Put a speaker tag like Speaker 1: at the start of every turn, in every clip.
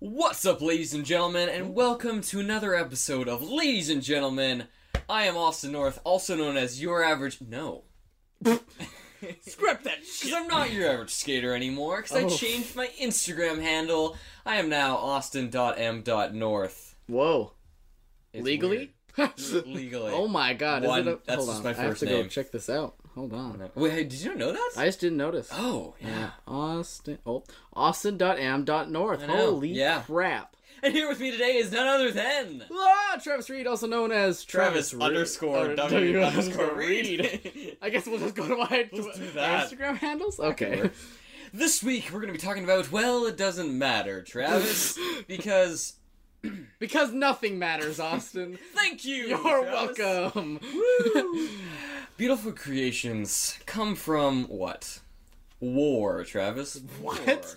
Speaker 1: What's up, ladies and gentlemen, and welcome to another episode of Ladies and Gentlemen. I am Austin North, also known as Your Average. No.
Speaker 2: Script that
Speaker 1: Because I'm not your average skater anymore, because I
Speaker 2: Oh.
Speaker 1: changed my Instagram handle. I am now Austin.m.north.
Speaker 2: Whoa.
Speaker 1: It's
Speaker 2: Legally?
Speaker 1: weird. Legally.
Speaker 2: oh my god. Is
Speaker 1: One-
Speaker 2: it a,
Speaker 1: that's
Speaker 2: hold
Speaker 1: just
Speaker 2: on.
Speaker 1: my
Speaker 2: I have
Speaker 1: first
Speaker 2: to
Speaker 1: name.
Speaker 2: go check this out. Hold on.
Speaker 1: Wait, hey, did you not know that?
Speaker 2: I just didn't notice.
Speaker 1: Oh, yeah.
Speaker 2: Yeah. Austin. Oh. Austin.am.north.
Speaker 1: I know.
Speaker 2: Holy
Speaker 1: Yeah.
Speaker 2: crap.
Speaker 1: And here with me today is none other than.
Speaker 2: Ah, Travis Reed, also known as Travis,
Speaker 1: Travis
Speaker 2: Reed.
Speaker 1: underscore
Speaker 2: Uh,
Speaker 1: W underscore Reed.
Speaker 2: I guess we'll just go to my
Speaker 1: Let's do
Speaker 2: tw-
Speaker 1: that.
Speaker 2: Instagram handles. Okay.
Speaker 1: This week we're going to be talking about, well, it doesn't matter, Travis, because
Speaker 2: because nothing matters, Austin.
Speaker 1: thank you.
Speaker 2: You're
Speaker 1: Travis.
Speaker 2: welcome.
Speaker 1: Woo. Beautiful creations come from what? War, Travis. War.
Speaker 2: What?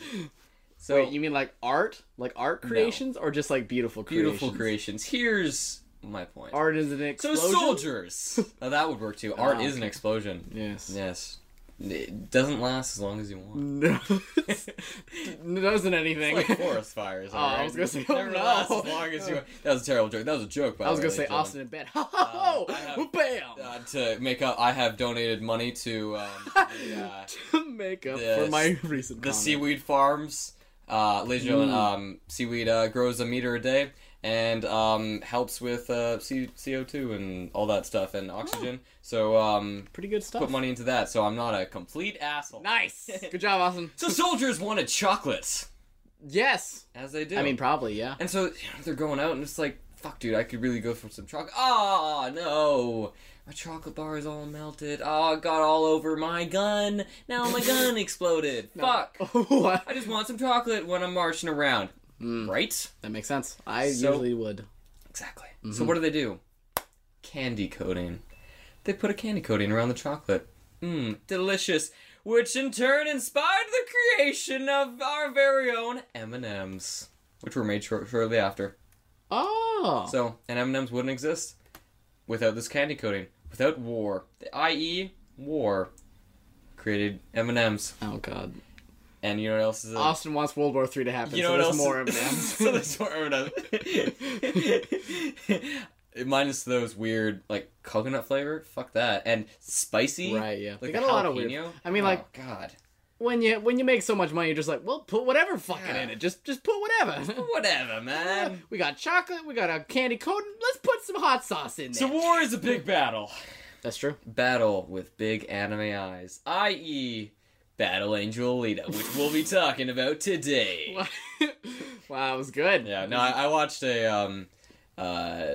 Speaker 1: So
Speaker 2: Wait, you mean like art? Like art creations or just like beautiful creations?
Speaker 1: beautiful creations. Here's my point.
Speaker 2: Art is an
Speaker 1: so
Speaker 2: explosion.
Speaker 1: soldiers. oh, that would work too. Art
Speaker 2: Ah,
Speaker 1: is an explosion.
Speaker 2: Yes.
Speaker 1: Yes. It doesn't last as long as you want.
Speaker 2: No. Doesn't anything.
Speaker 1: It's like forest fires.
Speaker 2: Oh,
Speaker 1: alright?
Speaker 2: I was gonna say, oh,
Speaker 1: never
Speaker 2: no.
Speaker 1: lasts as long as you. want. That was a terrible joke. That was a joke. By
Speaker 2: I was
Speaker 1: the way,
Speaker 2: gonna say
Speaker 1: ladies and gentlemen.
Speaker 2: Austin in bed. Ha ha
Speaker 1: Uh, I
Speaker 2: ha!
Speaker 1: have-
Speaker 2: Bam!
Speaker 1: Uh, to make up, I have donated money to um, the, uh,
Speaker 2: to make up
Speaker 1: the
Speaker 2: for my
Speaker 1: s-
Speaker 2: recent
Speaker 1: the
Speaker 2: comment.
Speaker 1: seaweed farms. Uh, ladies and gentlemen, um, seaweed uh, grows a meter a day and um, helps with uh, C- CO2 and all that stuff and oxygen. So um,
Speaker 2: Pretty good stuff.
Speaker 1: put money into that. So I'm not a complete asshole.
Speaker 2: Nice. good job, Austin.
Speaker 1: So soldiers wanted chocolate,
Speaker 2: Yes.
Speaker 1: as they do.
Speaker 2: I mean, probably yeah.
Speaker 1: and so you know, they're going out and it's like, fuck, dude, I could really go for some chocolate. Ah, no. My chocolate bar is all melted. Oh, it got all over my gun. Now my gun exploded. Fuck.
Speaker 2: What?
Speaker 1: I just want some chocolate when I'm marching around. Right?
Speaker 2: that makes sense. I
Speaker 1: So-
Speaker 2: usually would.
Speaker 1: Exactly. So what do they do? Candy coating. They put a candy coating around the chocolate. Mmm, delicious. Which in turn inspired the creation of our very own M&Ms, which were made shor- shortly after.
Speaker 2: Oh.
Speaker 1: So, and M&Ms wouldn't exist without this candy coating, without war. The IE war created M&Ms.
Speaker 2: oh God.
Speaker 1: And you know what else is a-
Speaker 2: Austin wants World War Three to happen.
Speaker 1: You know
Speaker 2: so
Speaker 1: what
Speaker 2: there's
Speaker 1: else?
Speaker 2: More of
Speaker 1: so there's more M&Ms. Minus those weird like coconut flavor. Fuck that. And spicy.
Speaker 2: Right, yeah.
Speaker 1: Like
Speaker 2: They
Speaker 1: got a lot of weird.
Speaker 2: I mean, like-
Speaker 1: God.
Speaker 2: when you when you make so much money, you're just like, well, put whatever fucking
Speaker 1: Yeah.
Speaker 2: in it. Just just put whatever.
Speaker 1: Whatever, man.
Speaker 2: we got chocolate, we got a candy coating. Let's put some hot sauce in there.
Speaker 1: So war is a big battle.
Speaker 2: That's true.
Speaker 1: Battle with big anime eyes, i.e., Battle Angel Alita, which we'll be talking about today.
Speaker 2: wow, it was good.
Speaker 1: Yeah, no, I, I watched a um, uh,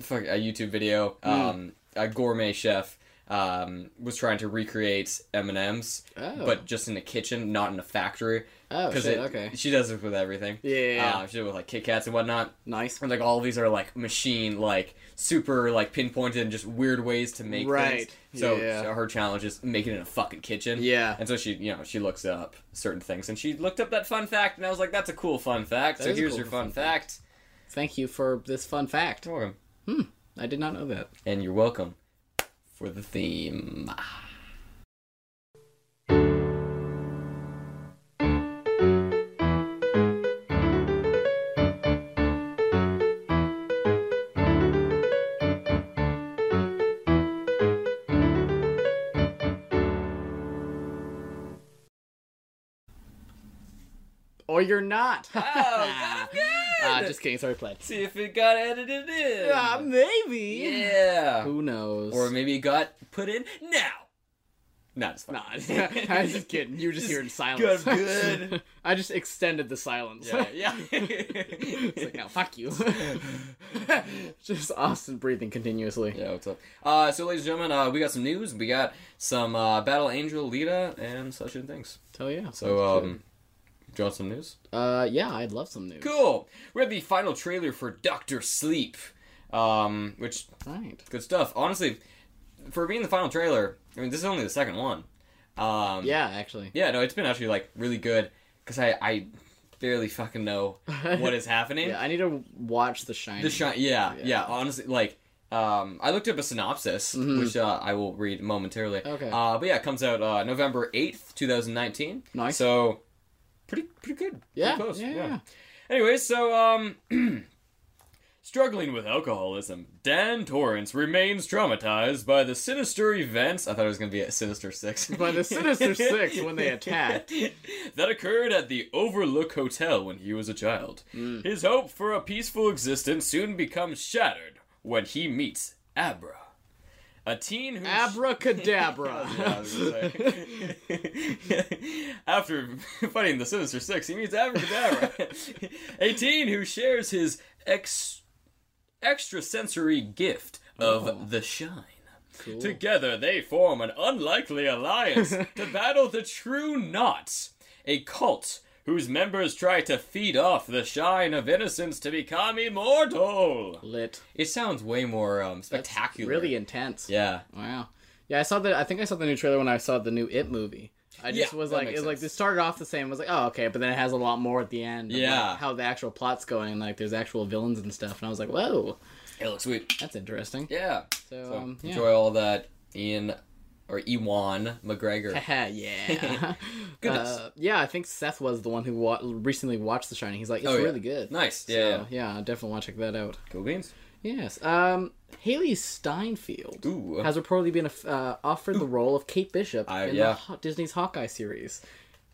Speaker 1: fuck, a YouTube video.
Speaker 2: Hmm.
Speaker 1: Um, a gourmet chef um was trying to recreate M and M's,
Speaker 2: Oh.
Speaker 1: but just in a kitchen, not in a factory.
Speaker 2: Oh
Speaker 1: 'Cause
Speaker 2: shit.
Speaker 1: it-
Speaker 2: okay.
Speaker 1: she does this with everything.
Speaker 2: Yeah.
Speaker 1: Uh, she did it with like Kit Kats and whatnot.
Speaker 2: nice.
Speaker 1: And like all of these are like machine, like super, like pinpointed and just weird ways to make
Speaker 2: Right.
Speaker 1: things. So,
Speaker 2: Yeah.
Speaker 1: so her challenge is make it in a fucking kitchen.
Speaker 2: Yeah.
Speaker 1: And so she, you know, she looks up certain things, and she looked up that fun fact, and I was like, "That's a cool fun fact."
Speaker 2: That
Speaker 1: so
Speaker 2: is a
Speaker 1: here's
Speaker 2: cool
Speaker 1: your fun,
Speaker 2: fun
Speaker 1: fact.
Speaker 2: Thank you for this fun fact.
Speaker 1: You're welcome.
Speaker 2: I did not know that.
Speaker 1: And you're welcome for the theme. Oh,
Speaker 2: Or you're not.
Speaker 1: Oh, that was
Speaker 2: Ah,
Speaker 1: good.
Speaker 2: just kidding. Sorry, play.
Speaker 1: See if it got edited in.
Speaker 2: Ah, maybe.
Speaker 1: yeah.
Speaker 2: Who knows?
Speaker 1: Or maybe it got put in now. No, it's fine.
Speaker 2: Nah, I was just kidding. You were just,
Speaker 1: Just
Speaker 2: here in silence.
Speaker 1: good, good.
Speaker 2: I just extended the silence.
Speaker 1: Yeah, yeah.
Speaker 2: it's like, no, fuck you. just Austin breathing continuously.
Speaker 1: Yeah, what's up? Uh, so, ladies and gentlemen, uh, we got some news. We got some uh, Battle Angel Lita and such and things.
Speaker 2: So yeah.
Speaker 1: So, um, do you want some news?
Speaker 2: uh, yeah, I'd love some news.
Speaker 1: Cool. We have the final trailer for Doctor Sleep, um, which
Speaker 2: Right.
Speaker 1: good stuff. Honestly, for being the final trailer, I mean, this is only the second one. Um,
Speaker 2: Yeah, actually.
Speaker 1: yeah, no, it's been actually like really good because I I barely fucking know what is happening.
Speaker 2: Yeah, I need to watch The Shining.
Speaker 1: The shine, yeah, yeah,
Speaker 2: Yeah.
Speaker 1: Honestly, like, um, I looked up a synopsis, which uh, I will read momentarily.
Speaker 2: Mm-hmm. Okay.
Speaker 1: Uh, but yeah, it comes out uh, November eighth, two thousand nineteen.
Speaker 2: Nice.
Speaker 1: So, pretty, pretty good.
Speaker 2: Yeah,
Speaker 1: Pretty close.
Speaker 2: yeah, yeah.
Speaker 1: Anyway, so um struggling with alcoholism, Dan Torrance remains traumatized by the sinister events I thought it was gonna be at Sinister Six.
Speaker 2: By the Sinister Six when they attacked.
Speaker 1: that occurred at the Overlook Hotel when he was a child.
Speaker 2: Mm.
Speaker 1: His hope for a peaceful existence soon becomes shattered when he meets Abra. A teen who
Speaker 2: Abracadabra.
Speaker 1: yeah, I was gonna say. After fighting the Sinister Six, he meets Abracadabra, a teen who shares his ex- extrasensory gift of the shine.
Speaker 2: Cool.
Speaker 1: Together, they form an unlikely alliance to battle the True Knots, a cult whose members try to feed off the shine of innocence to become immortal.
Speaker 2: Lit.
Speaker 1: It sounds way more um,
Speaker 2: That's
Speaker 1: spectacular.
Speaker 2: Really intense.
Speaker 1: Yeah.
Speaker 2: Wow. Yeah, I saw the. I think I saw the new trailer when I saw the new It movie. I just
Speaker 1: Yeah,
Speaker 2: was
Speaker 1: that
Speaker 2: like,
Speaker 1: makes
Speaker 2: it like
Speaker 1: sense.
Speaker 2: this started off the same. I was like, oh okay, but then it has a lot more at the end. of, like,
Speaker 1: Yeah.
Speaker 2: how the actual plot's going, and like there's actual villains and stuff, and I was like, whoa,
Speaker 1: It looks sweet.
Speaker 2: that's interesting.
Speaker 1: Yeah.
Speaker 2: So,
Speaker 1: So
Speaker 2: um, yeah.
Speaker 1: enjoy all that Ian or Ewan McGregor.
Speaker 2: Haha, yeah.
Speaker 1: Goodness.
Speaker 2: Uh, yeah, I think Seth was the one who wa- recently watched The Shining. He's like, it's
Speaker 1: Oh, yeah.
Speaker 2: really good.
Speaker 1: nice.
Speaker 2: So,
Speaker 1: Yeah.
Speaker 2: yeah, I definitely want to check that out.
Speaker 1: Cool beans.
Speaker 2: Yes. Um, Haley Steinfeld
Speaker 1: Ooh.
Speaker 2: has reportedly been uh, offered the role of Kate Bishop
Speaker 1: I-
Speaker 2: in the
Speaker 1: yeah.
Speaker 2: Ho- Disney's Hawkeye series.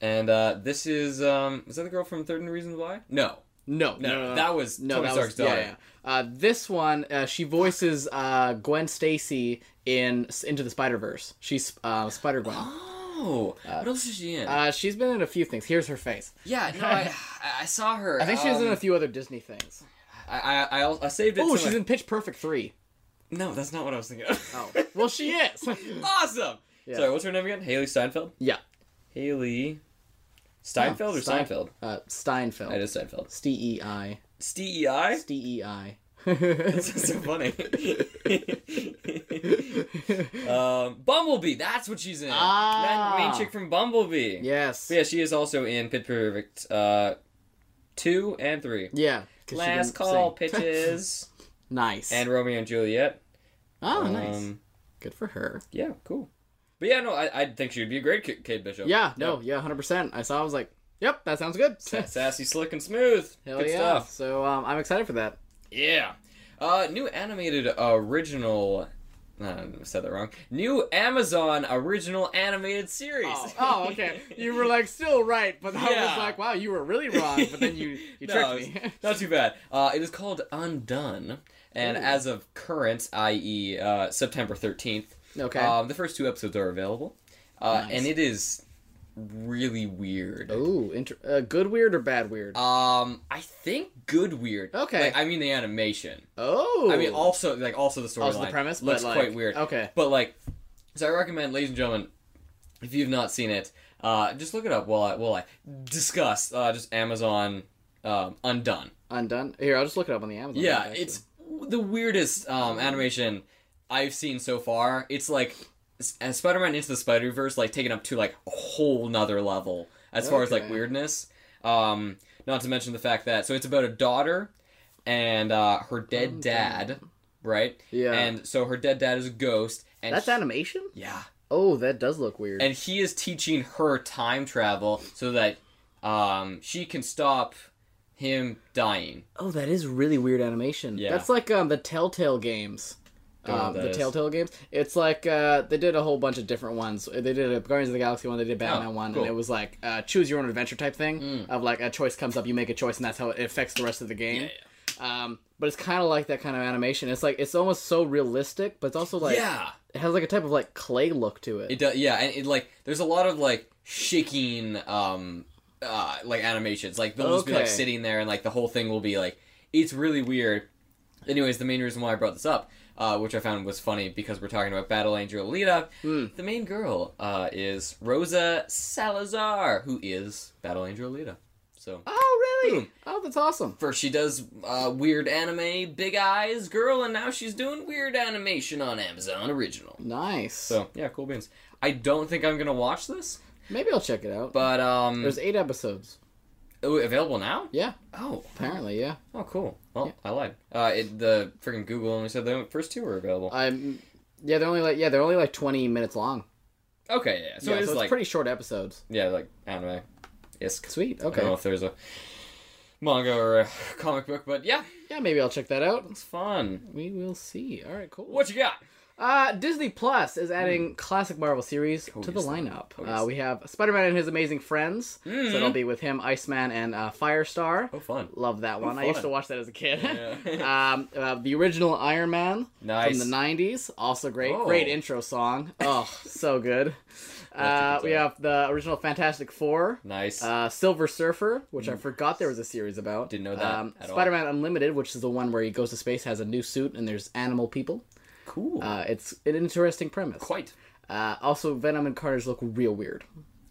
Speaker 1: and uh, this is um, is that the girl from Thirteen Reasons Why? No.
Speaker 2: No,
Speaker 1: No,
Speaker 2: no, no, no.
Speaker 1: that was
Speaker 2: no,
Speaker 1: Tony
Speaker 2: that
Speaker 1: Stark's
Speaker 2: was, yeah,
Speaker 1: daughter.
Speaker 2: yeah. Uh, this one, uh, she voices uh, Gwen Stacy in S- Into the Spider Verse. She's uh, Spider Gwen.
Speaker 1: Oh. what else is she in?
Speaker 2: Uh, she's been in a few things. Here's her face.
Speaker 1: yeah. No, I I saw her.
Speaker 2: I think she was in
Speaker 1: um,
Speaker 2: a few other Disney things.
Speaker 1: I I I, al- I saved it.
Speaker 2: Oh,
Speaker 1: to
Speaker 2: she's
Speaker 1: my-
Speaker 2: in Pitch Perfect three.
Speaker 1: No, that's not what I was thinking. Of.
Speaker 2: Oh, well, she is.
Speaker 1: awesome.
Speaker 2: Yeah.
Speaker 1: Sorry, what's her name again? Haley Steinfeld.
Speaker 2: yeah,
Speaker 1: Haley. Steinfeld or
Speaker 2: Stein-
Speaker 1: Seinfeld?
Speaker 2: Uh, Steinfeld.
Speaker 1: I just Seinfeld.
Speaker 2: S T E I.
Speaker 1: Stee I.
Speaker 2: S T E I.
Speaker 1: That's so funny. um, Bumblebee, that's what she's in.
Speaker 2: Ah.
Speaker 1: That main chick from Bumblebee.
Speaker 2: Yes.
Speaker 1: But yeah, she is also in Pit Perfect uh, 2 and 3.
Speaker 2: Yeah. 'cause she
Speaker 1: Last
Speaker 2: didn't
Speaker 1: Call,
Speaker 2: sing.
Speaker 1: Pitches,
Speaker 2: nice.
Speaker 1: and Romeo and Juliet.
Speaker 2: oh, nice.
Speaker 1: Um,
Speaker 2: Good for her.
Speaker 1: yeah, cool. But yeah, no, I, I think she would be a great K- Kate Bishop.
Speaker 2: Yeah, no, yeah, hundred percent. I saw. I was like, "Yep, that sounds good."
Speaker 1: Yeah. Sassy, slick, and smooth.
Speaker 2: Hell
Speaker 1: Good
Speaker 2: yeah!
Speaker 1: stuff.
Speaker 2: So um, I'm excited for that.
Speaker 1: Yeah. Uh, new animated original. uh, I said that wrong. New Amazon original animated series.
Speaker 2: Oh, okay. You were like still right, but I
Speaker 1: Yeah.
Speaker 2: was like, "Wow, you were really wrong." But then you you
Speaker 1: No,
Speaker 2: tricked me.
Speaker 1: it's not too bad. Uh, it is called Undone, and
Speaker 2: Ooh.
Speaker 1: as of current, i.e., uh, September thirteenth,
Speaker 2: okay.
Speaker 1: um, the first two episodes are available, uh,
Speaker 2: Nice.
Speaker 1: and it is really weird.
Speaker 2: Ooh, inter- uh, good weird or bad weird?
Speaker 1: Um, I think good weird.
Speaker 2: Okay.
Speaker 1: Like, I mean the animation.
Speaker 2: oh,
Speaker 1: I mean also like also the storyline.
Speaker 2: also the premise, but,
Speaker 1: looks
Speaker 2: like-
Speaker 1: quite weird.
Speaker 2: Okay,
Speaker 1: But like, so I recommend, ladies and gentlemen, if you've not seen it, uh, just look it up while I while I discuss uh, just Amazon um, Undone.
Speaker 2: undone. Here, I'll just look it up on the Amazon.
Speaker 1: Yeah,
Speaker 2: app, actually.
Speaker 1: it's the weirdest um, animation I've seen so far. It's like S- as Spider-Man into the Spider-Verse, like taken up to like a whole nother level as far as like
Speaker 2: Okay.
Speaker 1: weirdness. Um, not to mention the fact that so it's about a daughter and uh, her dead
Speaker 2: Undone.
Speaker 1: dad, right?
Speaker 2: Oh, Yeah.
Speaker 1: And so her dead dad is a ghost, and
Speaker 2: that's
Speaker 1: she-
Speaker 2: animation.
Speaker 1: yeah,
Speaker 2: Oh, that does look weird.
Speaker 1: and he is teaching her time travel so that um, she can stop him dying.
Speaker 2: oh, that is really weird animation.
Speaker 1: Yeah.
Speaker 2: that's like um the Telltale games.
Speaker 1: Don't know what
Speaker 2: Um,
Speaker 1: that
Speaker 2: the
Speaker 1: is.
Speaker 2: Telltale games. It's like uh, they did a whole bunch of different ones. They did a Guardians of the Galaxy one. They did a Batman one,
Speaker 1: Oh, cool. Mm.
Speaker 2: and it was like uh, choose your own adventure type thing. Of like a choice comes up, you make a choice, and that's how it affects the rest of the game.
Speaker 1: Yeah,
Speaker 2: Um, but it's kind of like that kind of animation. It's like it's almost so realistic, but it's also like
Speaker 1: yeah.
Speaker 2: it has like a type of like clay look to it.
Speaker 1: It does, yeah, and it like there's a lot of like shaking, um, uh, like animations. Like they'll just be like
Speaker 2: Okay.
Speaker 1: sitting there, and like the whole thing will be like it's really weird. Anyways, the main reason why I brought this up, uh, which I found was funny because we're talking about Battle Angel Alita. The main girl uh, is Rosa Salazar, who is Battle Angel Alita. So
Speaker 2: oh really?
Speaker 1: Boom.
Speaker 2: Oh, that's awesome.
Speaker 1: first she does uh, weird anime, big eyes girl, and now she's doing weird animation on Amazon Original.
Speaker 2: Nice.
Speaker 1: So yeah, cool beans. I don't think I'm gonna watch this.
Speaker 2: Maybe I'll check it out.
Speaker 1: But um,
Speaker 2: There's eight episodes.
Speaker 1: oh, available now.
Speaker 2: Yeah,
Speaker 1: Oh,
Speaker 2: apparently, yeah.
Speaker 1: oh, cool. Well, I lied. Uh, it, the freaking Google only said the first two were available.
Speaker 2: I'm. Yeah, they're only like yeah, they're only like twenty minutes long.
Speaker 1: Okay, yeah. So
Speaker 2: yeah,
Speaker 1: it's
Speaker 2: so it's
Speaker 1: like
Speaker 2: pretty short episodes.
Speaker 1: yeah, like anime. Isk.
Speaker 2: Sweet.
Speaker 1: I don't know
Speaker 2: Okay.
Speaker 1: if there's a manga or a comic book, but yeah,
Speaker 2: Yeah, maybe I'll check that out.
Speaker 1: it's fun.
Speaker 2: We will see. All right, cool.
Speaker 1: What Hmm. you got?
Speaker 2: Uh, Disney Plus is adding classic Marvel series to the
Speaker 1: yes.
Speaker 2: lineup.
Speaker 1: Oh,
Speaker 2: uh,
Speaker 1: yes.
Speaker 2: we have Spider Man and His Amazing Friends.
Speaker 1: Mhm.
Speaker 2: So it'll be with him, Iceman, and uh, Firestar.
Speaker 1: Oh, fun.
Speaker 2: Love that one. I
Speaker 1: fun.
Speaker 2: used to watch that as a kid.
Speaker 1: Yeah.
Speaker 2: um, uh, the original Iron Man
Speaker 1: Nice.
Speaker 2: from the 90s. Also great.
Speaker 1: Oh.
Speaker 2: Great intro song. Oh, so good. Uh,
Speaker 1: That's a good
Speaker 2: we
Speaker 1: time.
Speaker 2: have the original Fantastic Four.
Speaker 1: Nice.
Speaker 2: Uh, Silver Surfer, which I forgot there was a series about.
Speaker 1: Hmm.
Speaker 2: Um,
Speaker 1: Didn't know that at all.
Speaker 2: Spider-Man Unlimited, which is the one where he goes to space, has a new suit, and there's animal people.
Speaker 1: cool.
Speaker 2: Uh, it's an interesting premise.
Speaker 1: Quite.
Speaker 2: Uh, also, Venom and Carnage look real weird,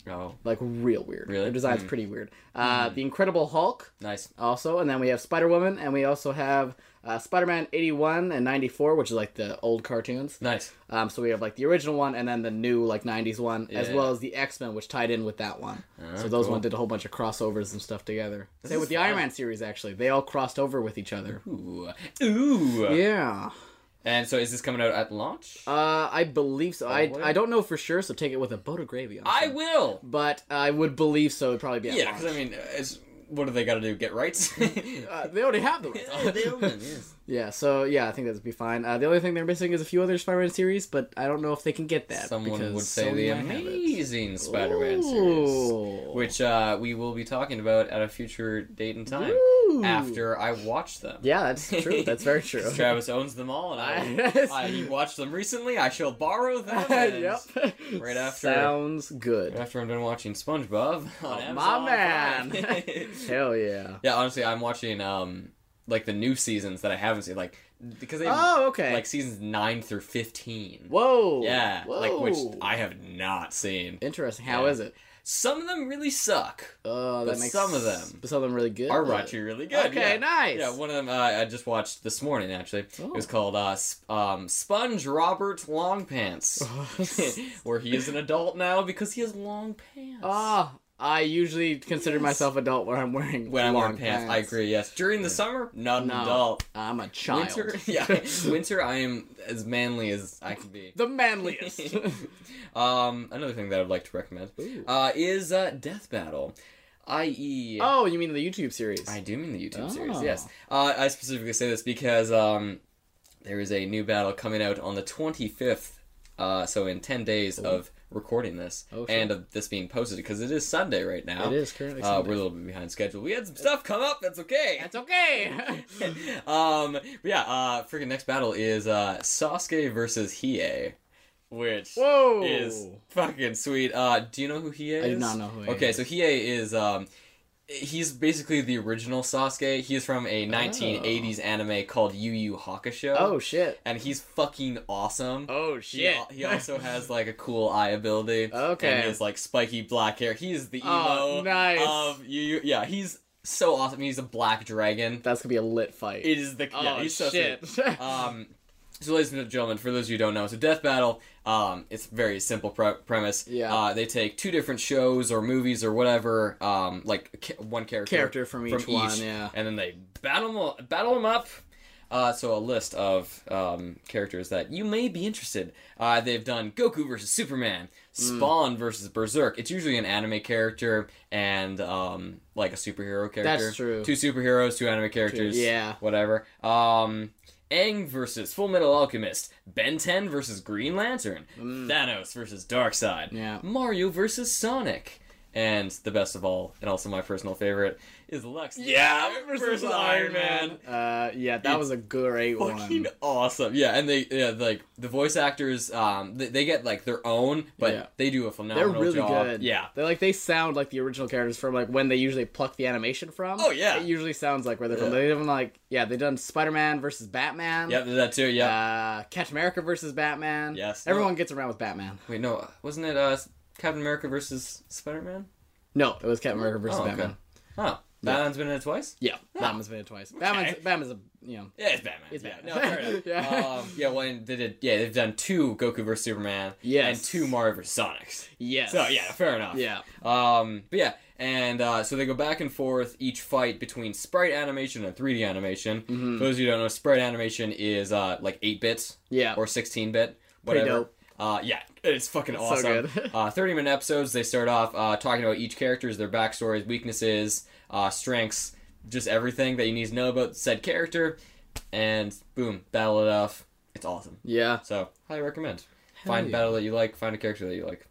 Speaker 1: Oh,
Speaker 2: like real weird.
Speaker 1: Really? Hmm.
Speaker 2: Their design's pretty weird. Uh, The Incredible Hulk,
Speaker 1: nice.
Speaker 2: also, and then we have Spider Woman, and we also have uh, Spider-Man '81 and '94, which is like the old cartoons.
Speaker 1: Nice.
Speaker 2: Um, so we have like the original one and then the new like '90s one, as
Speaker 1: Yeah.
Speaker 2: well as the X Men, which tied in with that one. so those
Speaker 1: cool.
Speaker 2: one did a whole bunch of crossovers and stuff together. Same
Speaker 1: is
Speaker 2: with the Iron
Speaker 1: fun.
Speaker 2: Man series, actually, they all crossed over with each other.
Speaker 1: Ooh. Ooh.
Speaker 2: Yeah,
Speaker 1: And so is this coming out at launch?
Speaker 2: uh, I believe so. I,
Speaker 1: word.
Speaker 2: I don't know for sure, so take it with a boat of gravy. On
Speaker 1: Oh, I
Speaker 2: it.
Speaker 1: will.
Speaker 2: but I would believe so. It'd probably be at
Speaker 1: Yeah,
Speaker 2: launch.
Speaker 1: because I mean, uh, it's what do they got to do? Get rights?
Speaker 2: uh, they already have the rights. on it. yeah, so yeah, I think that'd be fine. Uh, the only thing they're missing is a few other Spider-Man series, but I don't know if they can get that.
Speaker 1: Someone
Speaker 2: because
Speaker 1: would say
Speaker 2: Sony
Speaker 1: the
Speaker 2: might have it.
Speaker 1: amazing Spider-Man series,
Speaker 2: Ooh.
Speaker 1: which uh, we will be talking about at a future date and time
Speaker 2: Ooh.
Speaker 1: after I watch them.
Speaker 2: Yeah, that's true. That's very true.
Speaker 1: 'Cause Travis owns them all, and I,
Speaker 2: Yes.
Speaker 1: I he watched them recently. I shall borrow them. and
Speaker 2: yep.
Speaker 1: right after-
Speaker 2: Sounds good.
Speaker 1: After I'm done watching SpongeBob on
Speaker 2: Oh, my
Speaker 1: Amazon
Speaker 2: man.
Speaker 1: Prime.
Speaker 2: Hell yeah.
Speaker 1: yeah, honestly, I'm watching um like the new seasons that I haven't seen, like because they
Speaker 2: Oh, okay.
Speaker 1: like seasons nine through fifteen.
Speaker 2: Whoa.
Speaker 1: Yeah,
Speaker 2: Whoa.
Speaker 1: like which I have not seen.
Speaker 2: Interesting. How
Speaker 1: Yeah.
Speaker 2: is it?
Speaker 1: Some of them really suck.
Speaker 2: Oh,
Speaker 1: But
Speaker 2: that makes
Speaker 1: some of them
Speaker 2: but some of them really good.
Speaker 1: Are actually really good.
Speaker 2: Okay,
Speaker 1: yeah.
Speaker 2: nice.
Speaker 1: Yeah, one of them uh, I just watched this morning actually. It was
Speaker 2: Oh.
Speaker 1: called uh, Sp- um, Sponge Robert Longpants, where he is an adult now because he has long pants.
Speaker 2: Ah, I usually consider
Speaker 1: Yes.
Speaker 2: myself adult when I'm wearing
Speaker 1: when I'm
Speaker 2: long
Speaker 1: wearing pants, I agree. Yes, during the summer, not an
Speaker 2: No.
Speaker 1: adult.
Speaker 2: I'm a child.
Speaker 1: Winter, yeah, winter. I am as manly as I can be.
Speaker 2: the manliest.
Speaker 1: um, another thing that I'd like to recommend
Speaker 2: Ooh.
Speaker 1: uh, is uh, Death Battle, i.e.
Speaker 2: oh, you mean the YouTube series?
Speaker 1: I do mean the YouTube series.
Speaker 2: Oh.
Speaker 1: Yes, uh, I specifically say this because um, there is a new battle coming out on the 25th. Uh, so in 10 days of recording this
Speaker 2: Oh, shit.
Speaker 1: and of this being posted because it is Sunday right now.
Speaker 2: It is currently.
Speaker 1: Uh,
Speaker 2: Sunday.
Speaker 1: we're a little bit behind schedule. We had some stuff come up. That's okay.
Speaker 2: That's okay.
Speaker 1: um, but yeah, uh, freaking next battle is uh, Sasuke versus Hiei, which
Speaker 2: Whoa.
Speaker 1: is fucking sweet. Uh, do you know who Hiei is?
Speaker 2: I do not know who. he
Speaker 1: Okay,
Speaker 2: is.
Speaker 1: so Hiei is um, he's basically the original Sasuke. He is from a 1980s anime called Yu Yu Hakusho.
Speaker 2: Oh shit.
Speaker 1: and he's fucking awesome.
Speaker 2: Oh
Speaker 1: He, al- he also has like a cool eye ability.
Speaker 2: Okay.
Speaker 1: And he has like spiky black hair. He is the emo
Speaker 2: Oh, nice.
Speaker 1: of Yu Yu. Yeah, he's so awesome. He's a black dragon.
Speaker 2: That's gonna be a lit fight.
Speaker 1: It is the yeah,
Speaker 2: oh
Speaker 1: he's so
Speaker 2: shit.
Speaker 1: sweet. Um, so ladies and gentlemen, for those of you who don't know, so Death Battle, um, it's a very simple pre- premise.
Speaker 2: Yeah.
Speaker 1: Uh, they take two different shows or movies or whatever, um, like ca- one character,
Speaker 2: Character from each one, yeah.
Speaker 1: and then they battle 'em all- battle them up. Uh, so a list of um, characters that you may be interested. Uh, they've done Goku versus Superman,
Speaker 2: Hmm.
Speaker 1: Spawn versus Berserk. It's usually an anime character and um, like a superhero character.
Speaker 2: true.
Speaker 1: Two superheroes, two anime characters.
Speaker 2: yeah.
Speaker 1: Whatever. Um, Aang versus Full Metal Alchemist, Ben 10 versus Green Lantern, Thanos versus Darkseid,
Speaker 2: Hmm. Yeah.
Speaker 1: Mario versus Sonic. And the best of all, and also my personal favorite, is Lex.
Speaker 2: Uh, yeah, that was a great
Speaker 1: Fucking
Speaker 2: one.
Speaker 1: awesome. Yeah, and they yeah, like the voice actors um they, they get like their own, but
Speaker 2: Yeah.
Speaker 1: they do a
Speaker 2: They're
Speaker 1: phenomenal
Speaker 2: really
Speaker 1: job.
Speaker 2: good.
Speaker 1: Yeah.
Speaker 2: they like they sound like the original characters from like when they usually pluck the animation from.
Speaker 1: Oh, yeah.
Speaker 2: it usually sounds like where they're from.
Speaker 1: Yeah.
Speaker 2: They even like yeah, they done Spider Man versus Batman.
Speaker 1: Yep, that too. Yeah.
Speaker 2: Uh, Catch America versus Batman.
Speaker 1: Yes.
Speaker 2: Everyone gets around with Batman.
Speaker 1: Wait, no, wasn't it uh Captain America versus Spider-Man?
Speaker 2: No, it was Captain America versus
Speaker 1: Oh, okay.
Speaker 2: Batman.
Speaker 1: Oh, Batman's been in it twice.
Speaker 2: Yeah, Batman's been in twice. Batman's Batman's a you know
Speaker 1: Yeah, it's Batman.
Speaker 2: It's
Speaker 1: yeah.
Speaker 2: Batman.
Speaker 1: No, fair enough.
Speaker 2: Yeah.
Speaker 1: Um, yeah. Well, and they did. Yeah, they've done two Goku versus Superman.
Speaker 2: Yes.
Speaker 1: And two Mario versus Sonics.
Speaker 2: yes.
Speaker 1: So yeah, fair enough.
Speaker 2: yeah.
Speaker 1: Um, but yeah, and uh, so they go back and forth each fight between sprite animation and 3D animation.
Speaker 2: Mm-hmm.
Speaker 1: For those of you who don't know, sprite animation is uh, like 8 bits
Speaker 2: Yeah.
Speaker 1: or 16 bit,
Speaker 2: Pretty
Speaker 1: whatever.
Speaker 2: dope.
Speaker 1: Uh, yeah, it's fucking
Speaker 2: It's so
Speaker 1: awesome.
Speaker 2: good.
Speaker 1: uh, 30 minute episodes, they start off uh, talking about each character's, their backstories, weaknesses, uh, strengths, just everything that you need to know about said character, and boom, battle it off. It's awesome.
Speaker 2: Yeah.
Speaker 1: So highly recommend.
Speaker 2: Hell
Speaker 1: find
Speaker 2: yeah.
Speaker 1: battle that you like. Find a character that you like.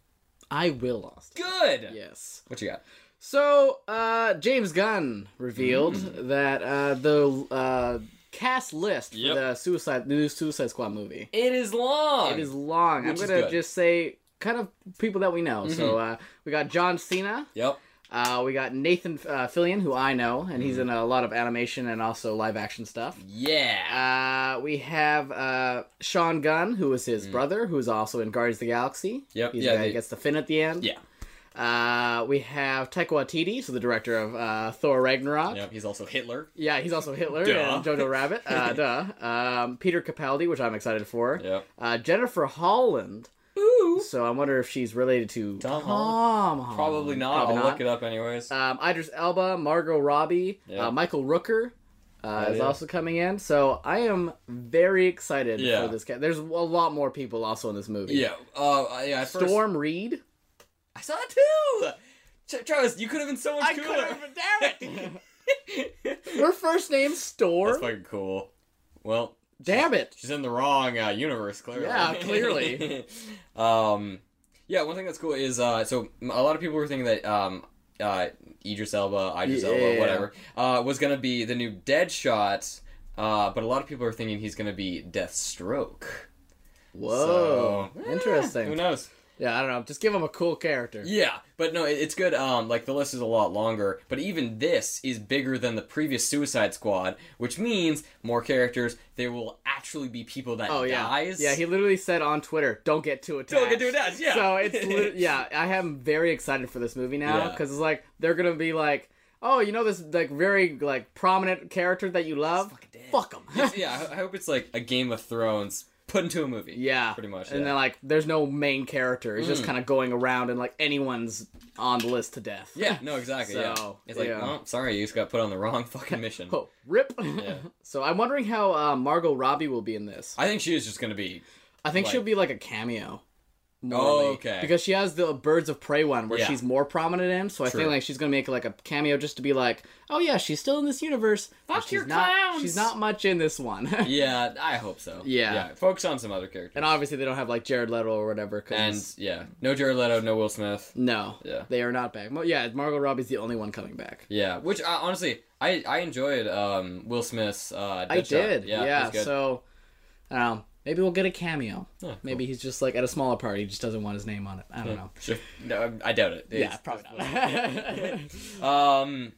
Speaker 2: I will lost.
Speaker 1: Good.
Speaker 2: Yes.
Speaker 1: What you got?
Speaker 2: So, uh, James Gunn revealed
Speaker 1: Mm.
Speaker 2: that uh, the uh, cast list for
Speaker 1: Yep.
Speaker 2: the Suicide the new Suicide Squad movie.
Speaker 1: It is long.
Speaker 2: It is long.
Speaker 1: Which
Speaker 2: I'm
Speaker 1: is
Speaker 2: gonna
Speaker 1: good. Mm-hmm.
Speaker 2: just say kind of people that we know. So uh, we got John Cena.
Speaker 1: Yep.
Speaker 2: Uh, we got Nathan uh, Fillion, who I know, and
Speaker 1: Mm-hmm.
Speaker 2: he's in a lot of animation and also live action stuff.
Speaker 1: Yeah.
Speaker 2: Uh, we have uh, Sean Gunn, who is his brother, who is also in Guardians of the Galaxy.
Speaker 1: Mm. Yep,
Speaker 2: He's
Speaker 1: yeah,
Speaker 2: the guy
Speaker 1: they-
Speaker 2: who gets the fin at the end.
Speaker 1: Yeah.
Speaker 2: Uh, we have Taika Waititi, so the director of uh, Thor Ragnarok.
Speaker 1: Yep. He's also Hitler.
Speaker 2: Yeah, he's also Hitler
Speaker 1: Duh.
Speaker 2: and Jojo Rabbit. Uh, duh. Um, Peter Capaldi, which I'm excited for.
Speaker 1: Yep.
Speaker 2: Uh, Jennifer Holland.
Speaker 1: Ooh.
Speaker 2: So I wonder if she's related to
Speaker 1: Tom
Speaker 2: Tom
Speaker 1: Holland?
Speaker 2: Holland.
Speaker 1: Probably not.
Speaker 2: Probably
Speaker 1: I'll
Speaker 2: not.
Speaker 1: look it up anyways.
Speaker 2: Um, Idris Elba, Margot Robbie,
Speaker 1: Yeah.
Speaker 2: uh, Michael Rooker uh,
Speaker 1: Oh,
Speaker 2: is
Speaker 1: yeah.
Speaker 2: also coming in. So I am very excited
Speaker 1: Yeah.
Speaker 2: for this. Ca- There's a lot more people also in this movie.
Speaker 1: yeah. Uh. I- Yeah. At first,
Speaker 2: Storm Reed.
Speaker 1: I saw it too. Tra- Travis, you could have been so much cooler.
Speaker 2: damn it. Her first name's
Speaker 1: That's
Speaker 2: Storm.
Speaker 1: fucking cool. Well,
Speaker 2: Damn it.
Speaker 1: She's in the wrong uh, universe, clearly.
Speaker 2: Yeah, clearly.
Speaker 1: um, yeah, one thing that's cool is uh, so m- a lot of people were thinking that um, uh, Idris Elba, Idris
Speaker 2: Yeah.
Speaker 1: Elba, whatever, uh, was gonna be the new Deadshot, uh, but a lot of people are thinking he's gonna be Deathstroke.
Speaker 2: Whoa.
Speaker 1: So,
Speaker 2: Interesting.
Speaker 1: eh, Who knows?
Speaker 2: Yeah, I don't know. Just give him a cool character.
Speaker 1: Yeah, but no, it- it's good. Um, like the list is a lot longer, but even this is bigger than the previous Suicide Squad, which means more characters. There will actually be people that
Speaker 2: Oh yeah,
Speaker 1: dies.
Speaker 2: yeah. He literally said on Twitter, "Don't get too attached."
Speaker 1: Don't get too attached, yeah.
Speaker 2: So it's lit- yeah. I am very excited for this movie now
Speaker 1: Yeah.
Speaker 2: because it's like they're gonna be like, oh, you know this like very like prominent character that you love.
Speaker 1: fucking dead.
Speaker 2: Fuck him.
Speaker 1: It's- yeah, I I hope it's like a Game of Thrones put into a movie.
Speaker 2: yeah,
Speaker 1: pretty much,
Speaker 2: And
Speaker 1: yeah. Mm.
Speaker 2: then like, there's no main character. It's just kind of going around and like anyone's on the list to death.
Speaker 1: Yeah, no, exactly.
Speaker 2: So,
Speaker 1: yeah. It's like,
Speaker 2: yeah.
Speaker 1: well, sorry, you just got put on the wrong fucking mission.
Speaker 2: Oh, rip. so I'm wondering how uh, Margot Robbie will be in this.
Speaker 1: I think she is just gonna be.
Speaker 2: I think
Speaker 1: Like-
Speaker 2: she'll be like a cameo.
Speaker 1: Oh,
Speaker 2: morally,
Speaker 1: okay.
Speaker 2: Because she has the Birds of Prey one where
Speaker 1: Yeah.
Speaker 2: she's more prominent in, so I
Speaker 1: True.
Speaker 2: think like she's gonna make like a cameo just to be like, oh yeah, she's still in this universe. but
Speaker 1: Fuck
Speaker 2: she's
Speaker 1: your
Speaker 2: not,
Speaker 1: clowns!
Speaker 2: She's not much in this one.
Speaker 1: Yeah, I hope so.
Speaker 2: Yeah.
Speaker 1: focus on some other characters.
Speaker 2: and obviously they don't have like Jared Leto or whatever. Cause
Speaker 1: And, yeah, no Jared Leto, no Will Smith.
Speaker 2: no,
Speaker 1: Yeah.
Speaker 2: they are not back. Mo- yeah, Margot Robbie's the only one coming back.
Speaker 1: Yeah, which uh, honestly, I I enjoyed um Will Smith's. Uh,
Speaker 2: I
Speaker 1: Deadshot.
Speaker 2: did.
Speaker 1: Yeah,
Speaker 2: Yeah.
Speaker 1: it was good.
Speaker 2: so, I don't know. Maybe we'll get a cameo.
Speaker 1: cool.
Speaker 2: Maybe he's just like at a smaller party. He just doesn't want his name on it. I don't know.
Speaker 1: Sure. No, I doubt it.
Speaker 2: Yeah,
Speaker 1: It's-
Speaker 2: probably not.
Speaker 1: Um,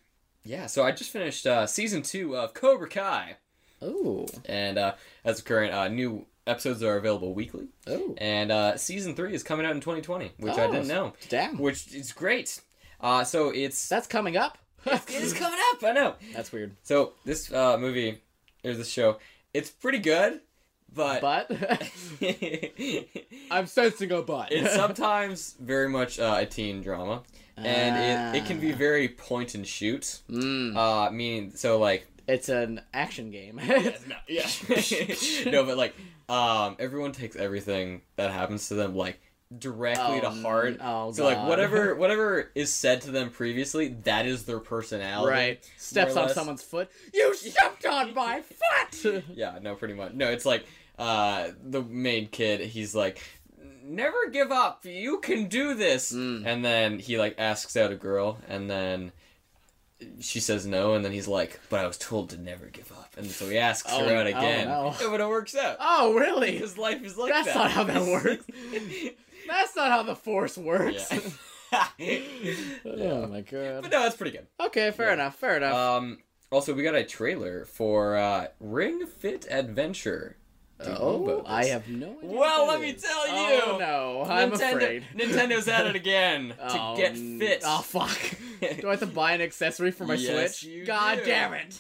Speaker 1: yeah. So I just finished uh, season two of Cobra Kai,
Speaker 2: oh,
Speaker 1: and uh, as of current, uh, new episodes are available weekly.
Speaker 2: oh,
Speaker 1: And uh, season three is coming out in 2020, which I
Speaker 2: Oh,
Speaker 1: didn't know.
Speaker 2: damn.
Speaker 1: Which is great. Uh, so it's
Speaker 2: that's coming up.
Speaker 1: it is coming up. I know.
Speaker 2: That's weird.
Speaker 1: So this uh, movie or this show, it's pretty good, but,
Speaker 2: But I'm sensing a but.
Speaker 1: it's sometimes very much uh, a teen drama, and it, it can be very point and shoot.
Speaker 2: Mm,
Speaker 1: Uh, meaning so like
Speaker 2: it's an action game.
Speaker 1: no, yeah. no, but like, um, everyone takes everything that happens to them like directly
Speaker 2: Oh,
Speaker 1: to heart.
Speaker 2: n- oh,
Speaker 1: so like
Speaker 2: God.
Speaker 1: whatever whatever is said to them previously, that is their personality.
Speaker 2: right. Steps
Speaker 1: more or
Speaker 2: on
Speaker 1: less.
Speaker 2: someone's foot. You stepped on my foot.
Speaker 1: Yeah. No. Pretty much. No. It's like uh, the main kid. He's like. Never give up. You can do this.
Speaker 2: Hmm.
Speaker 1: And then he like asks out a girl, and then she says no, and then he's like, "But I was told to never give up." And so he asks
Speaker 2: Oh,
Speaker 1: her out
Speaker 2: oh,
Speaker 1: again.
Speaker 2: no.
Speaker 1: Yeah, but it works out.
Speaker 2: oh, really?
Speaker 1: Because life is like
Speaker 2: That's
Speaker 1: that.
Speaker 2: not how that works. That's not how the force works.
Speaker 1: yeah.
Speaker 2: Oh my
Speaker 1: but
Speaker 2: god.
Speaker 1: no, that's pretty good.
Speaker 2: Okay, fair enough. Fair enough.
Speaker 1: Um, also, we got a trailer for uh, Ring Fit Adventure. The
Speaker 2: oh,
Speaker 1: Robots.
Speaker 2: I have no idea. what
Speaker 1: Uh, Well,
Speaker 2: that
Speaker 1: let me
Speaker 2: is.
Speaker 1: tell
Speaker 2: Oh
Speaker 1: you.
Speaker 2: no, I'm
Speaker 1: Nintendo,
Speaker 2: afraid.
Speaker 1: Nintendo's at it again to
Speaker 2: Oh,
Speaker 1: get
Speaker 2: n-
Speaker 1: fit.
Speaker 2: Oh fuck. Do I have to buy an accessory for my
Speaker 1: Yes,
Speaker 2: Switch?
Speaker 1: you
Speaker 2: God
Speaker 1: do.
Speaker 2: damn it.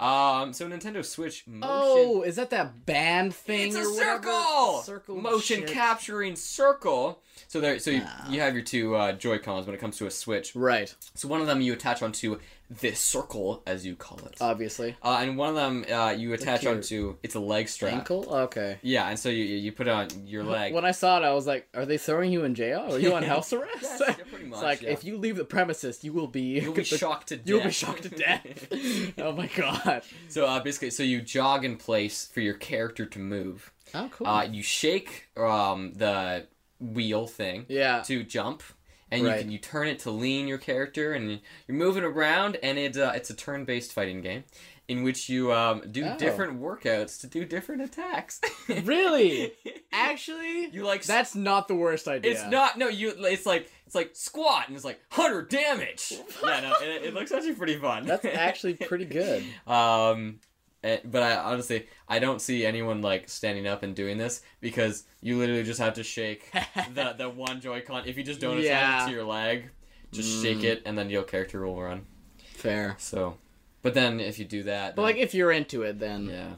Speaker 1: Um, so Nintendo Switch Motion.
Speaker 2: Oh, is that that band thing?
Speaker 1: It's a
Speaker 2: or whatever?
Speaker 1: circle.
Speaker 2: Circle
Speaker 1: motion
Speaker 2: shit. Ah.
Speaker 1: capturing circle. So there, so you, you have your two uh, Joy Cons when it comes to a Switch.
Speaker 2: Right.
Speaker 1: So one of them you attach onto this circle, as you call it. Uh,
Speaker 2: obviously.
Speaker 1: and one of them uh, you attach
Speaker 2: cute.
Speaker 1: onto it's a leg strap.
Speaker 2: Ankle? Okay.
Speaker 1: Yeah, and so you you you put it on your leg.
Speaker 2: When I saw it, I was like, "Are they throwing you in jail? Are you on house arrest?"
Speaker 1: Yes, yeah, pretty much,
Speaker 2: it's like
Speaker 1: yeah.
Speaker 2: if you leave the premises, you will be
Speaker 1: You'll be shocked to death.
Speaker 2: you'll be shocked to death. oh my god!
Speaker 1: so uh, basically, so you jog in place for your character to move.
Speaker 2: Oh cool.
Speaker 1: Uh, you shake um, the wheel thing
Speaker 2: yeah.
Speaker 1: to jump, and you
Speaker 2: Right.
Speaker 1: can you turn it to lean your character, and you're moving around, and it uh, it's a turn-based fighting game in which you um, do
Speaker 2: Oh.
Speaker 1: different workouts to do different attacks.
Speaker 2: Really? Actually,
Speaker 1: you like
Speaker 2: that's not the worst idea.
Speaker 1: It's not no you. It's like it's like squat and it's like hundred damage. yeah, no, it, it looks actually pretty fun.
Speaker 2: That's actually pretty good.
Speaker 1: um, eh, but I honestly I don't see anyone like standing up and doing this because you literally just have to shake the the one Joy-Con. If you just don't attach
Speaker 2: Yeah.
Speaker 1: it to your leg, just
Speaker 2: Mm.
Speaker 1: shake it and then your character will run.
Speaker 2: Fair.
Speaker 1: So, but then if you do that,
Speaker 2: But
Speaker 1: then-
Speaker 2: like, if you're into it, then yeah.
Speaker 1: yeah,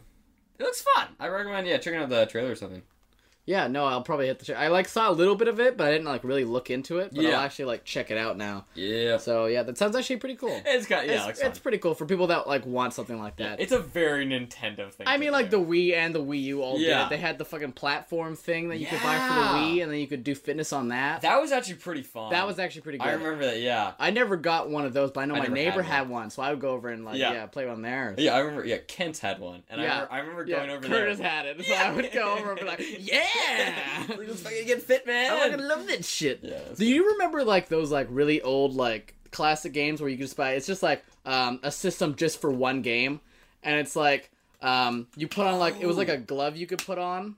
Speaker 1: it looks fun. I recommend yeah checking out the trailer or something.
Speaker 2: no, I'll probably hit the. Ch- I like saw a little bit of it, but I didn't like really look into it. But
Speaker 1: Yeah.
Speaker 2: I'll actually like check it out now.
Speaker 1: Yeah,
Speaker 2: So yeah, that sounds actually pretty cool.
Speaker 1: it's got yeah, it looks
Speaker 2: it's,
Speaker 1: fun.
Speaker 2: it's pretty cool for people that like want something like that.
Speaker 1: It's a very Nintendo thing.
Speaker 2: I
Speaker 1: to
Speaker 2: mean, like
Speaker 1: do.
Speaker 2: the Wii and the Wii U all
Speaker 1: Yeah.
Speaker 2: did it. They had the fucking platform thing that you could buy for the
Speaker 1: Yeah.
Speaker 2: Wii, and then you could do fitness on that. That,
Speaker 1: That was actually pretty fun.
Speaker 2: was actually pretty good.
Speaker 1: I remember that. Yeah.
Speaker 2: I never got one of those, but I know
Speaker 1: I
Speaker 2: my
Speaker 1: never
Speaker 2: neighbor
Speaker 1: had
Speaker 2: had one. so I would go over and like
Speaker 1: Yeah.
Speaker 2: yeah, play on theirs.
Speaker 1: Yeah, I remember. Yeah, Kent had one, and
Speaker 2: Yeah.
Speaker 1: I, remember, I remember
Speaker 2: Yeah,
Speaker 1: going over
Speaker 2: Curtis
Speaker 1: there.
Speaker 2: had it, so I would go over and be like, "Yeah,
Speaker 1: We're just fucking get fit, man.
Speaker 2: I fucking love that shit."
Speaker 1: Yeah, that's
Speaker 2: Do you remember like those like really old like classic games where you could just buy? It's just like um, a system just for one game, and it's like um, you put on like it was like a glove you could put on.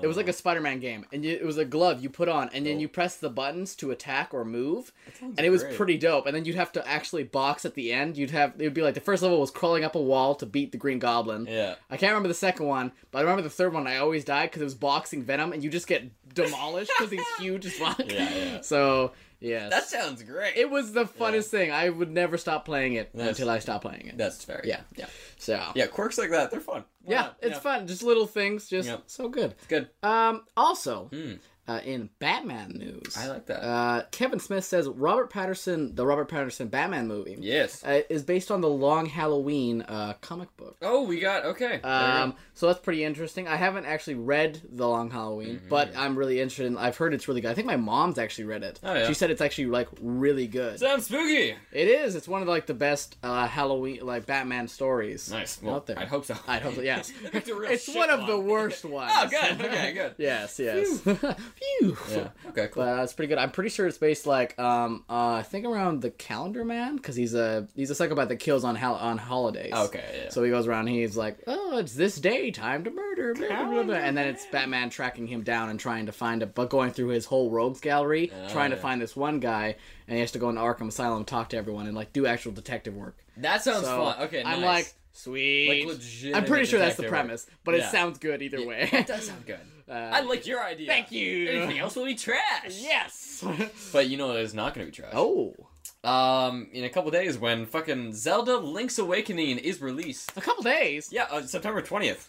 Speaker 2: It was like
Speaker 1: Oh,
Speaker 2: a Spider-Man game, and you, it was a glove you put on, and then you press the buttons to attack or move, and it was
Speaker 1: great.
Speaker 2: pretty dope. And then you'd have to actually box at the end. You'd have it would be like the first level was crawling up a wall to beat the Green Goblin.
Speaker 1: Yeah.
Speaker 2: I can't remember the second one, but I remember the third one. I always died because it was boxing Venom, and you just get demolished because he's huge as fuck.
Speaker 1: Yeah, yeah.
Speaker 2: So yes,
Speaker 1: That sounds great.
Speaker 2: it was the funnest thing. I would never stop playing it
Speaker 1: That's-
Speaker 2: until I stopped playing it.
Speaker 1: That's fair.
Speaker 2: Yeah.
Speaker 1: Yeah.
Speaker 2: So
Speaker 1: Yeah. Quirks like that, they're fun. Why
Speaker 2: Yeah,
Speaker 1: not?
Speaker 2: it's fun. Just little things, just
Speaker 1: Yeah.
Speaker 2: so good.
Speaker 1: Good.
Speaker 2: Um, also,
Speaker 1: Mm.
Speaker 2: uh, in Batman news,
Speaker 1: I like that.
Speaker 2: Uh, Kevin Smith says Robert Patterson, the Robert Patterson Batman movie,
Speaker 1: yes.
Speaker 2: uh, is based on the Long Halloween uh, comic book.
Speaker 1: oh, we got okay. There you
Speaker 2: Um, so that's pretty interesting. I haven't actually read The Long Halloween,
Speaker 1: Mm-hmm.
Speaker 2: but I'm really interested. In, I've heard it's really good. I think my mom's actually read it.
Speaker 1: Oh, yeah.
Speaker 2: She said it's actually like really good.
Speaker 1: go. sounds spooky.
Speaker 2: it is. It's one of like the best uh, Halloween like Batman stories.
Speaker 1: Nice. Well,
Speaker 2: out there.
Speaker 1: I'd hope so.
Speaker 2: I hope so, yes.
Speaker 1: it's a real
Speaker 2: it's
Speaker 1: shit
Speaker 2: one of the
Speaker 1: one.
Speaker 2: worst ones.
Speaker 1: Oh, good. Okay, good.
Speaker 2: yes, yes. Phew.
Speaker 1: Yeah. Okay. Cool.
Speaker 2: But uh, it's pretty good. I'm pretty sure it's based like um uh, I think around the Calendar Man because he's a he's a psychopath that kills on hol- on holidays.
Speaker 1: Oh, okay. Yeah.
Speaker 2: So he goes around. He's like, "Oh, it's this day, time to murder," blah, blah, blah, blah." and then it's Batman tracking him down and trying to find a, but going through his whole rogues gallery, trying
Speaker 1: Oh, yeah.
Speaker 2: to find this one guy, and he has to go into Arkham Asylum, talk to everyone, and like do actual detective work.
Speaker 1: that sounds
Speaker 2: So
Speaker 1: fun. Okay. nice.
Speaker 2: I'm like, sweet.
Speaker 1: Like legitimate
Speaker 2: I'm pretty sure that's the
Speaker 1: detective work.
Speaker 2: premise, but
Speaker 1: Yeah.
Speaker 2: it sounds good either way. Uh,
Speaker 1: That does sound good. I like your idea.
Speaker 2: Thank you.
Speaker 1: Anything else will be trash.
Speaker 2: Yes.
Speaker 1: But you know what is not going to be trash.
Speaker 2: oh,
Speaker 1: Um, in a couple days when fucking Zelda Link's Awakening is released.
Speaker 2: a couple days.
Speaker 1: Yeah, uh, September 20th.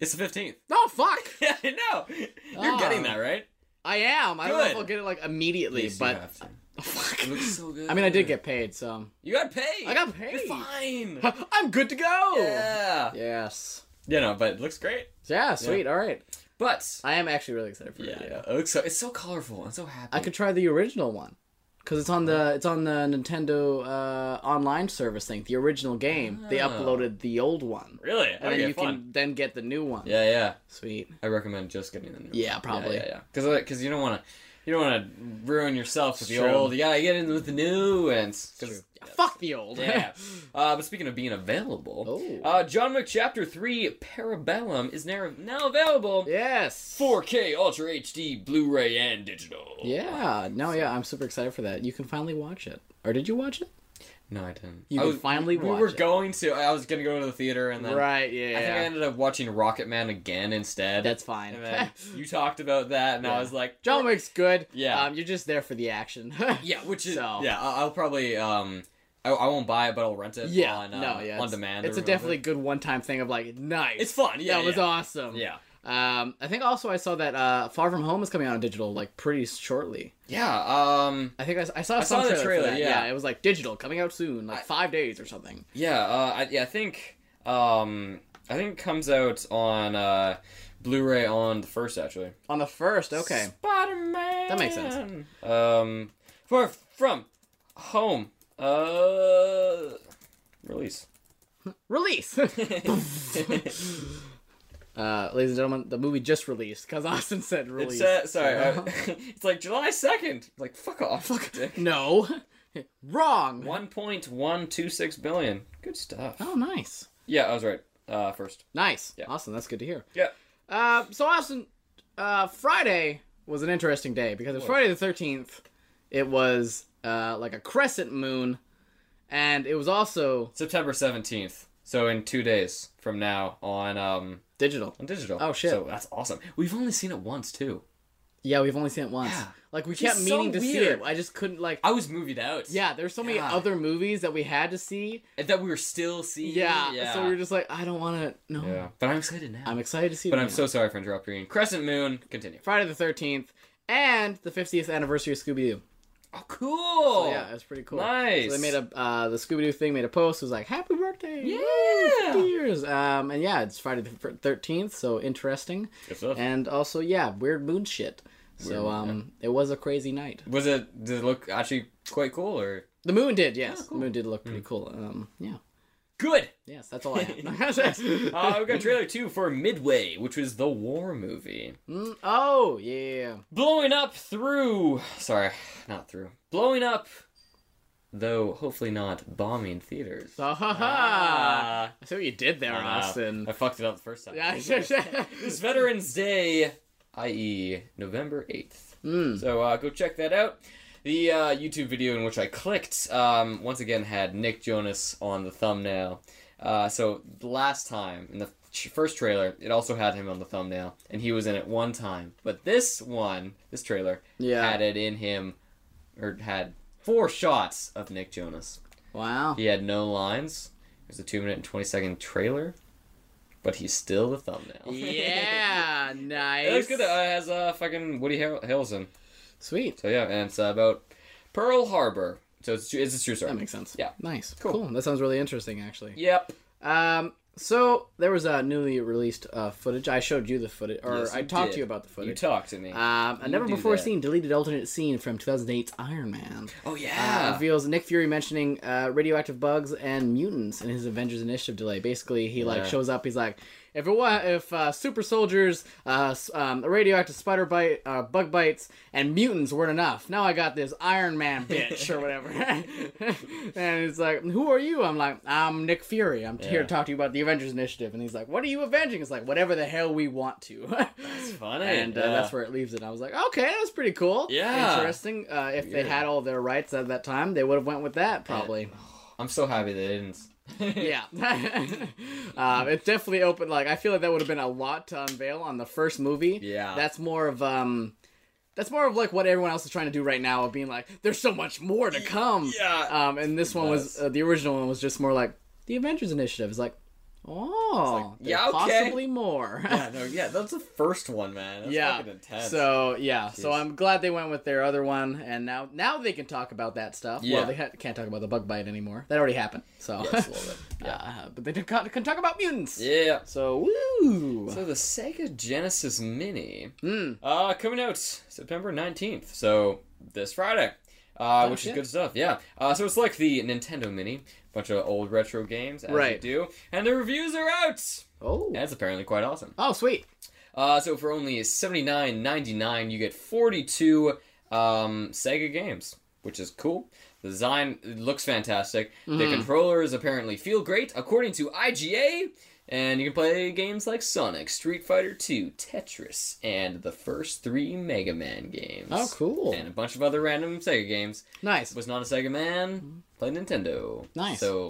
Speaker 1: It's the 15th.
Speaker 2: Oh fuck.
Speaker 1: Yeah, I know. You're
Speaker 2: Ah.
Speaker 1: getting that, right?
Speaker 2: I am. I don't know if
Speaker 1: Good.
Speaker 2: I'll get it like immediately,
Speaker 1: Yes, you
Speaker 2: but
Speaker 1: have to.
Speaker 2: fuck.
Speaker 1: It looks so good.
Speaker 2: I mean, I did get paid, so
Speaker 1: You got paid.
Speaker 2: I got paid. oh.
Speaker 1: You're fine.
Speaker 2: I'm good to go.
Speaker 1: yeah.
Speaker 2: Yes.
Speaker 1: You know, but it looks great.
Speaker 2: Yeah, sweet. All right.
Speaker 1: But
Speaker 2: I am actually really excited for
Speaker 1: yeah,
Speaker 2: it.
Speaker 1: I know. it looks so it's so colorful. I'm so happy.
Speaker 2: I could try the original one cuz it's on
Speaker 1: Uh-huh.
Speaker 2: the it's on the Nintendo uh, online service thing, the original game. They
Speaker 1: Oh.
Speaker 2: uploaded the old one.
Speaker 1: really.
Speaker 2: And
Speaker 1: okay,
Speaker 2: then you
Speaker 1: fun.
Speaker 2: can then get the new one.
Speaker 1: Yeah, yeah.
Speaker 2: Sweet.
Speaker 1: I recommend just getting the new.
Speaker 2: Yeah, probably.
Speaker 1: Yeah, yeah, Because because you don't want to. You don't want to ruin yourself with
Speaker 2: It's
Speaker 1: the
Speaker 2: true.
Speaker 1: old. You gotta get in with the new, and s- 'cause- yeah.
Speaker 2: Fuck the old.
Speaker 1: yeah. Uh, but speaking of being available,
Speaker 2: Oh.
Speaker 1: uh, John Wick Chapter Three Parabellum is now now available
Speaker 2: yes.
Speaker 1: 4K Ultra HD Blu-ray and digital.
Speaker 2: Yeah. No, yeah, I'm super excited for that. You can finally watch it. Or did you watch it?
Speaker 1: No, I didn't.
Speaker 2: You
Speaker 1: I
Speaker 2: can
Speaker 1: was-
Speaker 2: finally
Speaker 1: We
Speaker 2: watch
Speaker 1: were
Speaker 2: it.
Speaker 1: going to. I was gonna go to the theater, and then
Speaker 2: right, yeah.
Speaker 1: I think I ended up watching Rocket Man again instead.
Speaker 2: That's fine.
Speaker 1: And then you talked about that, and I
Speaker 2: Yeah.
Speaker 1: was like,
Speaker 2: John Wick's good.
Speaker 1: Yeah.
Speaker 2: Um, you're just there for the action.
Speaker 1: Yeah, which is
Speaker 2: So-
Speaker 1: yeah. I- I'll probably um, I, I won't buy it, but I'll rent it.
Speaker 2: Yeah,
Speaker 1: on, uh,
Speaker 2: no, yeah,
Speaker 1: on
Speaker 2: it's-
Speaker 1: demand. or
Speaker 2: It's a
Speaker 1: whatever.
Speaker 2: definitely good one-time thing of like, nice.
Speaker 1: It's fun. Yeah,
Speaker 2: that was
Speaker 1: yeah.
Speaker 2: awesome.
Speaker 1: Yeah,
Speaker 2: Um, I think also I saw that uh, Far From Home is coming out on digital like pretty shortly.
Speaker 1: Yeah. Um.
Speaker 2: I think I, I saw.
Speaker 1: I
Speaker 2: some
Speaker 1: saw the
Speaker 2: for
Speaker 1: trailer,
Speaker 2: that.
Speaker 1: yeah.
Speaker 2: it was like digital coming out soon, like five days or something.
Speaker 1: Yeah, uh, I, yeah, I think um, I think it comes out on uh, Blu-ray on the first actually.
Speaker 2: On the first, okay.
Speaker 1: Spider-Man.
Speaker 2: That makes sense.
Speaker 1: Um, for from home uh release.
Speaker 2: Release, uh, ladies and gentlemen. The movie just released because Austin said release.
Speaker 1: It's uh, sorry,
Speaker 2: Uh-huh.
Speaker 1: uh, it's like July second. Like fuck off, fuck dick.
Speaker 2: no, wrong.
Speaker 1: One point one two six billion. Good stuff.
Speaker 2: Oh, nice,
Speaker 1: Yeah, I was right. Uh, first.
Speaker 2: nice,
Speaker 1: Yeah.
Speaker 2: Austin. That's good to hear.
Speaker 1: Yeah.
Speaker 2: Uh, so Austin, uh, Friday was an interesting day because it was Friday the thirteenth. It was uh, like a crescent moon, and it was also
Speaker 1: September seventeenth. So in two days from now on um
Speaker 2: digital.
Speaker 1: on digital.
Speaker 2: Oh, shit.
Speaker 1: So that's awesome. We've only seen it once too.
Speaker 2: Yeah, we've only seen it once.
Speaker 1: Yeah.
Speaker 2: Like we
Speaker 1: Which is
Speaker 2: kept meaning
Speaker 1: so
Speaker 2: to see
Speaker 1: weird.
Speaker 2: it. I just couldn't like.
Speaker 1: I was movied out.
Speaker 2: Yeah, there's so many
Speaker 1: God.
Speaker 2: other movies that we had to see.
Speaker 1: And That we were still seeing.
Speaker 2: Yeah, so we were just like, I don't want to. No,
Speaker 1: Yeah. But I'm excited now.
Speaker 2: I'm excited to see.
Speaker 1: but
Speaker 2: it
Speaker 1: I'm
Speaker 2: now.
Speaker 1: so sorry for interrupting. Crescent Moon, continue.
Speaker 2: Friday the thirteenth and the fiftieth anniversary of Scooby Doo.
Speaker 1: Oh, cool.
Speaker 2: Oh, yeah, it was pretty cool.
Speaker 1: Nice.
Speaker 2: So they made a uh, the Scooby Doo thing made a post. It was like, Happy birthday.
Speaker 1: Yeah.
Speaker 2: Woo, 50 years. Um, and yeah, it's Friday the thirteenth, so interesting.
Speaker 1: Good stuff.
Speaker 2: And also, yeah, weird moon shit. So um, it was a crazy night.
Speaker 1: Was it, did it look actually quite cool or?
Speaker 2: The moon did,
Speaker 1: Oh,
Speaker 2: yes.
Speaker 1: cool. Hmm.
Speaker 2: The moon did look pretty cool. Um, yeah.
Speaker 1: Good.
Speaker 2: Yes, that's all I have.
Speaker 1: Uh, we've got trailer two for Midway, which was the war movie.
Speaker 2: Mm, oh yeah.
Speaker 1: Blowing up through. Sorry, not through. Blowing up, though hopefully not bombing theaters.
Speaker 2: Ha ha ha.
Speaker 1: Ah.
Speaker 2: I see what you did there,
Speaker 1: Ah,
Speaker 2: Austin.
Speaker 1: I fucked it up the first time.
Speaker 2: Yeah.
Speaker 1: It's Veterans Day, i.e., November 8th.
Speaker 2: Hmm.
Speaker 1: So uh, go check that out. The uh, YouTube video in which I clicked, um, once again, had Nick Jonas on the thumbnail. Uh, so the last time, in the ch- first trailer, it also had him on the thumbnail, and he was in it one time. But this one, this trailer,
Speaker 2: Yeah.
Speaker 1: had it in him, or had four shots of Nick Jonas.
Speaker 2: wow.
Speaker 1: He had no lines. It was a two minute and twenty second trailer, but he's still the thumbnail.
Speaker 2: Yeah. nice.
Speaker 1: it looks good. though. It has uh, fucking Woody Har- Harrelson.
Speaker 2: Sweet.
Speaker 1: So yeah, and it's uh, about Pearl Harbor. So it's it's a true story.
Speaker 2: That makes sense.
Speaker 1: Yeah.
Speaker 2: Nice.
Speaker 1: Cool.
Speaker 2: Cool. That sounds really interesting, actually.
Speaker 1: yep.
Speaker 2: Um. So there was a newly released uh, footage. I showed you the footage, or
Speaker 1: Yes,
Speaker 2: I
Speaker 1: you
Speaker 2: talked
Speaker 1: did.
Speaker 2: to you about the
Speaker 1: You
Speaker 2: footage.
Speaker 1: talked to me.
Speaker 2: um, a
Speaker 1: you
Speaker 2: never
Speaker 1: do
Speaker 2: before
Speaker 1: that.
Speaker 2: seen deleted alternate scene from 2008's Iron Man.
Speaker 1: oh
Speaker 2: uh,
Speaker 1: yeah.
Speaker 2: reveals Nick Fury mentioning uh, radioactive bugs and mutants in his Avengers Initiative delay. Basically, he like
Speaker 1: Yeah.
Speaker 2: shows up. He's like, if it wa- if uh, super soldiers, uh, s- um, radioactive spider bite, uh, bug bites, and mutants weren't enough, now I got this Iron Man bitch or whatever. and he's like, who are you? I'm like, I'm Nick Fury. I'm here to talk to you about the Avengers Initiative. And he's like, what are you avenging? It's like whatever the hell we want to.
Speaker 1: Funny.
Speaker 2: and uh,
Speaker 1: yeah.
Speaker 2: that's where it leaves it. I was like, okay, that's pretty cool.
Speaker 1: Yeah.
Speaker 2: interesting. Uh, if
Speaker 1: Weird.
Speaker 2: they had all their rights at that time, they would have went with that probably.
Speaker 1: I'm so happy they didn't.
Speaker 2: yeah, um, it definitely opened. Like I feel like that would have been a lot to unveil on the first movie.
Speaker 1: Yeah.
Speaker 2: that's more of um. That's more of like what everyone else is trying to do right now of being like, there's so much more to come.
Speaker 1: Yeah.
Speaker 2: Um, and this one was
Speaker 1: Yes.
Speaker 2: uh, the original one was just more like the Avengers Initiative. It's like, oh,
Speaker 1: It's like, yeah,
Speaker 2: there's
Speaker 1: okay.
Speaker 2: possibly more.
Speaker 1: yeah, no, yeah, that's the first one, man. That's
Speaker 2: yeah.
Speaker 1: fucking intense.
Speaker 2: So yeah, so
Speaker 1: Jeez.
Speaker 2: I'm glad they went with their other one, and now now they can talk about that stuff.
Speaker 1: Yeah.
Speaker 2: Well, they ha- can't talk about the bug bite anymore. That already happened. So,
Speaker 1: Yeah, just a little bit. Yeah.
Speaker 2: uh, but they did- can, can talk about mutants.
Speaker 1: yeah.
Speaker 2: So woo.
Speaker 1: So the Sega Genesis Mini
Speaker 2: Mm.
Speaker 1: Uh, coming out September 19th, so this Friday, uh,
Speaker 2: Oh,
Speaker 1: which
Speaker 2: shit.
Speaker 1: is good stuff, yeah. Uh, so it's like the Nintendo Mini, bunch of old retro games, as
Speaker 2: Right.
Speaker 1: you do, and the reviews are out!
Speaker 2: Oh.
Speaker 1: And it's apparently quite awesome.
Speaker 2: Oh sweet.
Speaker 1: Uh, so for only $79.99, you get 42 um, Sega games, which is cool. The design it looks fantastic.
Speaker 2: Mm-hmm.
Speaker 1: The controllers apparently feel great, according to IGA. And you can play games like Sonic, Street Fighter 2, Tetris, and the first three Mega Man games.
Speaker 2: Oh cool.
Speaker 1: And a bunch of other random Sega games.
Speaker 2: Nice.
Speaker 1: Was not a Sega man, played Nintendo.
Speaker 2: Mm-hmm. Nice.
Speaker 1: So,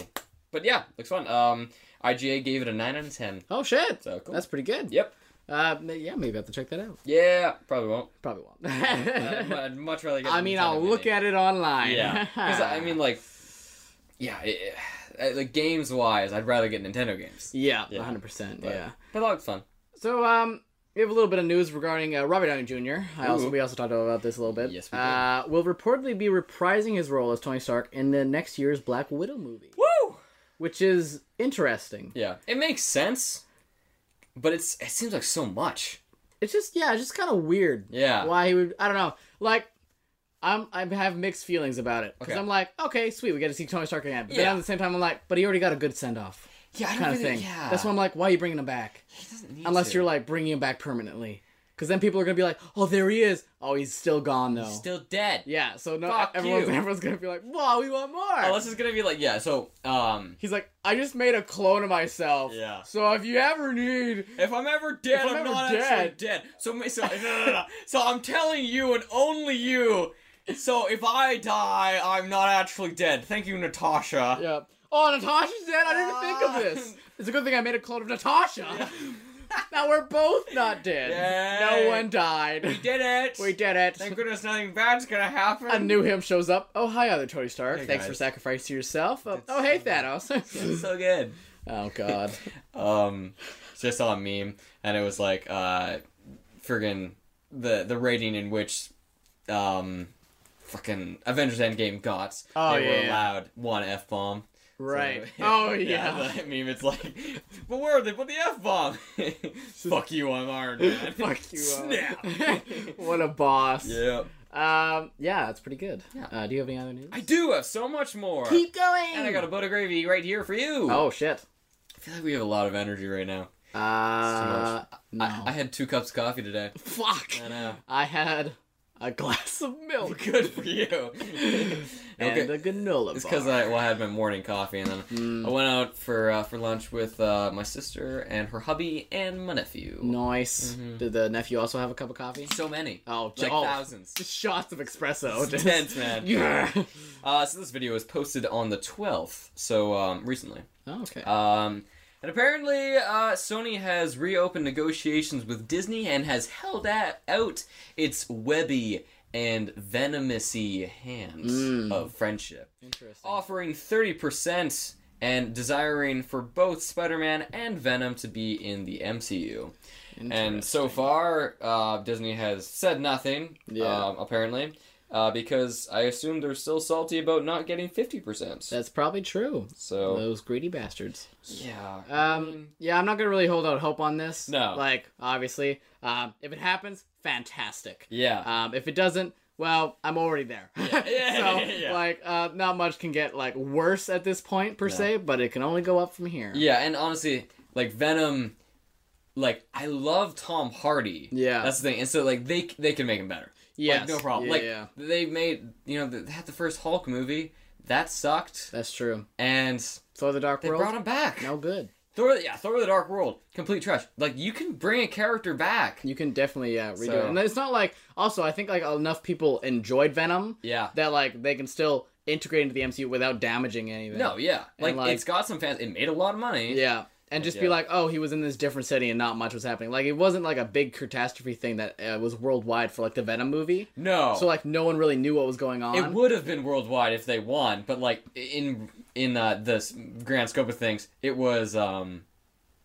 Speaker 1: but yeah, looks fun. Um, IGA gave it a 9 out of 10.
Speaker 2: Oh shit.
Speaker 1: So cool.
Speaker 2: That's pretty good.
Speaker 1: Yep.
Speaker 2: Uh, ma- yeah, maybe I have to check that out.
Speaker 1: Yeah, probably won't.
Speaker 2: Probably won't.
Speaker 1: I'd, I'd much rather get.
Speaker 2: I mean,
Speaker 1: Nintendo
Speaker 2: I'll
Speaker 1: Mini.
Speaker 2: look at it online.
Speaker 1: Yeah, 'Cause, I mean, like, yeah, it, it- like games wise, I'd rather get Nintendo games.
Speaker 2: yeah,
Speaker 1: Yeah.
Speaker 2: 100%.
Speaker 1: But,
Speaker 2: Yeah.
Speaker 1: but that looks fun.
Speaker 2: So um We have a little bit of news regarding uh, Robert Downey Jr. I also
Speaker 1: Ooh.
Speaker 2: we also talked about this a little bit.
Speaker 1: Yes, we did.
Speaker 2: uh, will reportedly be reprising his role as Tony Stark in the next year's Black Widow movie,
Speaker 1: Woo!
Speaker 2: which is interesting.
Speaker 1: Yeah, it makes sense, but it's it seems like so much.
Speaker 2: It's just yeah, it's just kind of weird.
Speaker 1: Yeah.
Speaker 2: Why he would? I don't know. Like, I'm I have mixed feelings about it because
Speaker 1: Okay.
Speaker 2: I'm like, okay, sweet, we get to see Tony Stark again. But then
Speaker 1: Yeah.
Speaker 2: at the same time, I'm like, but he already got a good send off
Speaker 1: Yeah, I don't
Speaker 2: kind of
Speaker 1: really,
Speaker 2: thing.
Speaker 1: Yeah,
Speaker 2: That's why I'm like, why are you bringing him back?
Speaker 1: He doesn't need
Speaker 2: Unless
Speaker 1: to.
Speaker 2: you're like bringing him back permanently, because then people are gonna be like, oh, there he is. Oh, he's still gone though.
Speaker 1: still dead.
Speaker 2: Yeah, so no,
Speaker 1: Fuck
Speaker 2: everyone's,
Speaker 1: you. Oh,
Speaker 2: everyone's gonna be like, "Whoa, we want more."
Speaker 1: Unless it's gonna be like yeah. So um,
Speaker 2: He's like, "I just made a clone of myself."
Speaker 1: Yeah.
Speaker 2: So if you ever need,
Speaker 1: if I'm ever dead,
Speaker 2: If I'm
Speaker 1: I'm,
Speaker 2: ever
Speaker 1: not
Speaker 2: dead.
Speaker 1: actually dead. So ma- so no, no, no, no. so I'm telling you and only you. So if I die, I'm not actually dead. Thank you, Natasha.
Speaker 2: yeah. Oh, Natasha's dead. I didn't think of this. It's a good thing I made a clone of Natasha. now we're both not dead.
Speaker 1: Yay.
Speaker 2: No one died.
Speaker 1: We did it.
Speaker 2: We did it.
Speaker 1: Thank goodness nothing bad's gonna happen.
Speaker 2: A new him shows up. Oh, hi, other Tony Stark.
Speaker 1: Hey,
Speaker 2: Thanks
Speaker 1: guys.
Speaker 2: for sacrificing yourself. Oh,
Speaker 1: That's
Speaker 2: oh hey,
Speaker 1: so
Speaker 2: Thanos.
Speaker 1: so good.
Speaker 2: oh God.
Speaker 1: Um, so I saw a meme, and it was like, uh, friggin' the the rating in which, um, fucking Avengers Endgame got.
Speaker 2: Oh,
Speaker 1: they
Speaker 2: yeah,
Speaker 1: were
Speaker 2: yeah.
Speaker 1: allowed one f bomb.
Speaker 2: Right. oh yeah.
Speaker 1: I mean, it's like, but where they put the f bomb? Fuck you, I'm Iron Man.
Speaker 2: Fuck you. all.
Speaker 1: Snap.
Speaker 2: what a boss.
Speaker 1: yeah.
Speaker 2: Um, yeah, that's pretty good.
Speaker 1: Yeah.
Speaker 2: Uh, do you have any other news?
Speaker 1: I do have so much more.
Speaker 2: going.
Speaker 1: and I got a boat of gravy right here for you.
Speaker 2: Oh shit.
Speaker 1: I feel like we have a lot of energy right now.
Speaker 2: Uh, no.
Speaker 1: I, I had two cups of coffee today.
Speaker 2: Fuck.
Speaker 1: I know.
Speaker 2: I had a glass of milk
Speaker 1: Good for you.
Speaker 2: and
Speaker 1: okay.
Speaker 2: a granola
Speaker 1: It's
Speaker 2: bar.
Speaker 1: because I, well, I had my morning coffee and then
Speaker 2: Mm.
Speaker 1: I went out for uh, for lunch with uh, my sister and her hubby and my nephew.
Speaker 2: Nice. Did the nephew also have a cup of coffee?
Speaker 1: So many.
Speaker 2: Oh,
Speaker 1: Mm-hmm. like
Speaker 2: oh,
Speaker 1: thousands.
Speaker 2: Just shots of espresso.
Speaker 1: It's
Speaker 2: Just,
Speaker 1: intense, man.
Speaker 2: Yeah.
Speaker 1: Uh, so this video was posted on the 12th, so um, recently.
Speaker 2: Oh, okay.
Speaker 1: Um, and apparently, uh, Sony has reopened negotiations with Disney and has held at, out its webby and venomousy hands
Speaker 2: Mm.
Speaker 1: of friendship.
Speaker 2: Interesting.
Speaker 1: offering 30% and desiring for both Spider-Man and Venom to be in the MCU. And so far, uh, Disney has said nothing,
Speaker 2: Yeah.
Speaker 1: um, apparently, uh, because I assume they're still salty about not getting 50%.
Speaker 2: That's probably true.
Speaker 1: so,
Speaker 2: Those greedy bastards.
Speaker 1: yeah. I
Speaker 2: Um,
Speaker 1: mean,
Speaker 2: yeah, I'm not gonna really hold out hope on this.
Speaker 1: No.
Speaker 2: Like, obviously, um, if it happens, fantastic.
Speaker 1: yeah.
Speaker 2: Um, if it doesn't, well, I'm already there.
Speaker 1: Yeah,
Speaker 2: so,
Speaker 1: yeah.
Speaker 2: like, uh, not much can get like worse at this point per se, but it can only go up from here.
Speaker 1: yeah, and honestly, like, Venom, like, I love Tom Hardy.
Speaker 2: Yeah.
Speaker 1: That's the thing. And so, like, they, they can make him better.
Speaker 2: Yes.
Speaker 1: Like, no problem.
Speaker 2: Yeah,
Speaker 1: like
Speaker 2: yeah.
Speaker 1: they made, you know, they had the first Hulk movie that sucked,
Speaker 2: that's true.
Speaker 1: and
Speaker 2: Thor: The Dark
Speaker 1: they
Speaker 2: World,
Speaker 1: brought him back.
Speaker 2: no good.
Speaker 1: Thor, yeah, Thor: The Dark World, complete trash. Like you can bring a character back.
Speaker 2: You can definitely yeah redo
Speaker 1: So-
Speaker 2: it, and it's not like also I think like enough people enjoyed Venom
Speaker 1: Yeah.
Speaker 2: that like they can still integrate into the MCU without damaging anything.
Speaker 1: No, yeah, like,
Speaker 2: like-
Speaker 1: it's got some fans. It made a lot of money.
Speaker 2: Yeah. And just be
Speaker 1: yeah.
Speaker 2: like, oh, he was in this different city and not much was happening. Like, it wasn't like a big catastrophe thing that uh, was worldwide for like the Venom movie.
Speaker 1: No,
Speaker 2: So, like, no one really knew what was going on.
Speaker 1: it would have been worldwide if they won, but like in in uh, the s- grand scope of things, it was um,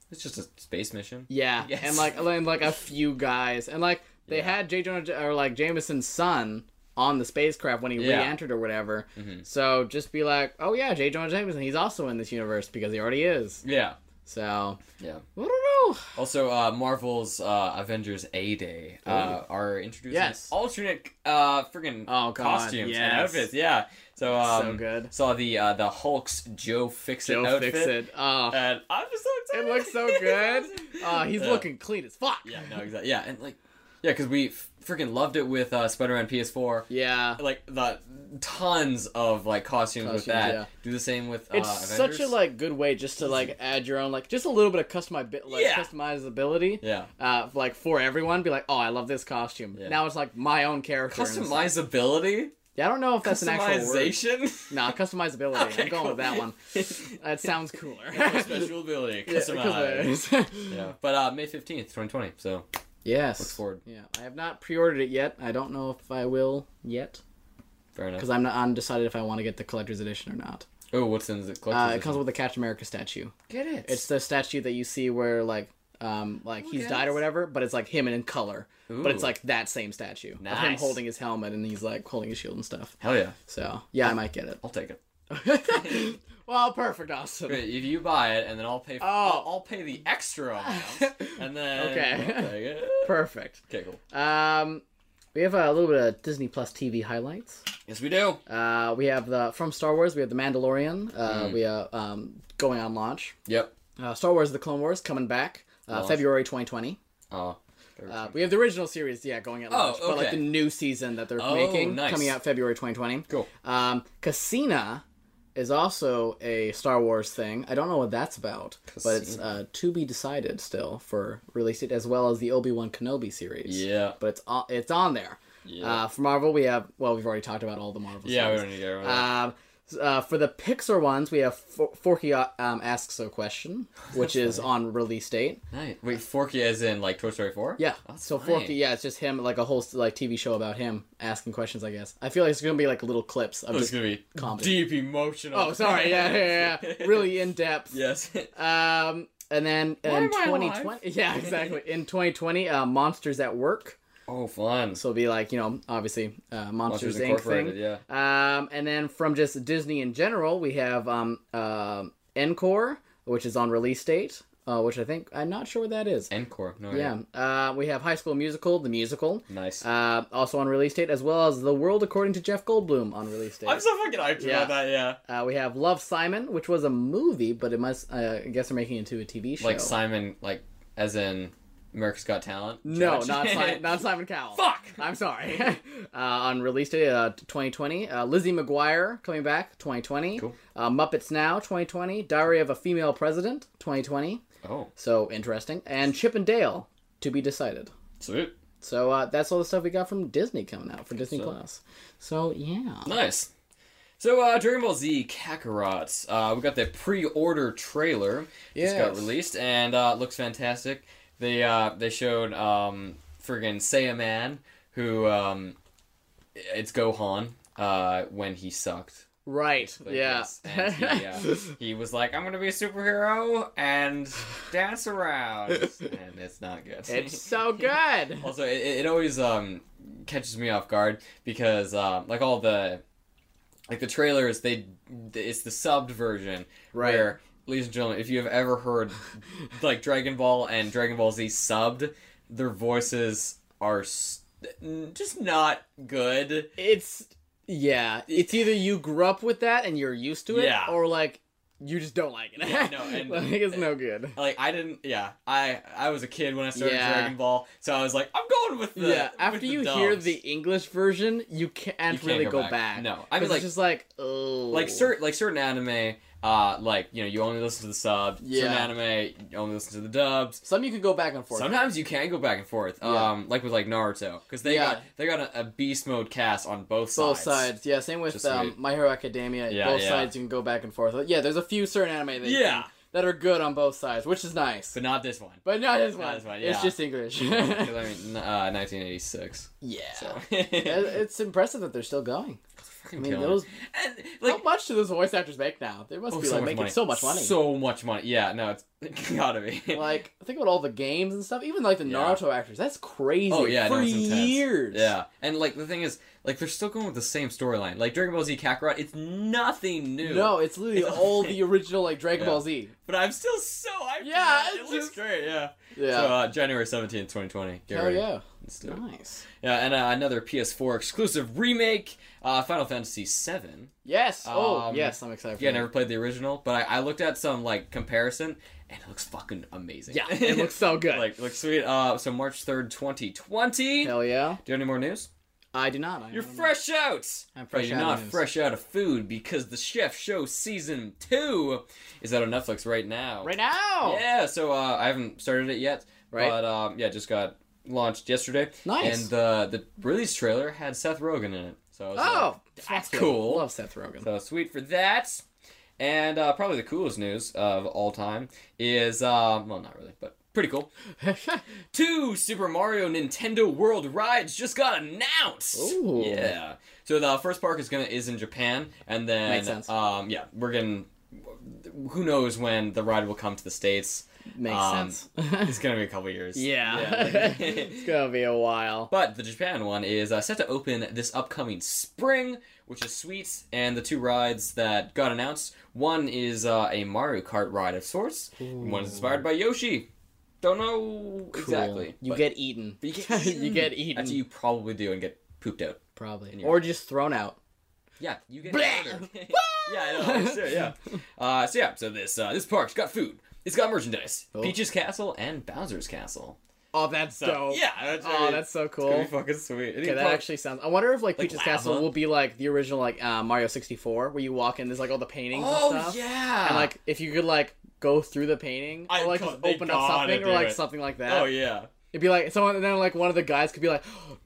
Speaker 1: it's just a space mission.
Speaker 2: Yeah,
Speaker 1: Yes.
Speaker 2: and like and like a few guys, and like they
Speaker 1: Yeah.
Speaker 2: had J Jonah J- or like Jameson's son on the spacecraft when he
Speaker 1: Yeah. Mm-hmm.
Speaker 2: re-entered or whatever. So just be like, oh yeah, J Jonah Jameson, he's also in this universe because he already is.
Speaker 1: Yeah,
Speaker 2: So
Speaker 1: yeah.
Speaker 2: I don't know.
Speaker 1: Also, uh, Marvel's uh, Avengers A Day uh, are introducing
Speaker 2: Oh. Yes.
Speaker 1: alternate uh, friggin'
Speaker 2: Oh, God,
Speaker 1: costumes
Speaker 2: yes.
Speaker 1: and outfits. Yeah, so um,
Speaker 2: so good.
Speaker 1: Saw the uh, the Hulk's Joe Fix It
Speaker 2: Joe
Speaker 1: outfit,
Speaker 2: fix it. Oh,
Speaker 1: and I'm just so
Speaker 2: it
Speaker 1: excited.
Speaker 2: looks so good. Oh, he's
Speaker 1: Yeah.
Speaker 2: looking clean as fuck.
Speaker 1: Yeah, no, exactly. Yeah, and like, yeah, because we f- freaking loved it with uh, Spider-Man PS4.
Speaker 2: Yeah.
Speaker 1: Like the tons of like costumes,
Speaker 2: Costumes,
Speaker 1: with that.
Speaker 2: yeah.
Speaker 1: Do the same with uh,
Speaker 2: It's such a
Speaker 1: Avengers.
Speaker 2: like good way just to like add your own like just a little bit of customi- like
Speaker 1: Yeah.
Speaker 2: customizability.
Speaker 1: yeah.
Speaker 2: uh, like for everyone, be like, oh, I love this costume.
Speaker 1: Yeah.
Speaker 2: Now it's like my own character. and it's like-
Speaker 1: Customizability,
Speaker 2: Yeah, I don't know if that's an actual word.
Speaker 1: customization,
Speaker 2: Nah, customizability.
Speaker 1: Okay,
Speaker 2: I'm going with that
Speaker 1: cool.
Speaker 2: one. That sounds cooler.
Speaker 1: Or special ability,
Speaker 2: Yeah,
Speaker 1: customize.
Speaker 2: customize.
Speaker 1: Yeah, but uh, May fifteenth, twenty twenty. So
Speaker 2: Yes.
Speaker 1: Look forward.
Speaker 2: Yeah, I have not pre-ordered it yet. I don't know if I will yet
Speaker 1: fair enough.
Speaker 2: because I'm not undecided if I want to get the collector's edition or not.
Speaker 1: Oh, what's in the collector's
Speaker 2: Uh, it
Speaker 1: edition?
Speaker 2: comes with the Catch America statue.
Speaker 1: Get it.
Speaker 2: It's the statue that you see where like um, like he's
Speaker 1: Okay.
Speaker 2: died or whatever, but it's like him in color. But it's
Speaker 1: Ooh.
Speaker 2: like that same statue of him
Speaker 1: Nice.
Speaker 2: holding his helmet and he's like holding his shield and stuff.
Speaker 1: Hell yeah.
Speaker 2: So yeah, I might get
Speaker 1: I'll take it.
Speaker 2: it. well, perfect, awesome.
Speaker 1: Great, If you buy it, and then I'll pay. For,
Speaker 2: Oh.
Speaker 1: I'll, I'll pay the extra amount, and then
Speaker 2: Okay.
Speaker 1: I'll take it.
Speaker 2: Perfect.
Speaker 1: Okay, cool.
Speaker 2: Um, we have a little bit of Disney Plus TV highlights.
Speaker 1: Yes, we do.
Speaker 2: Uh, we have the from Star Wars. We have the Mandalorian. Uh,
Speaker 1: Hmm.
Speaker 2: We uh, um going on launch.
Speaker 1: Yep.
Speaker 2: Uh, Star Wars: The Clone Wars coming back uh,
Speaker 1: Launch.
Speaker 2: February 2020.
Speaker 1: Oh.
Speaker 2: Uh, we have the original series, yeah, going at launch, but like
Speaker 1: okay.
Speaker 2: the new season that they're
Speaker 1: Oh,
Speaker 2: making
Speaker 1: nice.
Speaker 2: coming out February 2020.
Speaker 1: Cool.
Speaker 2: Um, Casina is also a Star Wars thing. I don't know what that's about, but it's uh, to be decided still for release it as well as the Obi Wan Kenobi series.
Speaker 1: Yeah.
Speaker 2: but it's on, it's on there.
Speaker 1: Yeah.
Speaker 2: Uh, for Marvel, we have well, we've already talked about all the Marvel.
Speaker 1: yeah, we
Speaker 2: series.
Speaker 1: don't need to get rid of that.
Speaker 2: Um, s- uh, for the Pixar ones, we have For- Forky uh, um, asks a question, which is on release date.
Speaker 1: nice. Wait, Forky as in like Toy Story Four?
Speaker 2: uh, Yeah,
Speaker 1: That's
Speaker 2: so
Speaker 1: funny.
Speaker 2: Forky, yeah, it's just him, like a whole s- like TV show about him asking questions. I guess I feel like it's gonna be like little clips. Of
Speaker 1: Oh, it's
Speaker 2: just,
Speaker 1: gonna be
Speaker 2: Comedy.
Speaker 1: deep emotional.
Speaker 2: oh, sorry, yeah, yeah, yeah, yeah. really in depth.
Speaker 1: yes.
Speaker 2: Um, and then in
Speaker 1: am I
Speaker 2: 2020, yeah, exactly. In 2020, uh, Monsters at Work.
Speaker 1: Oh, fun.
Speaker 2: So it'll be like you know, obviously, uh, Monsters,
Speaker 1: Monsters
Speaker 2: Inc. thing.
Speaker 1: Incorporated. Yeah.
Speaker 2: Um, and then from just Disney in general, we have um, um Encore, which is on release date, uh, which I think I'm not sure what that is.
Speaker 1: Encore. No.
Speaker 2: Yeah, uh, we have High School Musical, the musical,
Speaker 1: Nice.
Speaker 2: uh, also on release date, as well as The World According to Jeff Goldblum on release date.
Speaker 1: I'm so fucking hyped
Speaker 2: Yeah.
Speaker 1: about that. Yeah.
Speaker 2: uh, we have Love Simon, which was a movie, but it must uh, I guess they're making it into a TV show.
Speaker 1: Like Simon, like as in America's Got Talent.
Speaker 2: no,
Speaker 1: Judge.
Speaker 2: not Simon, not Simon Cowell.
Speaker 1: Fuck.
Speaker 2: I'm sorry. uh, on release day, uh, 2020, uh, Lizzie McGuire coming back, 2020.
Speaker 1: Cool.
Speaker 2: Uh, Muppets Now, 2020. Diary of a Female President, 2020.
Speaker 1: Oh,
Speaker 2: So interesting. And Chip and Dale, to be decided.
Speaker 1: sweet.
Speaker 2: So uh, that's all the stuff we got from Disney coming out for Disney
Speaker 1: So-
Speaker 2: Plus. So yeah.
Speaker 1: Nice. So, uh, Dragon Ball Z Kakarot. Uh, we got the pre-order trailer. Just got
Speaker 2: Yes.
Speaker 1: released and uh, it looks fantastic. They uh, they showed um, friggin' Saiyaman, who um, it's Gohan uh, when he sucked.
Speaker 2: Right.
Speaker 1: But
Speaker 2: yeah.
Speaker 1: yes, and he, uh, he was like, "I'm gonna be a superhero and dance around," and it's not good.
Speaker 2: it's so good.
Speaker 1: Also, it, it always um, catches me off guard because um, like all the like the trailers, they it's the subbed version
Speaker 2: Right.
Speaker 1: where, ladies and gentlemen, if you have ever heard like Dragon Ball and Dragon Ball Z subbed, their voices are s just not good.
Speaker 2: It's yeah. It's either you grew up with that and you're used to it,
Speaker 1: Yeah.
Speaker 2: or like you just don't like it.
Speaker 1: Yeah, no, and-
Speaker 2: like, it's no good.
Speaker 1: Like I didn't, yeah. I I was a kid when I started
Speaker 2: Yeah.
Speaker 1: Dragon Ball, so I was like, I'm going with the
Speaker 2: yeah,
Speaker 1: with
Speaker 2: after
Speaker 1: the
Speaker 2: you hear
Speaker 1: dubs.
Speaker 2: the English version, you can't
Speaker 1: You can't
Speaker 2: really
Speaker 1: go
Speaker 2: go back.
Speaker 1: back. No. I mean,
Speaker 2: 'Cause
Speaker 1: like-
Speaker 2: it's just like oh,
Speaker 1: like certain like certain anime uh like you know you only listen to the sub certain
Speaker 2: Yeah.
Speaker 1: anime you only listen to the dubs
Speaker 2: Some you can go back and forth.
Speaker 1: sometimes you can go back and forth
Speaker 2: Yeah.
Speaker 1: um like with like naruto because they
Speaker 2: Yeah.
Speaker 1: got they got a, a beast mode cast on both
Speaker 2: both
Speaker 1: sides
Speaker 2: sides. Yeah, same with
Speaker 1: Just
Speaker 2: um,
Speaker 1: sweet.
Speaker 2: My Hero Academia.
Speaker 1: Yeah,
Speaker 2: both
Speaker 1: yeah.
Speaker 2: sides you can go back and forth. Yeah, there's a few certain anime that you
Speaker 1: Yeah.
Speaker 2: can- that are good on both sides, which is nice.
Speaker 1: but not this one
Speaker 2: But not this
Speaker 1: Not
Speaker 2: one.
Speaker 1: this one,
Speaker 2: It's
Speaker 1: yeah.
Speaker 2: just English.
Speaker 1: because i mean n- uh 1986
Speaker 2: yeah.
Speaker 1: so
Speaker 2: It- It's impressive that they're still going.
Speaker 1: Fucking
Speaker 2: I mean,
Speaker 1: killing it.
Speaker 2: those
Speaker 1: And, like
Speaker 2: how much do those voice actors make now? They must
Speaker 1: oh,
Speaker 2: be
Speaker 1: so
Speaker 2: like
Speaker 1: much
Speaker 2: making
Speaker 1: money.
Speaker 2: so much money.
Speaker 1: so much money yeah no it's gotta be
Speaker 2: like think about all the games and stuff. Even like the
Speaker 1: Yeah.
Speaker 2: Naruto actors, that's crazy.
Speaker 1: Oh yeah,
Speaker 2: for
Speaker 1: no, it's intense.
Speaker 2: years.
Speaker 1: Yeah, and like the thing is, like they're still going with the same storyline. Like Dragon Ball Z Kakarot, it's nothing new.
Speaker 2: No, it's literally
Speaker 1: It's-
Speaker 2: all the original like Dragon
Speaker 1: Yeah.
Speaker 2: Ball Z.
Speaker 1: but I'm still so hyped.
Speaker 2: Yeah,
Speaker 1: Yeah, it
Speaker 2: it's
Speaker 1: looks
Speaker 2: just-
Speaker 1: great. Yeah.
Speaker 2: Yeah.
Speaker 1: So uh, January seventeenth, twenty twenty.
Speaker 2: Hell yeah.
Speaker 1: Let's do it.
Speaker 2: Nice.
Speaker 1: Yeah, and uh, another PS4 exclusive remake, uh, Final Fantasy VII.
Speaker 2: Yes. oh
Speaker 1: Um,
Speaker 2: yes, I'm excited. For
Speaker 1: Yeah, I
Speaker 2: that.
Speaker 1: never played the original, but I, I looked at some like comparison, and it looks fucking amazing.
Speaker 2: Yeah, it looks so good.
Speaker 1: like looks sweet. Uh, so March third, twenty twenty. Do
Speaker 2: Hell yeah.
Speaker 1: you have any more news?
Speaker 2: I do not. I
Speaker 1: You're
Speaker 2: don't know.
Speaker 1: fresh out.
Speaker 2: I'm
Speaker 1: But
Speaker 2: fresh
Speaker 1: you're
Speaker 2: out of
Speaker 1: not
Speaker 2: news.
Speaker 1: fresh out of food because the chef show season two is out on Netflix right now.
Speaker 2: right now.
Speaker 1: Yeah, so uh, I haven't started it yet,
Speaker 2: Right.
Speaker 1: but um, yeah, just got launched yesterday.
Speaker 2: Nice.
Speaker 1: And the the release trailer had Seth Rogen in it, so I was
Speaker 2: Oh,
Speaker 1: that's
Speaker 2: fucking
Speaker 1: cool.
Speaker 2: Love Seth Rogen.
Speaker 1: like, so sweet for that. And uh, probably the coolest news of all time is um, well, not really, but pretty cool. Two Super Mario Nintendo World rides just got announced.
Speaker 2: Ooh.
Speaker 1: Yeah. So the first park is gonna is in Japan, and then
Speaker 2: Makes sense.
Speaker 1: um yeah we're gonna who knows when the ride will come to the states.
Speaker 2: Makes
Speaker 1: Um,
Speaker 2: sense.
Speaker 1: It's gonna be a couple years.
Speaker 2: yeah. it's gonna be a while.
Speaker 1: But the Japan one is uh, set to open this upcoming spring, which is sweet. And the two rides that got announced one is uh, a Mario Kart ride of sorts, and one is inspired by Yoshi. Don't know exactly.
Speaker 2: You
Speaker 1: but-
Speaker 2: get eaten.
Speaker 1: but you get eaten.
Speaker 2: you get eaten.
Speaker 1: That's what you probably do and get pooped out.
Speaker 2: Probably.
Speaker 1: your-
Speaker 2: Or just thrown out.
Speaker 1: Yeah, you get
Speaker 2: Blah!
Speaker 1: murdered. yeah, I know. Sure, yeah. Uh, so yeah, so this uh, this park's got food. It's got merchandise.
Speaker 2: Cool.
Speaker 1: Peach's Castle and Bowser's Castle.
Speaker 2: Oh, that's
Speaker 1: So
Speaker 2: dope.
Speaker 1: yeah, that's,
Speaker 2: Oh, that's so
Speaker 1: it's gonna
Speaker 2: cool.
Speaker 1: be fucking sweet.
Speaker 2: Okay, that actually sounds. I wonder if like,
Speaker 1: Like
Speaker 2: Peach's
Speaker 1: lava?
Speaker 2: Castle will be like the original like uh, Mario sixty four, where you walk in, there's like all the paintings
Speaker 1: Oh
Speaker 2: and stuff,
Speaker 1: yeah.
Speaker 2: and like if you could like go through the painting
Speaker 1: I
Speaker 2: or like
Speaker 1: co-
Speaker 2: just
Speaker 1: they
Speaker 2: open up
Speaker 1: gotta
Speaker 2: something
Speaker 1: do
Speaker 2: or like
Speaker 1: it.
Speaker 2: something like that.
Speaker 1: oh yeah.
Speaker 2: It'd be like someone, and then like one of the guys could be like,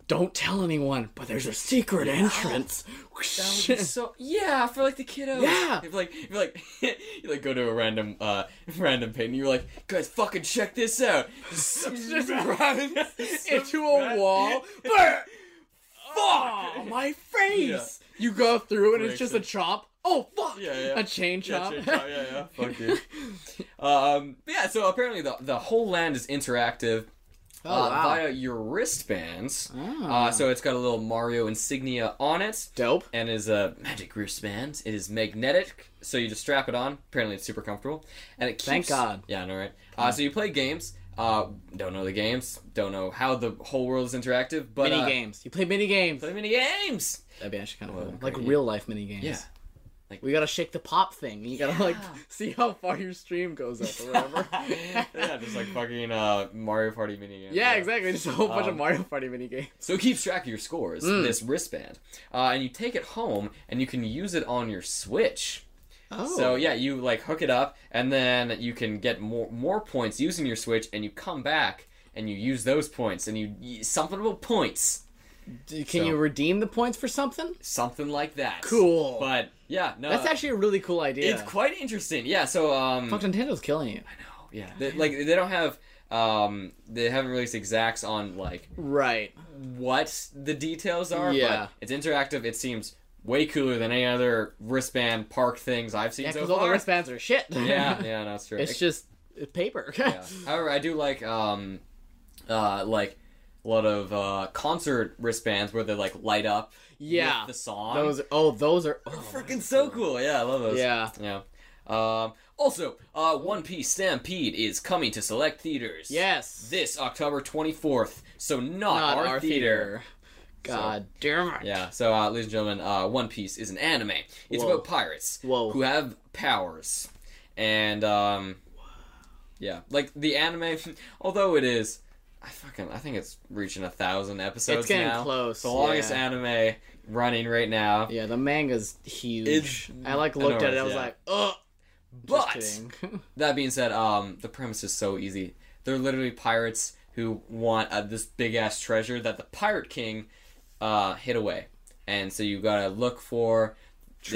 Speaker 2: "Don't tell anyone, but there's a secret entrance."
Speaker 1: That would be so yeah for like the kiddos.
Speaker 2: Yeah.
Speaker 1: if like if like you like go to a random uh random paint and you're like guys fucking check this out.
Speaker 2: just runs into a wall.
Speaker 1: Fuck.
Speaker 2: Oh, my face!
Speaker 1: Yeah.
Speaker 2: You go through and it's just a
Speaker 1: Correction.
Speaker 2: chop. Oh fuck!
Speaker 1: Yeah, yeah.
Speaker 2: A chain chop.
Speaker 1: Yeah, chain chop, yeah, yeah. Fuck you. um, but yeah, so apparently the the whole land is interactive
Speaker 2: Oh,
Speaker 1: uh,
Speaker 2: wow.
Speaker 1: via your wristbands.
Speaker 2: Ah.
Speaker 1: Uh, so it's got a little Mario insignia on it.
Speaker 2: Dope.
Speaker 1: and is a magic wristband. It is magnetic, so you just strap it on. Apparently, it's super comfortable, and it keeps.
Speaker 2: Thank God.
Speaker 1: Yeah, I know, right? Uh, so you play games. Uh, don't know the games. Don't know how the whole world is interactive, but
Speaker 2: mini
Speaker 1: uh,
Speaker 2: games. You play mini games.
Speaker 1: Play mini games.
Speaker 2: That'd be actually kind of
Speaker 1: Well,
Speaker 2: cool. Like
Speaker 1: great.
Speaker 2: real life mini games.
Speaker 1: Yeah.
Speaker 2: We gotta shake the pop thing. You gotta like
Speaker 1: Yeah.
Speaker 2: see how far your stream goes up or whatever.
Speaker 1: yeah, just like fucking uh, Mario Party mini games.
Speaker 2: Yeah, exactly. Just a whole bunch of
Speaker 1: Um,
Speaker 2: Mario Party mini games.
Speaker 1: So it keeps track of your scores.
Speaker 2: Mm.
Speaker 1: This wristband, uh, and you take it home, and you can use it on your Switch.
Speaker 2: Oh.
Speaker 1: So yeah, you like hook it up, and then you can get more more points using your Switch, and you come back and you use those points, and you, you something about points,
Speaker 2: D- can
Speaker 1: so-
Speaker 2: you redeem the points for something?
Speaker 1: something like that.
Speaker 2: Cool.
Speaker 1: But yeah, no,
Speaker 2: That's actually a really cool idea.
Speaker 1: Uh, it's quite interesting. Yeah, so um,
Speaker 2: Fuck, Nintendo's killing it.
Speaker 1: no, yeah, they, like they don't have um, they haven't released exacts on like
Speaker 2: Right.
Speaker 1: what the details are.
Speaker 2: Yeah.
Speaker 1: but it's interactive. It seems way cooler than any other wristband park things I've seen
Speaker 2: Yeah,
Speaker 1: so
Speaker 2: because
Speaker 1: far.
Speaker 2: all the wristbands are shit.
Speaker 1: yeah, yeah, no, that's true.
Speaker 2: it's just paper.
Speaker 1: yeah. However, I do like um, uh, like a lot of uh concert wristbands where they like light up.
Speaker 2: Yeah.
Speaker 1: with the song.
Speaker 2: Those. Oh, those are.
Speaker 1: are
Speaker 2: Oh,
Speaker 1: freaking so cool. Yeah, I love those.
Speaker 2: Yeah.
Speaker 1: yeah. Um, also, uh, One Piece Stampede is coming to select theaters.
Speaker 2: Yes.
Speaker 1: This October 24th, so not,
Speaker 2: Not
Speaker 1: our, theater.
Speaker 2: God damn it.
Speaker 1: Yeah, so, uh, ladies and gentlemen, uh, One Piece is an anime. It's
Speaker 2: Whoa.
Speaker 1: about pirates
Speaker 2: Whoa.
Speaker 1: who have powers. And, um, yeah, like the anime, although it is, I fucking, I think it's reaching a thousand episodes
Speaker 2: It's getting
Speaker 1: now.
Speaker 2: close,
Speaker 1: It's the longest
Speaker 2: yeah.
Speaker 1: anime running right now.
Speaker 2: Yeah, the manga's huge.
Speaker 1: It's-
Speaker 2: I like
Speaker 1: I
Speaker 2: looked
Speaker 1: know
Speaker 2: at it.
Speaker 1: it's-
Speaker 2: I was
Speaker 1: yeah.
Speaker 2: like, ugh.
Speaker 1: But-
Speaker 2: Just kidding.
Speaker 1: That being said, um, the premise is so easy. They're literally pirates who want uh, this big ass treasure that the pirate king uh, hid away, and so you gotta look for this-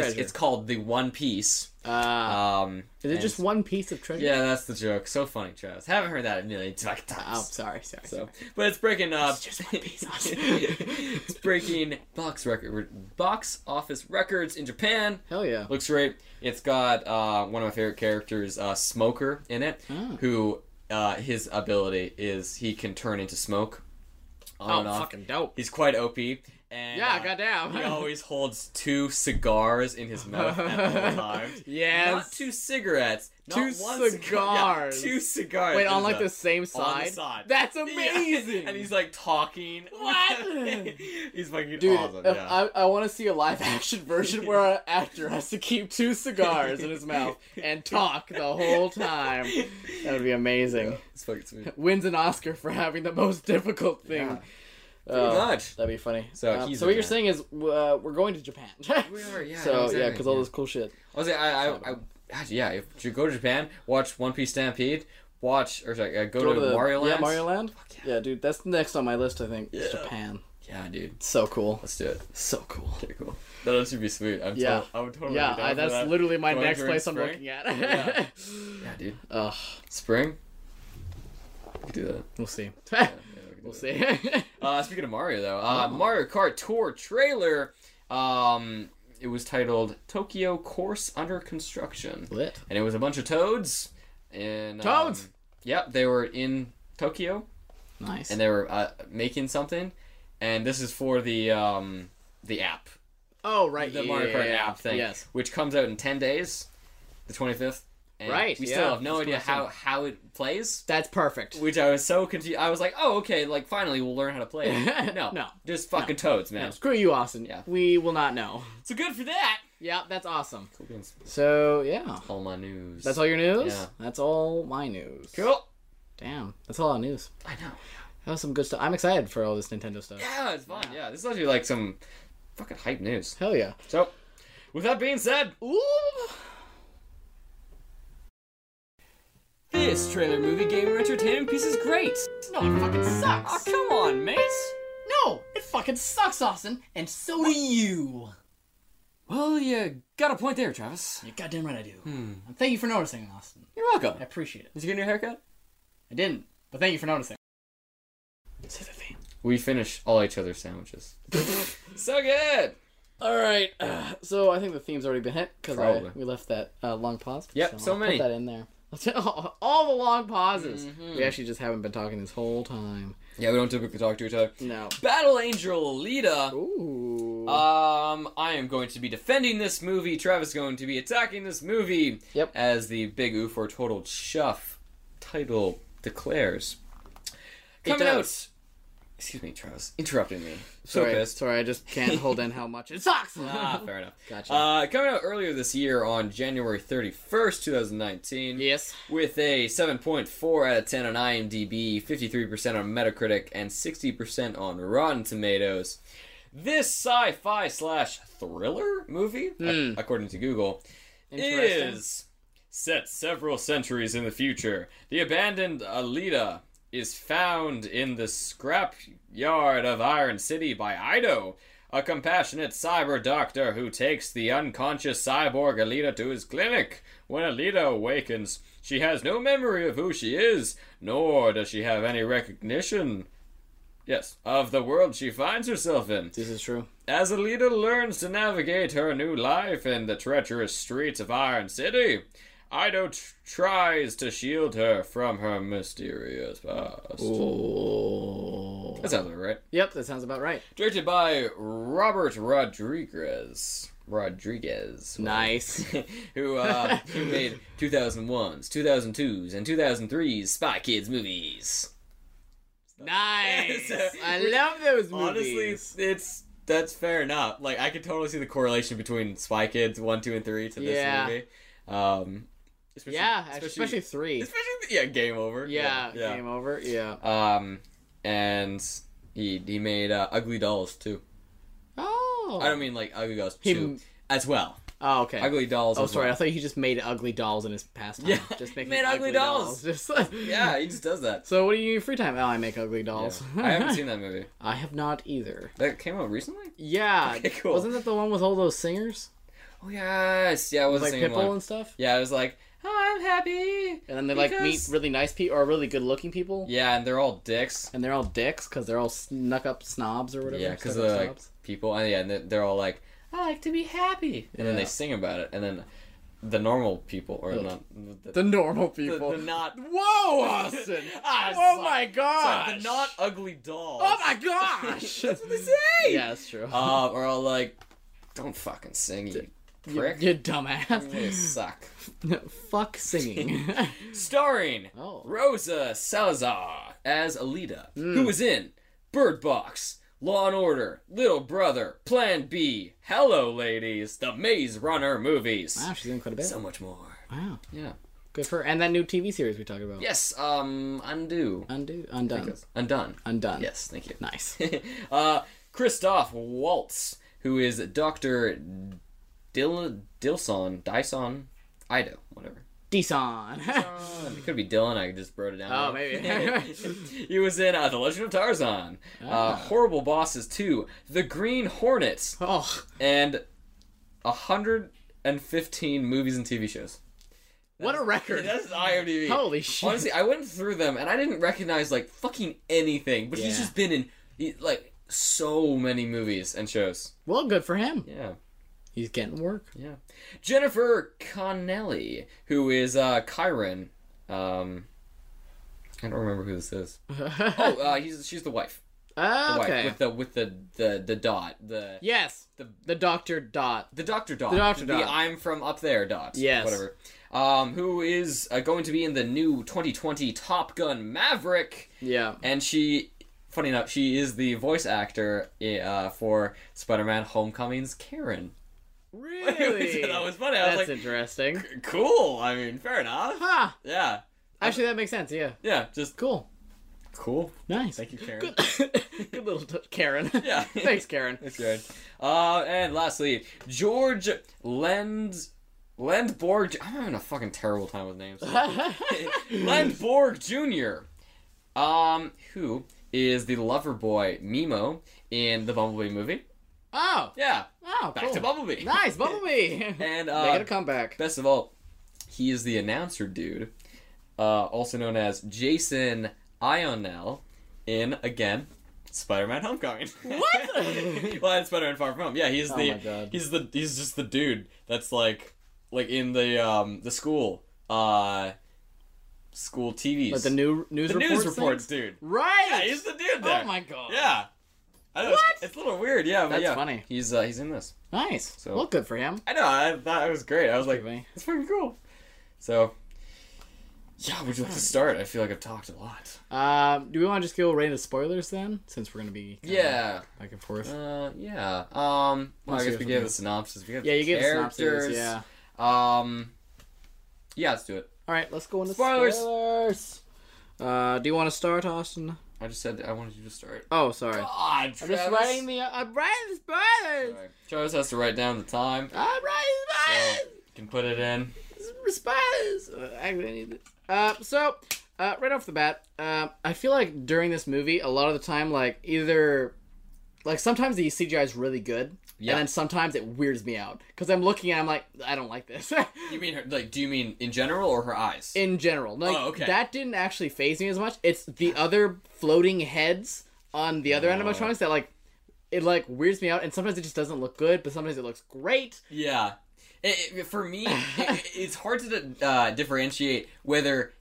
Speaker 2: Treasure.
Speaker 1: It's called the One Piece.
Speaker 2: uh,
Speaker 1: Um,
Speaker 2: is it
Speaker 1: and-
Speaker 2: just one piece of treasure?
Speaker 1: Yeah, that's the joke. So funny, Travis. Haven't heard that a million fucking
Speaker 2: Oh,
Speaker 1: times.
Speaker 2: sorry, sorry.
Speaker 1: so,
Speaker 2: sorry.
Speaker 1: but it's breaking up.
Speaker 2: It's just One Piece.
Speaker 1: it's breaking box record box office records in Japan.
Speaker 2: Hell yeah.
Speaker 1: Looks great. It's got uh, one of my favorite characters, uh, Smoker, in it,
Speaker 2: Oh.
Speaker 1: who uh, his ability is he can turn into smoke. On
Speaker 2: Oh,
Speaker 1: and off.
Speaker 2: fucking dope.
Speaker 1: He's quite OP. And,
Speaker 2: Yeah,
Speaker 1: uh,
Speaker 2: goddamn.
Speaker 1: He always holds two cigars in his mouth at all times.
Speaker 2: Yes.
Speaker 1: Not two cigarettes. Not
Speaker 2: Two
Speaker 1: one cigar.
Speaker 2: cigars.
Speaker 1: Yeah, two cigars.
Speaker 2: Wait, uh, on
Speaker 1: There's
Speaker 2: like
Speaker 1: a-
Speaker 2: the same side.
Speaker 1: on the side.
Speaker 2: That's
Speaker 1: Yeah.
Speaker 2: amazing.
Speaker 1: and he's like talking.
Speaker 2: What?
Speaker 1: he's fucking
Speaker 2: Dude,
Speaker 1: awesome.
Speaker 2: if-
Speaker 1: yeah.
Speaker 2: I, I want to see a live action version where an actor has to keep two cigars in his mouth and talk the whole time. That would be amazing. Uh,
Speaker 1: it's fucking sweet.
Speaker 2: Wins an Oscar for having the most difficult thing.
Speaker 1: Yeah.
Speaker 2: Oh,
Speaker 1: Pretty much.
Speaker 2: That'd be funny.
Speaker 1: So
Speaker 2: Um,
Speaker 1: he's
Speaker 2: so
Speaker 1: in
Speaker 2: what you're
Speaker 1: that.
Speaker 2: saying is uh, we're going to Japan.
Speaker 1: We are, yeah,
Speaker 2: So
Speaker 1: no,
Speaker 2: yeah,
Speaker 1: exactly,
Speaker 2: because all
Speaker 1: yeah.
Speaker 2: this cool shit.
Speaker 1: I was like, I, I, I, actually, yeah, if you go to Japan, watch One Piece Stampede, watch, or sorry, uh, go, to, Mario Land.
Speaker 2: Yeah, Mario Land.
Speaker 1: Fuck
Speaker 2: Yeah. dude, that's next on my list. I think. It's
Speaker 1: Yeah.
Speaker 2: Japan.
Speaker 1: Yeah, dude.
Speaker 2: So cool.
Speaker 1: Let's do it.
Speaker 2: So cool.
Speaker 1: Okay, cool. That would actually be sweet. I'm
Speaker 2: Yeah.
Speaker 1: yeah. I would totally
Speaker 2: Yeah,
Speaker 1: be down
Speaker 2: I,
Speaker 1: for
Speaker 2: that's
Speaker 1: that.
Speaker 2: literally my
Speaker 1: Going
Speaker 2: next
Speaker 1: during
Speaker 2: place I'm
Speaker 1: spring?
Speaker 2: looking at.
Speaker 1: Yeah. Yeah, dude.
Speaker 2: Ugh,
Speaker 1: Spring? We could do that.
Speaker 2: we'll see.
Speaker 1: Yeah, we could do
Speaker 2: we'll
Speaker 1: that.
Speaker 2: see.
Speaker 1: Uh, speaking of Mario, though, uh, Mario Kart Tour trailer. Um, it was titled Tokyo Course Under Construction.
Speaker 2: Lit.
Speaker 1: And it was a bunch of toads. And, um,
Speaker 2: Toads!
Speaker 1: Yep, they were in Tokyo
Speaker 2: Nice.
Speaker 1: and they were uh, making something, and this is for the um, the app,
Speaker 2: oh right,
Speaker 1: the
Speaker 2: yeah,
Speaker 1: Mario
Speaker 2: yeah,
Speaker 1: Kart
Speaker 2: yeah.
Speaker 1: app thing,
Speaker 2: Yes.
Speaker 1: which comes out in ten days, the twenty fifth.
Speaker 2: Right,
Speaker 1: We
Speaker 2: yeah,
Speaker 1: still have no
Speaker 2: that's
Speaker 1: idea
Speaker 2: what I
Speaker 1: how how it plays.
Speaker 2: That's perfect.
Speaker 1: Which I was so confused. I was like, "Oh, okay. Like, finally, we'll learn how to play." it. No,
Speaker 2: No.
Speaker 1: just fucking toads, man.
Speaker 2: No, screw you, Austin.
Speaker 1: Yeah.
Speaker 2: We will not know.
Speaker 1: So good for that.
Speaker 2: Yeah, that's awesome.
Speaker 1: Cool beans.
Speaker 2: So yeah,
Speaker 1: All my news.
Speaker 2: that's all your news.
Speaker 1: Yeah.
Speaker 2: That's all my news.
Speaker 1: Cool.
Speaker 2: Damn, that's all our news.
Speaker 1: I know.
Speaker 2: That was some good stuff. I'm excited for all this Nintendo stuff.
Speaker 1: Yeah, it's fun. Yeah, this is actually like some fucking hype news.
Speaker 2: Hell yeah.
Speaker 1: So, with that being said,
Speaker 2: Ooh.
Speaker 1: this trailer movie gamer entertainment piece is great.
Speaker 2: No, it fucking
Speaker 1: Aw,
Speaker 2: sucks.
Speaker 1: come on, mate.
Speaker 2: No, it fucking sucks, Austin. And so do you.
Speaker 1: Well, you got a point there, Travis.
Speaker 2: You're goddamn right I do. And Hmm. thank you for noticing, Austin.
Speaker 1: You're welcome.
Speaker 2: I appreciate it.
Speaker 1: Hmm. Did you get your haircut?
Speaker 2: I didn't, but thank you for noticing. Say the theme.
Speaker 1: We finish all each other's sandwiches. so good.
Speaker 2: All right. Uh, so I think the theme's already been hit because
Speaker 1: Probably.
Speaker 2: we left that uh, long pause.
Speaker 1: Yep, so
Speaker 2: I'll
Speaker 1: many.
Speaker 2: Put that in there. All the long pauses. We actually just haven't been talking this whole time.
Speaker 1: Yeah, we don't typically talk to each other.
Speaker 2: No. Uh,
Speaker 1: Battle Angel Alita.
Speaker 2: Ooh.
Speaker 1: Um, I am going to be defending this movie. Travis is going to be attacking this movie.
Speaker 2: Yep.
Speaker 1: As the big oof or total chuff title declares.
Speaker 2: It
Speaker 1: Coming out.
Speaker 2: does.
Speaker 1: Excuse me, Travis. Interrupting me. So
Speaker 2: sorry,
Speaker 1: pissed.
Speaker 2: sorry, I just can't hold in how much it sucks.
Speaker 1: Ah, fair enough.
Speaker 2: Gotcha.
Speaker 1: Uh, coming out earlier this year on January 31st, 2019,
Speaker 2: yes.
Speaker 1: with a 7.4 out of 10 on IMDb, 53% on Metacritic, and 60% on Rotten Tomatoes. This sci fi slash thriller movie, ac- according to Google,
Speaker 2: Interesting.
Speaker 1: is set several centuries in the future. The abandoned Alita is found in the scrap yard of Iron City by Ido, a compassionate cyber doctor who takes the unconscious cyborg Alita to his clinic. When Alita awakens, she has no memory of who she is, nor does she have any recognition. Yes, of the world she finds herself in.
Speaker 2: This is true.
Speaker 1: As Alita learns to navigate her new life in the treacherous streets of Iron City, Ido tr- tries to shield her from her mysterious past.
Speaker 2: Ooh.
Speaker 1: That sounds about right.
Speaker 2: Yep, that sounds about right.
Speaker 1: Directed by Robert Rodriguez. Rodriguez.
Speaker 2: Nice.
Speaker 1: who, uh, who made 2001's, 2002's, and 2003's Spy Kids movies.
Speaker 2: nice.
Speaker 1: So-
Speaker 2: I love those movies.
Speaker 1: Honestly, it's, it's that's fair enough. Like I could totally see the correlation between Spy Kids one, two, and three to this
Speaker 2: Yeah.
Speaker 1: movie. Um, especially,
Speaker 2: yeah, especially, three.
Speaker 1: especially- yeah, Game Over.
Speaker 2: yeah,
Speaker 1: yeah.
Speaker 2: game over. Yeah.
Speaker 1: Um, and he he made uh, Ugly Dolls too.
Speaker 2: Oh.
Speaker 1: I don't mean like Ugly Dolls
Speaker 2: He-
Speaker 1: two as well.
Speaker 2: Oh, okay.
Speaker 1: Ugly Dolls.
Speaker 2: Oh,
Speaker 1: as
Speaker 2: sorry. I
Speaker 1: well.
Speaker 2: thought he just made ugly dolls in his pastime.
Speaker 1: Yeah,
Speaker 2: just making
Speaker 1: made ugly dolls.
Speaker 2: Just like,
Speaker 1: Yeah, he just does that.
Speaker 2: So what do you do in your free time? Oh, I make ugly dolls.
Speaker 1: Yeah. I haven't seen that movie.
Speaker 2: I have not either.
Speaker 1: That came out recently.
Speaker 2: Yeah.
Speaker 1: Okay, cool.
Speaker 2: Wasn't that the one with all those singers,
Speaker 1: Oh yes, yeah, it was
Speaker 2: like
Speaker 1: the same
Speaker 2: Pitbull
Speaker 1: one.
Speaker 2: and stuff?
Speaker 1: Yeah, it was like I'm happy.
Speaker 2: And then they like meet
Speaker 1: Because-
Speaker 2: really nice people or really good looking people,
Speaker 1: Yeah, and they're all dicks.
Speaker 2: and they're all dicks because they're all snuck up snobs or whatever.
Speaker 1: Yeah, uh, because
Speaker 2: stuck up
Speaker 1: they're like
Speaker 2: snobs.
Speaker 1: people, and yeah, and they're- they're all like, "I like to be happy," and then they
Speaker 2: Yeah.
Speaker 1: sing about it, and then the normal people or
Speaker 2: Ugh.
Speaker 1: not the,
Speaker 2: the normal
Speaker 1: the-
Speaker 2: people.
Speaker 1: the not
Speaker 2: Whoa, Austin!
Speaker 1: Ah,
Speaker 2: oh
Speaker 1: sorry.
Speaker 2: my
Speaker 1: sorry,
Speaker 2: gosh!
Speaker 1: the not ugly dolls.
Speaker 2: Oh my gosh!
Speaker 1: that's what they say.
Speaker 2: yeah, that's true.
Speaker 1: uh, are all like, "Don't fucking sing, you
Speaker 2: you,
Speaker 1: prick."
Speaker 2: you
Speaker 1: You
Speaker 2: dumbass.
Speaker 1: suck.
Speaker 2: Fuck singing.
Speaker 1: Starring
Speaker 2: Oh.
Speaker 1: Rosa Salazar as Alita, who was in Bird Box, Law and Order, Little Brother, Plan B, Hello Ladies, the Maze Runner movies.
Speaker 2: wow, she's doing quite a bit.
Speaker 1: So much more.
Speaker 2: wow,
Speaker 1: Yeah.
Speaker 2: good for her. And that new TV series we talked about.
Speaker 1: Yes, um, Undo.
Speaker 2: Undo, undone,
Speaker 1: Undone.
Speaker 2: undone.
Speaker 1: Yes, thank you.
Speaker 2: Nice.
Speaker 1: uh, Christoph Waltz, who is Dr. Dil- Dilson, Dyson, Ido, whatever.
Speaker 2: Deson.
Speaker 1: Uh, it could be Dylan. I just wrote it down.
Speaker 2: Oh, maybe. Ah.
Speaker 1: he was in uh, The Legend of Tarzan, uh, Horrible Bosses 2, The Green Hornet,
Speaker 2: oh,
Speaker 1: and 115 movies and TV shows.
Speaker 2: what a record!
Speaker 1: That's IMDb.
Speaker 2: Holy shit!
Speaker 1: Honestly, I went through them and I didn't recognize like fucking anything. But he's
Speaker 2: Yeah.
Speaker 1: just been in he- like so many movies and shows.
Speaker 2: well, good for him.
Speaker 1: Yeah.
Speaker 2: He's getting work.
Speaker 1: Yeah. Jennifer Connelly, who is uh Kyron, um I don't remember who this is. oh, uh, he's she's the wife. The
Speaker 2: Ah, okay.
Speaker 1: wife with the with the the, the dot the
Speaker 2: yes,
Speaker 1: the
Speaker 2: the Doctor Dot.
Speaker 1: the Doctor Dot.
Speaker 2: The Dr.
Speaker 1: The
Speaker 2: Dot.
Speaker 1: I'm from up there Dot.
Speaker 2: Yes.
Speaker 1: Whatever. Um, who is uh, going to be in the new 2020 Top Gun Maverick?
Speaker 2: Yeah.
Speaker 1: And she, funny enough, she is the voice actor uh, for Spider-Man: Homecoming's Karen.
Speaker 2: Really?
Speaker 1: So that was funny. I
Speaker 2: That's
Speaker 1: was like,
Speaker 2: interesting.
Speaker 1: cool. I mean, fair enough.
Speaker 2: Huh.
Speaker 1: Yeah.
Speaker 2: Actually, that makes sense. Yeah.
Speaker 1: Yeah. Just
Speaker 2: Cool.
Speaker 1: cool.
Speaker 2: Nice.
Speaker 1: Thank you, Karen.
Speaker 2: Good, good little t- Karen.
Speaker 1: Yeah.
Speaker 2: Thanks, Karen.
Speaker 1: That's good. Uh, and lastly, George Lend Lendborg. I'm having a fucking terrible time with names. Lendborg Jr. Um, who is the lover boy Mimo in the Bumblebee movie?
Speaker 2: oh.
Speaker 1: Yeah,
Speaker 2: Oh.
Speaker 1: back
Speaker 2: cool.
Speaker 1: to Bumblebee.
Speaker 2: Nice, Bumblebee.
Speaker 1: And
Speaker 2: Making
Speaker 1: uh,
Speaker 2: a comeback.
Speaker 1: best of all, he is the announcer dude, uh, also known as Jason Ionel, in again Spider-Man: Homecoming.
Speaker 2: What?
Speaker 1: well, that's Spider-Man: Far From Home. Yeah, he's
Speaker 2: Oh
Speaker 1: the
Speaker 2: my God.
Speaker 1: he's the he's just the dude that's like like in the um the school uh school TVs
Speaker 2: But the new news
Speaker 1: The news
Speaker 2: reports.
Speaker 1: reports,
Speaker 2: thing?
Speaker 1: dude.
Speaker 2: Right.
Speaker 1: Yeah, he's the dude there.
Speaker 2: oh my god.
Speaker 1: Yeah. I know,
Speaker 2: What?
Speaker 1: It's, it's a little weird, yeah, but
Speaker 2: That's
Speaker 1: yeah.
Speaker 2: funny.
Speaker 1: He's uh, he's in this.
Speaker 2: Nice.
Speaker 1: So-
Speaker 2: well, good for him.
Speaker 1: I know. I thought it was great. I was like,
Speaker 2: Really?
Speaker 1: it's fucking cool. So, yeah, would you like to start? I feel like I've talked a lot.
Speaker 2: Uh, do we want to just go right into spoilers then, since we're gonna be kinda
Speaker 1: Yeah.
Speaker 2: back and forth?
Speaker 1: Uh, yeah. Um, well,
Speaker 2: Let's
Speaker 1: I
Speaker 2: do
Speaker 1: guess we
Speaker 2: it
Speaker 1: gave
Speaker 2: from
Speaker 1: a synopsis. We gave
Speaker 2: yeah, you gave a synopsis.
Speaker 1: characters.
Speaker 2: Yeah.
Speaker 1: Um, yeah, let's do it.
Speaker 2: All right, let's go into
Speaker 1: Spoilers.
Speaker 2: spoilers. Uh, do you want to start, Austin?
Speaker 1: I just said I wanted you to start.
Speaker 2: Oh, sorry.
Speaker 1: God,
Speaker 2: I'm
Speaker 1: Travis.
Speaker 2: just writing the. I'm writing the spoilers.
Speaker 1: Sorry. Travis has to write down the time.
Speaker 2: I'm writing
Speaker 1: So you can put it in.
Speaker 2: the spoilers. Uh, actually, I need to- Uh, so. Uh, right off the bat, um, I feel like during this movie, a lot of the time, like either, like sometimes the CGI is really good,
Speaker 1: Yeah.
Speaker 2: and then sometimes it weirds me out because I'm looking and I'm like, I don't like this.
Speaker 1: You mean her, like? Do you mean in general or her eyes?
Speaker 2: in general. Like
Speaker 1: Oh, okay.
Speaker 2: that didn't actually phase me as much. It's the other floating heads on the other
Speaker 1: Oh.
Speaker 2: animatronics that like it like weirds me out and sometimes it just doesn't look good, but sometimes it looks great.
Speaker 1: Yeah. It, it- for me, it, it's hard to uh, differentiate whether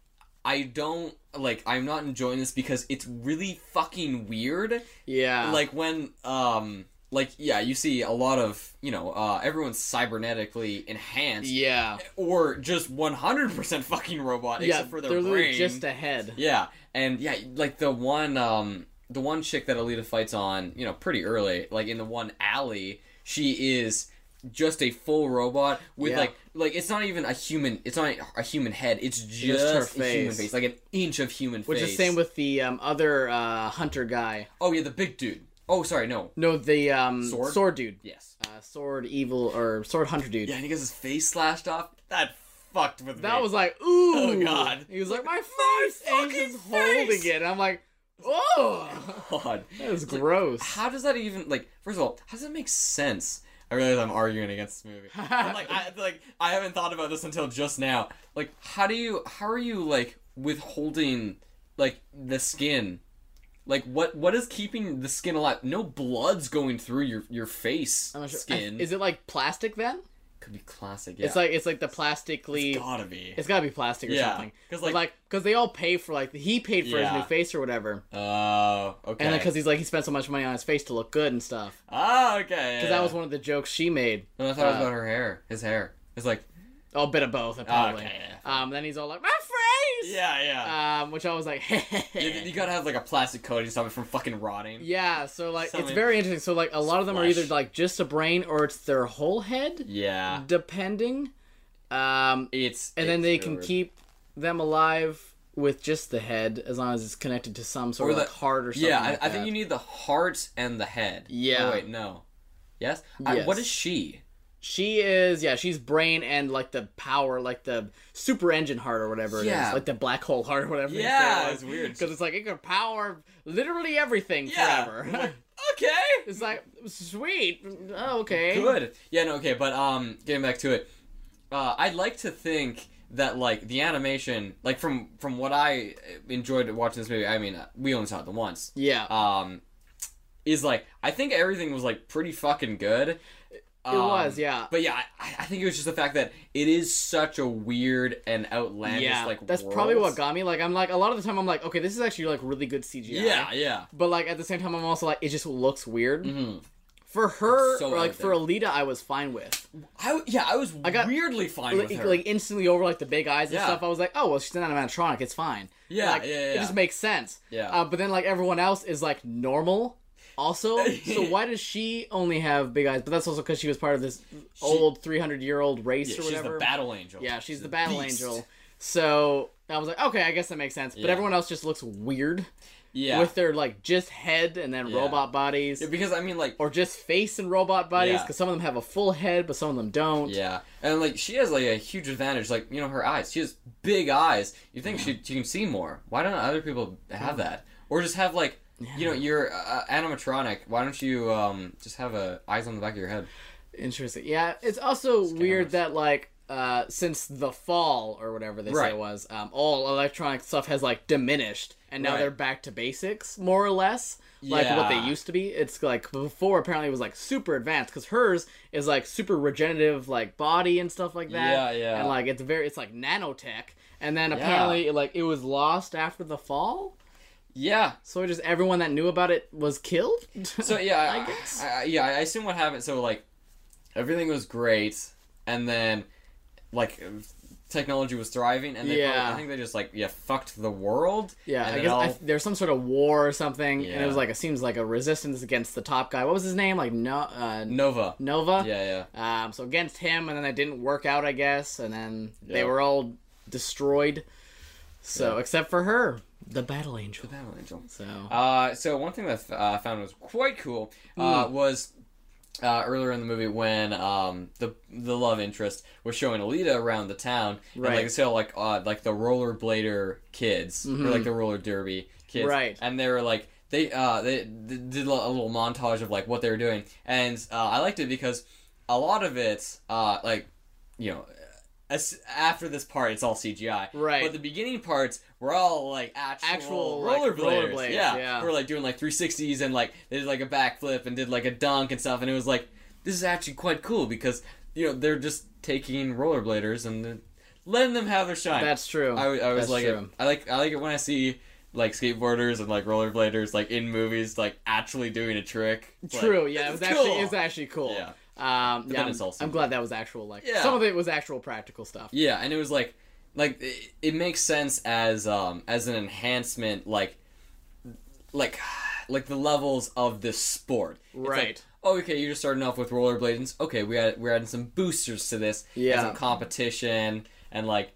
Speaker 1: I don't like I'm not enjoying this because it's really fucking weird.
Speaker 2: Yeah.
Speaker 1: Like when um like yeah, you see a lot of, you know, uh everyone's cybernetically enhanced
Speaker 2: yeah.
Speaker 1: or just 100% fucking robot
Speaker 2: Yeah,
Speaker 1: except for
Speaker 2: they're
Speaker 1: their
Speaker 2: literally
Speaker 1: brain.
Speaker 2: just a head.
Speaker 1: Yeah, and yeah, like the one, um, the one chick that Alita fights on, you know, pretty early, like in the one alley, she is just a full robot with
Speaker 2: Yeah.
Speaker 1: like, like it's not even a human, it's not a human head, it's just,
Speaker 2: her
Speaker 1: a human
Speaker 2: face.
Speaker 1: face, like an inch of human
Speaker 2: Which
Speaker 1: face.
Speaker 2: is same with the um, other uh, hunter guy.
Speaker 1: Oh yeah, the big dude. Oh sorry, no.
Speaker 2: No, the um,
Speaker 1: Sword?
Speaker 2: sword? dude.
Speaker 1: Yes.
Speaker 2: Uh, sword evil or sword hunter dude.
Speaker 1: Yeah, and he gets his face slashed off. That fucked with me.
Speaker 2: That was like, ooh.
Speaker 1: Oh, God.
Speaker 2: He was like, my
Speaker 1: My
Speaker 2: face. and he's just
Speaker 1: fucking face!
Speaker 2: holding it. I'm like, oh.
Speaker 1: God.
Speaker 2: That was gross.
Speaker 1: How does that even like? First of all, how does that make sense? I realize I'm arguing against this movie. I'm like, I, like I haven't thought about this until just now. Like, how do you? How are you like withholding like the skin? Like, what? What is keeping the skin alive? No blood's going through your your face
Speaker 2: I'm not sure.
Speaker 1: skin.
Speaker 2: I- is it like plastic then?
Speaker 1: Could be classic. Yeah,
Speaker 2: It's like it's like the plastically. It's,
Speaker 1: gotta be.
Speaker 2: gotta be plastic or
Speaker 1: Yeah,
Speaker 2: something.
Speaker 1: 'cause,
Speaker 2: Because
Speaker 1: like-
Speaker 2: like because they all pay for like he paid for
Speaker 1: Yeah.
Speaker 2: his new face or whatever,
Speaker 1: Oh, okay.
Speaker 2: and because he's like he spent so much money on his face to look good and stuff.
Speaker 1: oh, okay.
Speaker 2: Because that was one of the jokes she made.
Speaker 1: No, I thought it was
Speaker 2: uh,
Speaker 1: about her hair. His hair. It's like.
Speaker 2: Oh, a bit of both, probably.
Speaker 1: okay, yeah,
Speaker 2: Um, then he's all like my face.
Speaker 1: Yeah, yeah.
Speaker 2: Um, which I was like.
Speaker 1: you, you gotta have like a plastic coating to stop it from fucking rotting.
Speaker 2: Yeah, so like
Speaker 1: Something-
Speaker 2: it's very interesting. So like a lot of them are
Speaker 1: Splash.
Speaker 2: either like just a brain or it's their whole head,
Speaker 1: Yeah. depending.
Speaker 2: depending. Um,
Speaker 1: It's
Speaker 2: and then
Speaker 1: it's
Speaker 2: they
Speaker 1: really
Speaker 2: can
Speaker 1: weird.
Speaker 2: keep them alive with just the head as long as it's connected to some sort
Speaker 1: Or
Speaker 2: of
Speaker 1: the-
Speaker 2: like heart or something.
Speaker 1: Yeah, I,
Speaker 2: like
Speaker 1: I think
Speaker 2: that.
Speaker 1: you need the heart and the head.
Speaker 2: Yeah.
Speaker 1: Oh, wait, no. Yes. I,
Speaker 2: Yes.
Speaker 1: what is she?
Speaker 2: She is yeah, she's brain and like the power, like the super engine heart or whatever it
Speaker 1: Yeah.
Speaker 2: is, like the black hole heart or whatever.
Speaker 1: Yeah, it's weird.
Speaker 2: because it's like it can power literally everything
Speaker 1: Yeah.
Speaker 2: forever.
Speaker 1: Okay.
Speaker 2: it's like sweet, oh, okay,
Speaker 1: Good. Yeah. No. Okay. But um, getting back to it, uh, I'd like to think that like the animation, like from from what I enjoyed watching this movie. I mean, uh, we only saw it the once.
Speaker 2: yeah.
Speaker 1: Um, is like I think everything was like pretty fucking good.
Speaker 2: It was, yeah.
Speaker 1: But yeah, I, I think it was just the fact that it is such a weird and outlandish
Speaker 2: yeah,
Speaker 1: like.
Speaker 2: that's probably
Speaker 1: world.
Speaker 2: what got me. Like, I'm like a lot of the time, I'm like, okay, this is actually like really good CGI.
Speaker 1: Yeah, yeah.
Speaker 2: But like at the same time, I'm also like, it just looks weird.
Speaker 1: Mhm.
Speaker 2: For her,
Speaker 1: So
Speaker 2: or like
Speaker 1: out
Speaker 2: for
Speaker 1: there.
Speaker 2: Alita, I was fine with.
Speaker 1: I yeah, I was
Speaker 2: got-
Speaker 1: weirdly fine
Speaker 2: Like,
Speaker 1: with her.
Speaker 2: like instantly over like the big eyes and
Speaker 1: Yeah.
Speaker 2: stuff. I was like, oh well, she's an animatronic. It's fine.
Speaker 1: Yeah,
Speaker 2: like,
Speaker 1: yeah, yeah,
Speaker 2: It
Speaker 1: yeah.
Speaker 2: just makes sense.
Speaker 1: Yeah.
Speaker 2: Uh, but then like everyone else is like normal. Also, so why does she only have big eyes? But that's also because she was part of this old 300 year old race
Speaker 1: Yeah,
Speaker 2: or
Speaker 1: she's
Speaker 2: whatever.
Speaker 1: the battle angel.
Speaker 2: Yeah, she's, the battle
Speaker 1: beast.
Speaker 2: angel. So I was like, okay, I guess that makes sense. But
Speaker 1: Yeah.
Speaker 2: everyone else just looks weird
Speaker 1: Yeah.
Speaker 2: with their like just head and then
Speaker 1: Yeah.
Speaker 2: robot bodies,
Speaker 1: Yeah, because I mean, like,
Speaker 2: or just face and robot bodies.
Speaker 1: Yeah.
Speaker 2: Because some of them have a full head, but some of them don't.
Speaker 1: yeah, and like she has like a huge advantage, like you know her eyes. She has big eyes. You think she, she can see more? Why don't other people have that, or just have like, you know, you're uh, animatronic. Why don't you um just have uh, eyes on the back of your head?
Speaker 2: Interesting. Yeah, it's also weird
Speaker 1: Scammers.
Speaker 2: that like. Uh, since the fall or whatever they say
Speaker 1: Right.
Speaker 2: it was, um, all electronic stuff has like diminished, and now
Speaker 1: Right.
Speaker 2: they're back to basics more or less, like what they
Speaker 1: Yeah.
Speaker 2: used to be. It's like before apparently it was like super advanced because hers is like super regenerative, like body and stuff like that.
Speaker 1: Yeah, yeah.
Speaker 2: And like it's very, it's like nanotech, and then apparently like it was lost after the fall.
Speaker 1: Yeah,
Speaker 2: So just everyone that knew about it was killed.
Speaker 1: So yeah, I,
Speaker 2: I guess.
Speaker 1: I- I- yeah, I assume what happened. So like, everything was great, and then like technology was thriving, and they probably,
Speaker 2: Yeah.
Speaker 1: I think they just like yeah fucked the world.
Speaker 2: yeah,
Speaker 1: and
Speaker 2: I
Speaker 1: it
Speaker 2: guess
Speaker 1: all-
Speaker 2: I, there's some sort of war or something, and it
Speaker 1: Yeah.
Speaker 2: was like it seems like a resistance against the top guy. What was his name? Like no, uh,
Speaker 1: Nova.
Speaker 2: Nova.
Speaker 1: Yeah, yeah,
Speaker 2: Um, so against him, and then it didn't work out, I guess, and then they
Speaker 1: Yeah.
Speaker 2: were all destroyed. So
Speaker 1: Yeah.
Speaker 2: except for her, the battle angel.
Speaker 1: Battle Angel.
Speaker 2: So
Speaker 1: Uh, so one thing that I uh, found was quite cool uh,
Speaker 2: Hmm.
Speaker 1: was uh, earlier in the movie when um, the the love interest was showing Alita around the town,
Speaker 2: Right.
Speaker 1: And, like so, like uh, like the rollerblader kids or like the roller derby kids,
Speaker 2: Mm-hmm. Right.
Speaker 1: And they were like they uh they, they did a little montage of like what they were doing, and uh, I liked it because a lot of it uh like you know. as- After this part, it's all CGI.
Speaker 2: Right.
Speaker 1: But the beginning parts were all like actual,
Speaker 2: Actual, like,
Speaker 1: rollerbladers.
Speaker 2: rollerblades,
Speaker 1: yeah.
Speaker 2: yeah.
Speaker 1: We're like doing like 360s and like they did like a backflip and did like a dunk and stuff and it was like this is actually quite cool because you know they're just taking rollerbladers and then letting them have their shine.
Speaker 2: that's true.
Speaker 1: I, I was
Speaker 2: That's
Speaker 1: like
Speaker 2: true.
Speaker 1: I like I like it when I see like skateboarders and like rollerbladers like in movies like actually doing a trick. It's like,
Speaker 2: True. yeah,
Speaker 1: this is
Speaker 2: it was actually
Speaker 1: cool.
Speaker 2: it was actually cool.
Speaker 1: Yeah.
Speaker 2: Um, yeah,
Speaker 1: then
Speaker 2: I'm,
Speaker 1: it's also-
Speaker 2: I'm glad that was actual. Like
Speaker 1: Yeah.
Speaker 2: some of it was actual practical stuff.
Speaker 1: Yeah, and it was like like it, it makes sense as um as an enhancement like like like the levels of this sport. It's like,
Speaker 2: Right.
Speaker 1: oh, okay, you're just starting off with rollerblading. Okay, we add, we're adding some boosters to this. and
Speaker 2: Yeah.
Speaker 1: some competition and like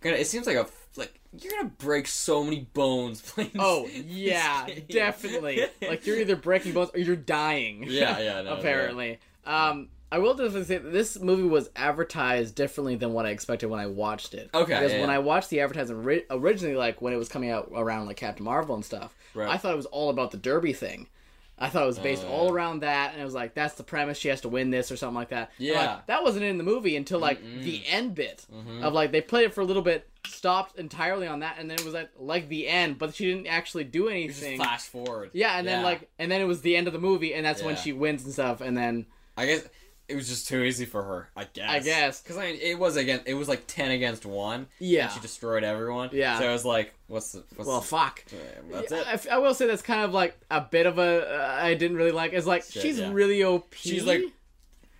Speaker 1: gonna, it seems like a like you're going to break so many bones playing
Speaker 2: Oh
Speaker 1: this- this
Speaker 2: yeah,
Speaker 1: game.
Speaker 2: definitely. Like you're either breaking bones or you're dying.
Speaker 1: Yeah, yeah, no,
Speaker 2: apparently. Um, I will definitely say that this movie was advertised differently than what I expected when I watched it.
Speaker 1: Okay,
Speaker 2: because
Speaker 1: yeah,
Speaker 2: when
Speaker 1: yeah.
Speaker 2: I watched the advertising ri- originally, like when it was coming out around like Captain Marvel and stuff,
Speaker 1: Right.
Speaker 2: I thought it was all about the Derby thing. I thought it was based
Speaker 1: Oh,
Speaker 2: all
Speaker 1: yeah.
Speaker 2: around that, and it was like that's the premise. She has to win this or something like that. And, like,
Speaker 1: Yeah.
Speaker 2: that wasn't in the movie until like the end bit
Speaker 1: Mm-hmm.
Speaker 2: of like they played it for a little bit, stopped entirely on that, and then it was like like the end, but she didn't actually do
Speaker 1: Just
Speaker 2: anything.
Speaker 1: flash forward.
Speaker 2: Yeah, and then like, and then it was the end of the movie, and that's when
Speaker 1: Yeah.
Speaker 2: she wins and stuff, and then
Speaker 1: I guess it was just too easy for her. I guess.
Speaker 2: I guess.
Speaker 1: because I mean, it was against it was like ten against one.
Speaker 2: Yeah.
Speaker 1: and she destroyed everyone.
Speaker 2: Yeah.
Speaker 1: so it was like, what's the what's
Speaker 2: well,
Speaker 1: the,
Speaker 2: fuck.
Speaker 1: that's
Speaker 2: Yeah,
Speaker 1: it.
Speaker 2: I f- I, will say that's kind of like a bit of a uh, I didn't really like. It's like she's
Speaker 1: yeah.
Speaker 2: really OP.
Speaker 1: She's like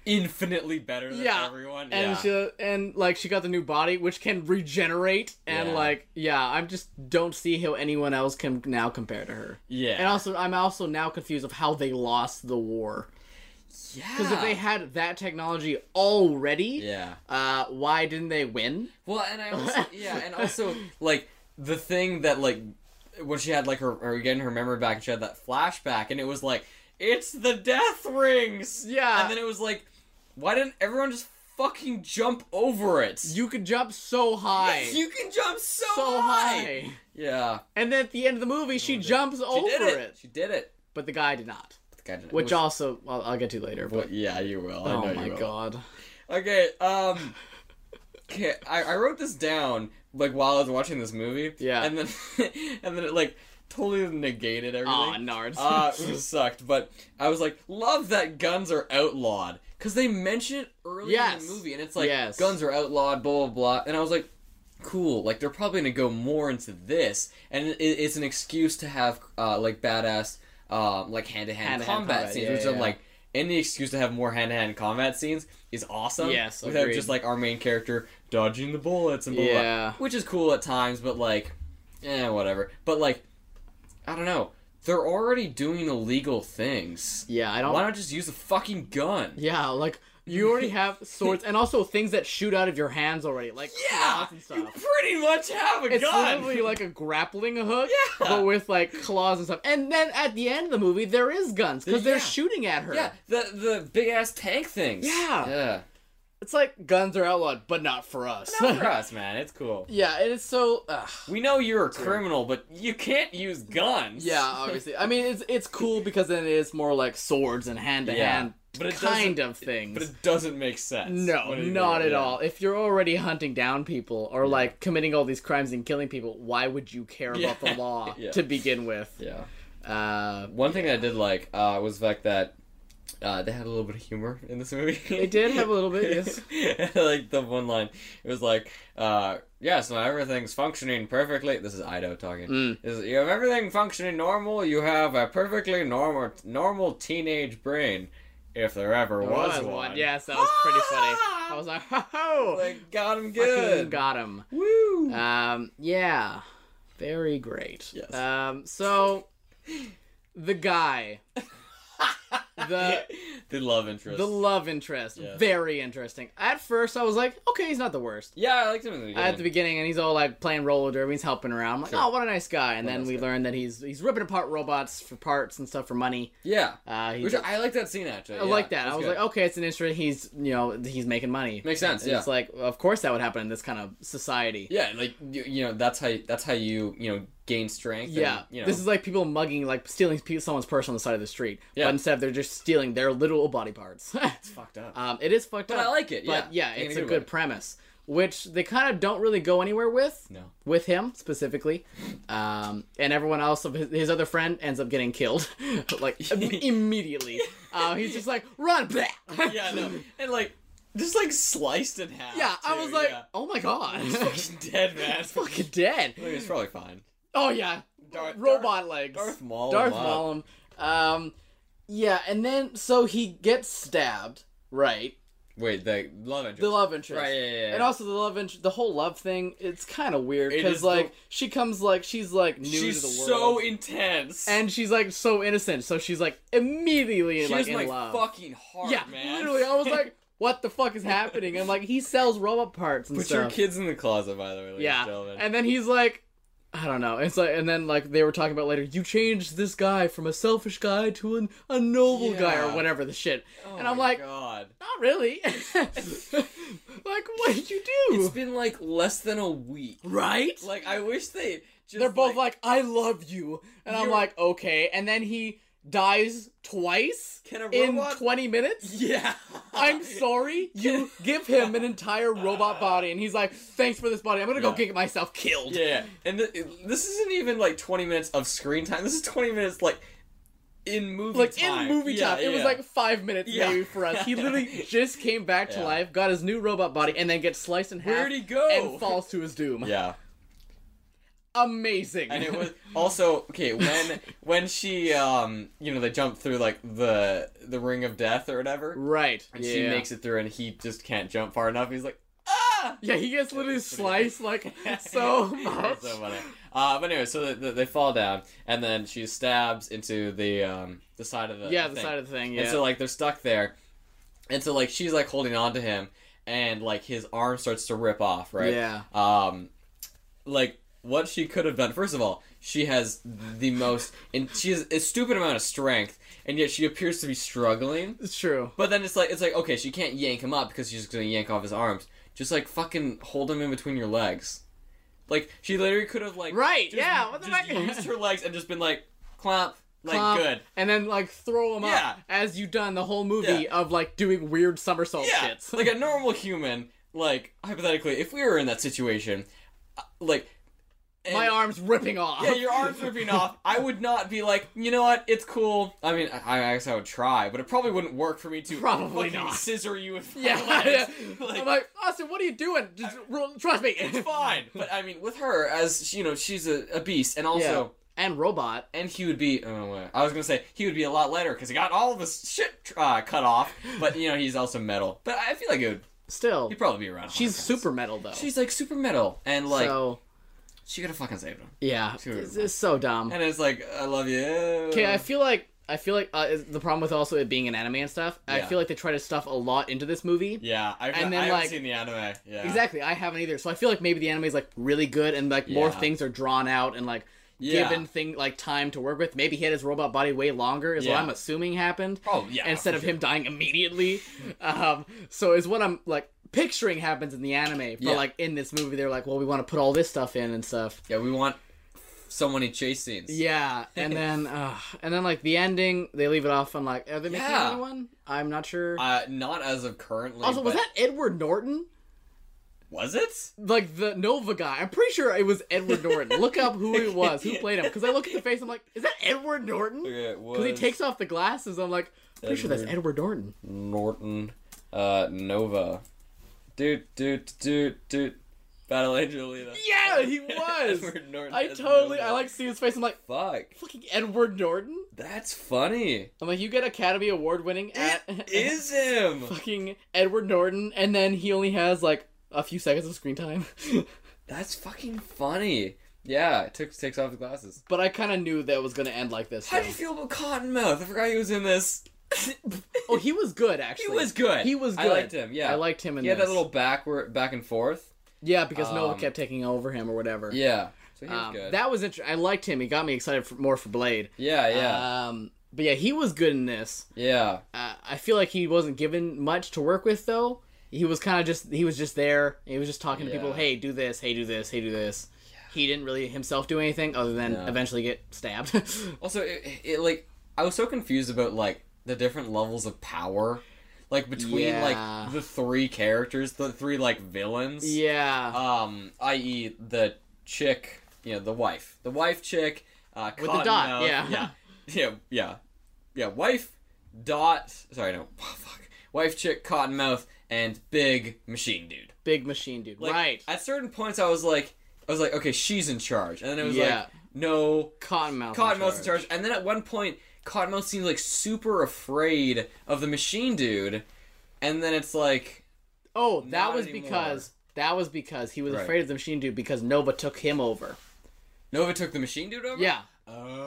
Speaker 1: infinitely better than
Speaker 2: yeah,
Speaker 1: everyone.
Speaker 2: and
Speaker 1: yeah.
Speaker 2: she and like she got the new body which can regenerate, and
Speaker 1: Yeah.
Speaker 2: like yeah, I just don't see how anyone else can now compare to her.
Speaker 1: yeah,
Speaker 2: And also, I'm also now confused of how they lost the war
Speaker 1: yeah,
Speaker 2: because if they had that technology already,
Speaker 1: yeah.
Speaker 2: uh, why didn't they win?
Speaker 1: Well, and I also yeah, and also like the thing that like when she had like her, her getting her memory back, and she had that flashback, and it was like it's the death rings.
Speaker 2: Yeah.
Speaker 1: and then it was like, why didn't everyone just fucking jump over it?
Speaker 2: You could jump so high.
Speaker 1: You can jump so,
Speaker 2: so
Speaker 1: high.
Speaker 2: high.
Speaker 1: Yeah.
Speaker 2: And then at the end of the movie, she jumps
Speaker 1: She
Speaker 2: over
Speaker 1: did
Speaker 2: it.
Speaker 1: it. She did it.
Speaker 2: But the guy did not.
Speaker 1: The guy didn't-
Speaker 2: Which
Speaker 1: was-
Speaker 2: also, well, I'll get to later. But
Speaker 1: Well, yeah, you will. I know
Speaker 2: oh
Speaker 1: you
Speaker 2: my
Speaker 1: will.
Speaker 2: god,
Speaker 1: Okay, um. 'kay, I, I wrote this down, like, while I was watching this movie.
Speaker 2: Yeah.
Speaker 1: And then, and then it, like, totally negated everything.
Speaker 2: Aw, nards.
Speaker 1: Uh, it sucked, but I was like, love that guns are outlawed. because they mention it early
Speaker 2: Yes.
Speaker 1: in the movie, and it's like
Speaker 2: Yes.
Speaker 1: guns are outlawed, blah blah blah. And I was like, cool. Like they're probably gonna go more into this, and it, it's an excuse to have uh, like badass, um, like hand to hand
Speaker 2: Hand-to-hand
Speaker 1: combat
Speaker 2: combat,
Speaker 1: scenes,
Speaker 2: yeah,
Speaker 1: which
Speaker 2: yeah,
Speaker 1: I'm
Speaker 2: yeah.
Speaker 1: like. Any excuse to have more hand-to-hand combat scenes is awesome.
Speaker 2: Yes,
Speaker 1: without
Speaker 2: agreed.
Speaker 1: just like our main character dodging the bullets and blah, blah, blah.
Speaker 2: Yeah.
Speaker 1: which is cool at times, but like, eh, whatever. But like, I don't know. They're already doing illegal things.
Speaker 2: Yeah, I don't.
Speaker 1: Why not just use a fucking gun?
Speaker 2: Yeah, like you already have swords and also things that shoot out of your hands already, like
Speaker 1: Yeah,
Speaker 2: claws and
Speaker 1: you
Speaker 2: stuff.
Speaker 1: pretty much have a
Speaker 2: It's
Speaker 1: gun.
Speaker 2: literally like a grappling hook,
Speaker 1: Yeah.
Speaker 2: but with like claws and stuff. And then at the end of the movie, there is guns because they're
Speaker 1: Yeah.
Speaker 2: shooting at her.
Speaker 1: yeah, the the big ass tank things.
Speaker 2: Yeah.
Speaker 1: yeah.
Speaker 2: It's like guns are outlawed, but not for us.
Speaker 1: Not for us, man. It's cool.
Speaker 2: yeah, it is so. Ugh.
Speaker 1: We know you're a criminal, but you can't use guns.
Speaker 2: Yeah, obviously. I mean, it's it's cool because then it is more like swords and hand to hand
Speaker 1: but it
Speaker 2: kind
Speaker 1: doesn't-
Speaker 2: of things.
Speaker 1: But it doesn't make sense.
Speaker 2: No,
Speaker 1: What do you
Speaker 2: not
Speaker 1: think?
Speaker 2: at
Speaker 1: Yeah.
Speaker 2: all. If you're already hunting down people or like committing all these crimes and killing people, why would you care about
Speaker 1: Yeah.
Speaker 2: the law
Speaker 1: Yeah.
Speaker 2: to begin with?
Speaker 1: Yeah.
Speaker 2: Uh,
Speaker 1: One thing I did like uh, was the fact that uh, they had a little bit of humor in this movie.
Speaker 2: it did have a little bit, yes.
Speaker 1: like the one line, it was like, uh, "Yes, now everything's functioning perfectly." This is Ido talking.
Speaker 2: Mm.
Speaker 1: This is, you have everything functioning normal. You have a perfectly normal normal teenage brain, if there ever
Speaker 2: There
Speaker 1: was, one.
Speaker 2: Oh, Yes, that was pretty funny. I was like, ho ho!
Speaker 1: like got him
Speaker 2: Fucking
Speaker 1: good.
Speaker 2: got him.
Speaker 1: Woo.
Speaker 2: Um, yeah, very great.
Speaker 1: Yes.
Speaker 2: Um, so the guy, the
Speaker 1: the love interest.
Speaker 2: the love interest,
Speaker 1: Yes.
Speaker 2: very interesting. At first, I was like, okay, he's not the worst.
Speaker 1: yeah, I liked him in the beginning.
Speaker 2: at the beginning, and he's all like playing roller derby. He's helping around. I'm like,
Speaker 1: Sure.
Speaker 2: oh, what a nice guy. And
Speaker 1: What a
Speaker 2: then
Speaker 1: nice
Speaker 2: we
Speaker 1: guy.
Speaker 2: learn that he's he's ripping apart robots for parts and stuff for money.
Speaker 1: yeah,
Speaker 2: Uh, he
Speaker 1: which
Speaker 2: just-
Speaker 1: I like that scene actually.
Speaker 2: I,
Speaker 1: yeah,
Speaker 2: like that.
Speaker 1: it
Speaker 2: I was
Speaker 1: good.
Speaker 2: like, okay, it's an instrument. He's you know he's making money.
Speaker 1: Makes sense,
Speaker 2: It's like, of course that would happen in this kind of society.
Speaker 1: Yeah, and, like you, you know, that's how that's how you you know gain strength. and,
Speaker 2: Yeah,
Speaker 1: you know,
Speaker 2: this is like people mugging, like stealing pe- someone's purse on the side of the street.
Speaker 1: Yeah.
Speaker 2: But instead, they're just stealing their literal body parts.
Speaker 1: fucked up.
Speaker 2: um, it is fucked
Speaker 1: but
Speaker 2: up.
Speaker 1: I like it.
Speaker 2: But yeah,
Speaker 1: yeah, Ain't
Speaker 2: it's a
Speaker 1: gonna do
Speaker 2: good
Speaker 1: about
Speaker 2: premise, which they kind of don't really go anywhere with.
Speaker 1: it. no.
Speaker 2: with him specifically, um, and everyone else of his, his other friend ends up getting killed, like im- immediately. Uh, he's just like run back.
Speaker 1: Yeah, no, and like just like sliced in half.
Speaker 2: Yeah, I
Speaker 1: too,
Speaker 2: was like,
Speaker 1: yeah.
Speaker 2: oh my god,
Speaker 1: He's fucking dead, man. It's fucking-
Speaker 2: fucking dead.
Speaker 1: I mean, it's probably fine.
Speaker 2: Oh yeah,
Speaker 1: Darth-
Speaker 2: robot legs.
Speaker 1: Darth Maul.
Speaker 2: Darth
Speaker 1: him up.
Speaker 2: Maul him. Um, yeah, and then so he gets stabbed. Right,
Speaker 1: Wait, the love interest.
Speaker 2: the love interest.
Speaker 1: Right, yeah, yeah, yeah.
Speaker 2: And also the love interest, the whole love thing. It's kind of weird
Speaker 1: It is
Speaker 2: because
Speaker 1: the-
Speaker 2: like she comes like she's like new
Speaker 1: she's
Speaker 2: to the world.
Speaker 1: so intense.
Speaker 2: and she's like so innocent, so she's like immediately
Speaker 1: she
Speaker 2: like
Speaker 1: has
Speaker 2: in
Speaker 1: my
Speaker 2: love.
Speaker 1: fucking heart,
Speaker 2: yeah,
Speaker 1: man.
Speaker 2: literally, I was like, "What the fuck is happening?" I'm like, he sells robot parts and
Speaker 1: put
Speaker 2: stuff.
Speaker 1: your kids in the closet, by the way, ladies
Speaker 2: yeah,
Speaker 1: and gentlemen.
Speaker 2: and then he's like, I don't know. It's like, and then like they were talking about later, you changed this guy from a selfish guy to an, a noble guy or
Speaker 1: Yeah.
Speaker 2: whatever the shit.
Speaker 1: Oh
Speaker 2: and I'm
Speaker 1: my
Speaker 2: like,
Speaker 1: God.
Speaker 2: not really. like, what did you do?
Speaker 1: It's been like less than a week.
Speaker 2: right?
Speaker 1: Like I wish they just
Speaker 2: They're both like, I love you. And I'm
Speaker 1: You're-
Speaker 2: like, okay. And then he dies twice
Speaker 1: Can a
Speaker 2: in
Speaker 1: robot-
Speaker 2: 20 minutes.
Speaker 1: yeah.
Speaker 2: I'm sorry. You give him an entire robot body, and he's like, thanks for this body. I'm going to
Speaker 1: Yeah.
Speaker 2: go get myself killed.
Speaker 1: Yeah, and th- this isn't even like 20 minutes of screen time. This is 20 minutes like in movie
Speaker 2: Like
Speaker 1: time.
Speaker 2: in movie
Speaker 1: Yeah,
Speaker 2: time, it was
Speaker 1: yeah.
Speaker 2: like five minutes
Speaker 1: Yeah.
Speaker 2: maybe for us. He literally just came back to
Speaker 1: Yeah.
Speaker 2: life, got his new robot body, and then gets sliced in half
Speaker 1: where'd he go?
Speaker 2: and falls to his doom.
Speaker 1: Yeah,
Speaker 2: Amazing.
Speaker 1: and it was also okay when when she um you know they jump through like the the ring of death or whatever,
Speaker 2: right.
Speaker 1: and
Speaker 2: yeah.
Speaker 1: she makes it through, and he just can't jump far enough. He's like ah.
Speaker 2: Yeah, he gets literally sliced like so much.
Speaker 1: That's so funny. Uh, but anyway, so the, the, they fall down, and then she stabs into the um the side of the
Speaker 2: yeah, the
Speaker 1: thing.
Speaker 2: side of the thing. Yeah.
Speaker 1: And so like they're stuck there. And so like she's like holding on to him and like his arm starts to rip off, right?
Speaker 2: Yeah.
Speaker 1: Um like what she could have done first of all, she has the most and she has a stupid amount of strength and yet she appears to be struggling.
Speaker 2: It's true.
Speaker 1: But then it's like it's like okay, she can't yank him up because she's just going to yank off his arms. Just like fucking hold him in between your legs. Like she literally could have like
Speaker 2: Right,
Speaker 1: just-
Speaker 2: yeah, what the
Speaker 1: just
Speaker 2: fuck?
Speaker 1: used her legs and just been like clamp like
Speaker 2: Clomp,
Speaker 1: good.
Speaker 2: Um, And then like throw him
Speaker 1: Yeah.
Speaker 2: up as you done the whole movie of like doing weird somersault
Speaker 1: yeah,
Speaker 2: shits.
Speaker 1: like a normal human, like hypothetically, if we were in that situation, uh, like
Speaker 2: My arm's ripping off.
Speaker 1: Yeah, your arm's ripping off. I would not be like, you know what? It's cool. I mean, I, I guess I would try, but it probably wouldn't work for me to
Speaker 2: Probably
Speaker 1: fucking
Speaker 2: not.
Speaker 1: scissor you with my
Speaker 2: Yeah, yeah.
Speaker 1: legs. Like,
Speaker 2: I'm like Austin, what are you doing? Just ro- trust me.
Speaker 1: it's fine. But I mean, with her as she- you know, she's a, a beast, and also.
Speaker 2: and robot.
Speaker 1: And he would be. Oh, wait. I was gonna say he would be a lot lighter because he got all this shit uh, cut off. But you know he's also metal. But I feel like it would,
Speaker 2: Still,
Speaker 1: he'd probably be around. 100
Speaker 2: she's
Speaker 1: pounds.
Speaker 2: super metal though.
Speaker 1: She's like super metal, and like
Speaker 2: so
Speaker 1: she could have fucking saved him.
Speaker 2: yeah,
Speaker 1: She would've
Speaker 2: it's, it's so dumb.
Speaker 1: And uh, it's like I love you.
Speaker 2: Okay, I feel like I feel like uh, is- the problem with also it being an anime and stuff. I
Speaker 1: Yeah.
Speaker 2: feel like they try to stuff a lot into this movie.
Speaker 1: yeah, I've,
Speaker 2: and then,
Speaker 1: I haven't
Speaker 2: like-
Speaker 1: seen the anime. Yeah,
Speaker 2: Exactly, I haven't either. So I feel like maybe the anime is like really good and like more
Speaker 1: Yeah.
Speaker 2: things are drawn out and like
Speaker 1: Yeah.
Speaker 2: given thing like time to work with. Maybe he had his robot body way longer is what
Speaker 1: Yeah.
Speaker 2: I'm assuming happened.
Speaker 1: Oh yeah.
Speaker 2: instead
Speaker 1: for
Speaker 2: of
Speaker 1: sure.
Speaker 2: him dying immediately. um, so is what I'm like picturing happens in the anime, but
Speaker 1: Yeah.
Speaker 2: like in this movie, they're like, well, we want to put all this stuff in and stuff.
Speaker 1: Yeah, we want so many chase scenes.
Speaker 2: Yeah, and then uh, and then like the ending, they leave it off on like, are they making
Speaker 1: Yeah.
Speaker 2: another one? I'm not sure.
Speaker 1: Uh, not as of currently.
Speaker 2: also, was
Speaker 1: but-
Speaker 2: that Edward Norton?
Speaker 1: was it?
Speaker 2: Like the Nova guy. I'm pretty sure it was Edward Norton. Look up who it was, who played him. Because I look at the face, I'm like, is that Edward Norton?
Speaker 1: It was.
Speaker 2: Because he takes off the glasses, I'm like, pretty sure that's
Speaker 1: Edward.
Speaker 2: Edward Norton.
Speaker 1: Norton, uh, Nova, dude, dude, dude, dude, Battle Angel Alita.
Speaker 2: Yeah, he was!
Speaker 1: Edward Norton
Speaker 2: I
Speaker 1: as
Speaker 2: totally,
Speaker 1: Nova.
Speaker 2: I like see his face, I'm like,
Speaker 1: Fuck,
Speaker 2: fucking Edward Norton.
Speaker 1: that's funny.
Speaker 2: I'm like, you get Academy Award winning at
Speaker 1: It is him.
Speaker 2: fucking Edward Norton, and then he only has like a few seconds of screen time.
Speaker 1: That's fucking funny. Yeah, it took, takes off the glasses.
Speaker 2: but I kind of knew that it was gonna end like this.
Speaker 1: How do
Speaker 2: though.
Speaker 1: you feel about Cottonmouth? I forgot he was in this. he
Speaker 2: Oh, he was good actually.
Speaker 1: was good.
Speaker 2: He was good.
Speaker 1: I liked him. Yeah,
Speaker 2: I liked him in
Speaker 1: He had
Speaker 2: this.
Speaker 1: that little backward, back and forth.
Speaker 2: yeah because Noah
Speaker 1: um,
Speaker 2: kept taking over him or whatever.
Speaker 1: Yeah, so he was
Speaker 2: Um,
Speaker 1: good.
Speaker 2: that was interesting. I liked him. He got me excited for, more for Blade.
Speaker 1: yeah, yeah,
Speaker 2: Um, but yeah, he was good in this.
Speaker 1: yeah.
Speaker 2: Uh, I feel like he wasn't given much to work with though. He was kind of just he was just there. He was just talking to people.
Speaker 1: Yeah.
Speaker 2: Hey, do this. Hey, do this. Hey, do this. He didn't really himself do anything other than
Speaker 1: No.
Speaker 2: eventually get stabbed.
Speaker 1: Also, it, it like I was so confused about like the different levels of power, like between
Speaker 2: Yeah.
Speaker 1: like the three characters, the three like villains.
Speaker 2: yeah,
Speaker 1: Um, i.e. the chick, you know, the wife, the wife chick. Uh,
Speaker 2: the
Speaker 1: Cottonmouth,
Speaker 2: dot, yeah.
Speaker 1: yeah, yeah, yeah, yeah. Wife, dot. Sorry, no. Oh, fuck. Wife chick, Cottonmouth, and big machine dude.
Speaker 2: big machine dude.
Speaker 1: Like,
Speaker 2: right,
Speaker 1: At certain points, I was like, I was like, okay, she's in charge, and then it was
Speaker 2: Yeah.
Speaker 1: like, no,
Speaker 2: Cottonmouth.
Speaker 1: Cottonmouth's in charge. And then at one point, Cottonmouth seems like super afraid of the machine dude. And then it's like,
Speaker 2: Oh, that
Speaker 1: Not
Speaker 2: was
Speaker 1: anymore.
Speaker 2: because that was because he was
Speaker 1: Right.
Speaker 2: afraid of the machine dude because Nova took him over.
Speaker 1: Nova took the machine dude over? Oh.